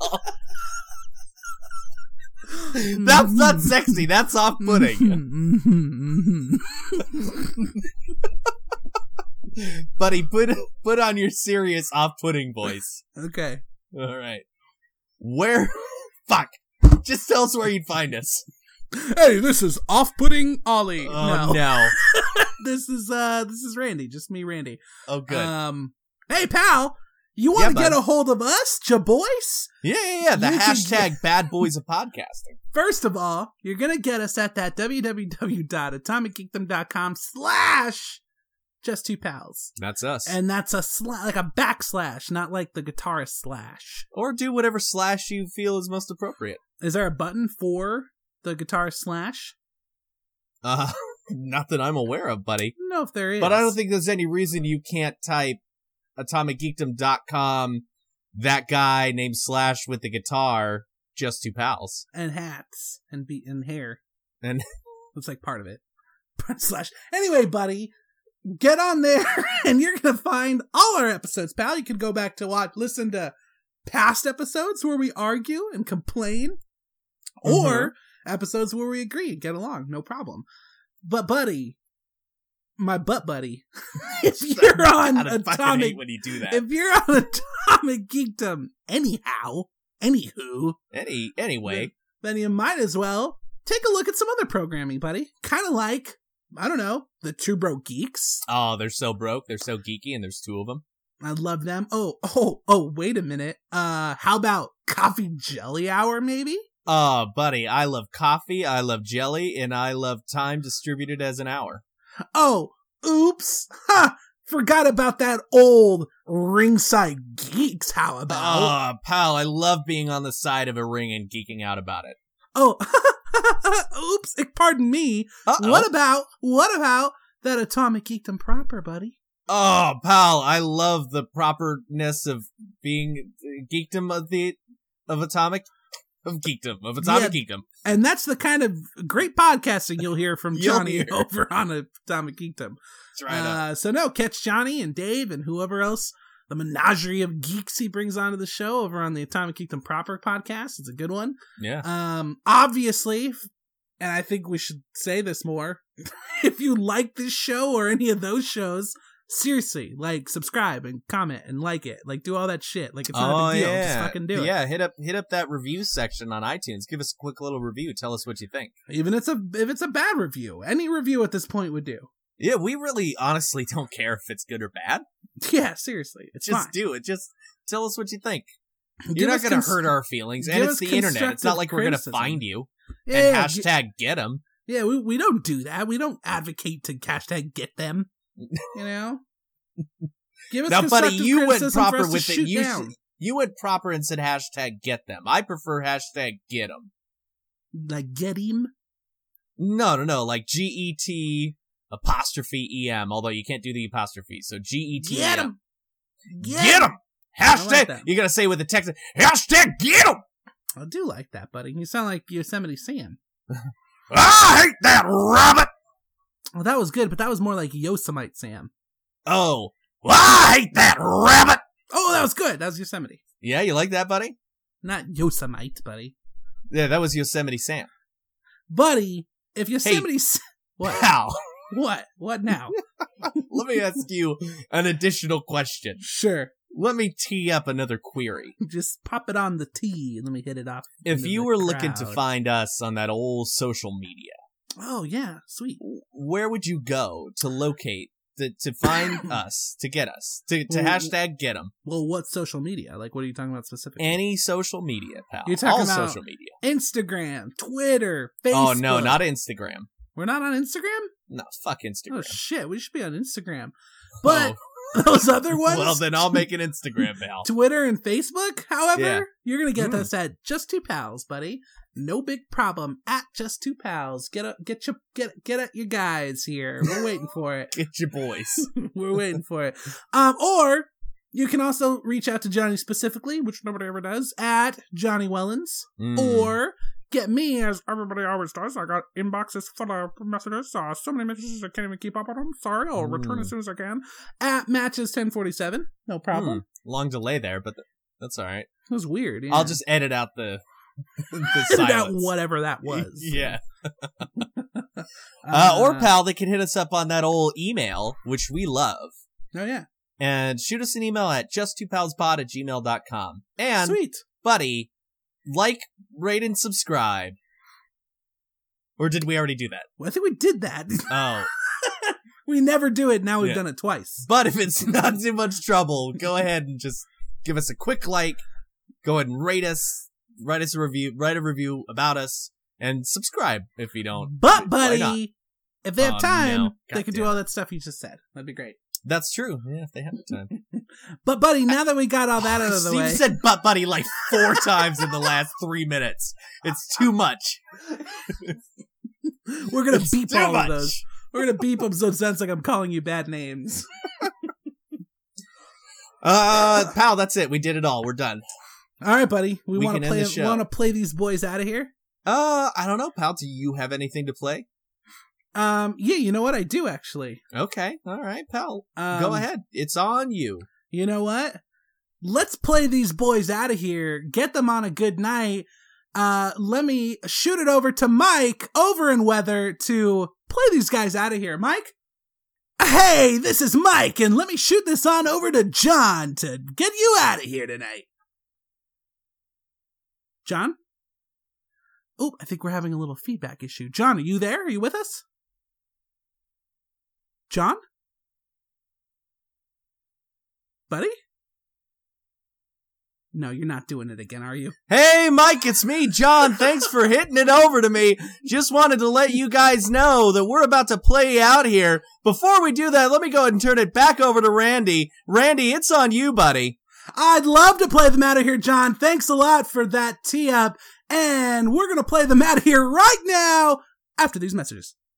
C: That's not sexy. That's off putting.
B: Mhm, mhm, mhm.
C: Buddy, put put on your serious off putting voice.
B: okay.
C: Alright. Where fuck. Just tell us where you'd find us.
B: Hey, this is off-putting Ollie.
C: Oh no.
B: this is uh this is Randy, just me, Randy.
C: Oh good.
B: Um Hey pal, you
C: Yeah,
B: wanna
C: bud.
B: get a hold of us, Jaboyce?
C: yeah, yeah, yeah. The
B: you can
C: hashtag bad boys of podcasting.
B: First of all, you're gonna get us at that www.atomicgeekdom.com slash just two pals.
C: That's us.
B: And that's a slash like a backslash, not like the guitarist slash.
C: or do whatever slash you feel is most appropriate.
B: Is there a button for the guitarist slash?
C: Uh not that I'm aware of, buddy.
B: I don't know if there is.
C: But I don't think there's any reason you can't type atomicgeekdom.com, that guy named Slash with the guitar, just two pals.
B: and hats and be and hair
C: And-
B: that's like part of it slash anyway buddy get on there and you're gonna find all our episodes pal you can go back to watch listen to past episodes where we argue and complain or episodes where we agree and get along no problem but buddy my butt buddy if you're on
C: God, I fucking
B: atomic
C: hate when you do that.
B: if you're on atomic geekdom anyhow anywho
C: Any anyway,
B: then you might as well take a look at some other programming, buddy. Kind of like I don't know, the Two Bro Geeks.
C: Oh, they're so broke. They're so geeky, and there's two of them.
B: I love them. Oh, oh, oh, wait a minute. Uh, how about Coffee Jelly Hour, maybe?
C: Oh, buddy, I love coffee, I love jelly, and I love time distributed as an hour.
B: Oh, oops. Ha! Forgot about that old Ringside Geeks. How about?
C: Oh, pal, I love being on the side of a ring and geeking out about it.
B: oh, oops. Pardon me.
C: Uh-oh.
B: Uh, What about, what about that Atomic Geekdom proper, buddy?
C: Oh, pal, I love the properness of being geekdom of the of atomic of geekdom of atomic geekdom.
B: And that's the kind of great podcasting you'll hear from
C: You'll
B: Johnny
C: hear.
B: over on Atomic Geekdom.
C: That's right. up.
B: Uh, so no, catch Johnny and Dave and whoever else the menagerie of geeks he brings onto the show over on the Atomic Geekdom Proper podcast. It's a good one.
C: yeah.
B: Um, obviously, f- and I think we should say this more. if you like this show or any of those shows, seriously, like subscribe and comment and like it. Like do all that shit. Like it's not a big deal. Just fucking do it.
C: Oh, Yeah, hit up hit up that review section on iTunes. Give us a quick little review. Tell us what you think.
B: Even if it's a if it's a bad review, any review at this point would do.
C: Yeah, we really honestly don't care if it's good or bad.
B: Yeah, seriously, it's
C: Just
B: fine.
C: do it. Just tell us what you think.
B: Give
C: You're not
B: us
C: going to
B: cons-
C: hurt our feelings, and
B: give
C: it's
B: us
C: the internet. It's not
B: constructive
C: like we're going to
B: criticism.
C: find you
B: Yeah,
C: and
B: yeah, gi-
C: hashtag get them.
B: Yeah, we, we don't do that. We don't advocate to hashtag get them. You know? Give us
C: Now, buddy,
B: constructive
C: you went
B: criticism for
C: proper
B: us to
C: with it.
B: shoot
C: You
B: down.
C: s- you went proper and said hashtag get them. I prefer hashtag get them.
B: Like, get him?
C: No, no, no. Like G E T apostrophe E M. Although you can't do the apostrophe, so G E T.
B: Get him!
C: Get him!
B: I like
C: Hashtag.
B: that.
C: you got to say with the text. Hashtag get him.
B: I do like that, buddy. You sound like Yosemite Sam.
D: I hate that rabbit.
B: Well, that was good, but that was more like Yosemite Sam.
C: Oh,
D: I hate that rabbit.
B: Oh, that was good. That was Yosemite.
C: yeah. You like that, buddy?
B: Not Yosemite, buddy.
C: Yeah, that was Yosemite Sam.
B: Buddy, if Yosemite S- What?
C: Wow.
B: what? What now?
C: Let me ask you an additional question.
B: sure.
C: Let me tee up another query.
B: Just pop it on the T and let me hit it off.
C: If
B: into
C: you
B: the
C: were looking to
B: crowd.
C: find us on that old social media,
B: Oh, yeah. Sweet.
C: where would you go to locate to, to find us to get us to,
B: Well,
C: to hashtag get them
B: Well, what social media? Like, what are you talking about specifically?
C: any social media pal
B: You're talking
C: all
B: about
C: social media
B: Instagram, Twitter, Facebook.
C: oh no not instagram
B: we're not on Instagram.
C: no fuck instagram
B: Oh shit, we should be on Instagram. But those other
C: Oh,
B: ones,
C: well then i'll make an instagram pal
B: Twitter and Facebook. However,
C: Yeah.
B: you're gonna get
C: Mm.
B: us at Just Two Pals, buddy. No big problem. At Just Two Pals, get up, get your get get at your guys here. We're waiting for it.
C: get your boys
B: We're waiting for it. Um, or you can also reach out to Johnny specifically, which nobody ever does, at Johnny Wellens.
C: Mm.
B: or get me as everybody always does. I got inboxes full of messages, uh, so many messages I can't even keep up on them. Sorry, I'll return
C: Mm.
B: as soon as I can. At matches ten forty seven, no problem.
C: Hmm, long delay there but th- that's all right
B: It was weird. yeah.
C: i'll just edit out the the
B: Edit out
C: silence.
B: whatever that was.
C: yeah uh, or pal they can hit us up on that old email which we love
B: Oh yeah,
C: and shoot us an email at just two pals pod at gmail.com and
B: sweet.
C: buddy, like, rate, and subscribe. Or did we already do that?
B: Well, I think we did that.
C: Oh.
B: we never do it. Now we've
C: Yeah.
B: done it twice.
C: But if it's not too much trouble, go ahead and just give us a quick like, go ahead and rate us, write us a review, write a review about us, and subscribe if you don't.
B: But
C: Oh, Why not?
B: buddy, if they
C: Oh,
B: have time,
C: no.
B: they can do
C: Goddamn.
B: all that stuff you just said. That'd be great.
C: That's true. Yeah, if they have the time.
B: But buddy, now that we got all that out of the
C: Steve
B: way,
C: said butt buddy like four times in the last three minutes. It's too much.
B: we're gonna
C: It's
B: beep
C: too
B: all
C: much.
B: of those. We're gonna beep them so it sounds like I'm calling you bad names.
C: Uh, pal, that's it. We did it all. We're done.
B: All right, buddy. We,
C: We
B: want
C: can
B: to
C: end
B: play.
C: the show.
B: Want to play these boys out of here?
C: Uh, I don't know, pal. Do you have anything to play?
B: Um. Yeah. You know what? I do actually.
C: Okay. All right, pal.
B: Um,
C: Go ahead. It's on you.
B: You know what? Let's play these boys out of here. Get them on a good night. Uh, let me shoot it over to Mike over in Weather to play these guys out of here. Mike? Hey, this is Mike, and let me shoot this on over to John to get you out of here tonight. John? Oh, I think we're having a little feedback issue. John, are you there? Are you with us? John? Buddy? No, you're not doing it again, are you?
C: Hey, Mike, it's me, John. Thanks for hitting it over to me. Just wanted to let you guys know that we're about to play out here. Before we do that, let me go ahead and turn it back over to Randy. Randy, it's on you, buddy.
B: I'd love to play them out of here, John. Thanks a lot for that tee up. And we're going to play them out of here right now after these messages.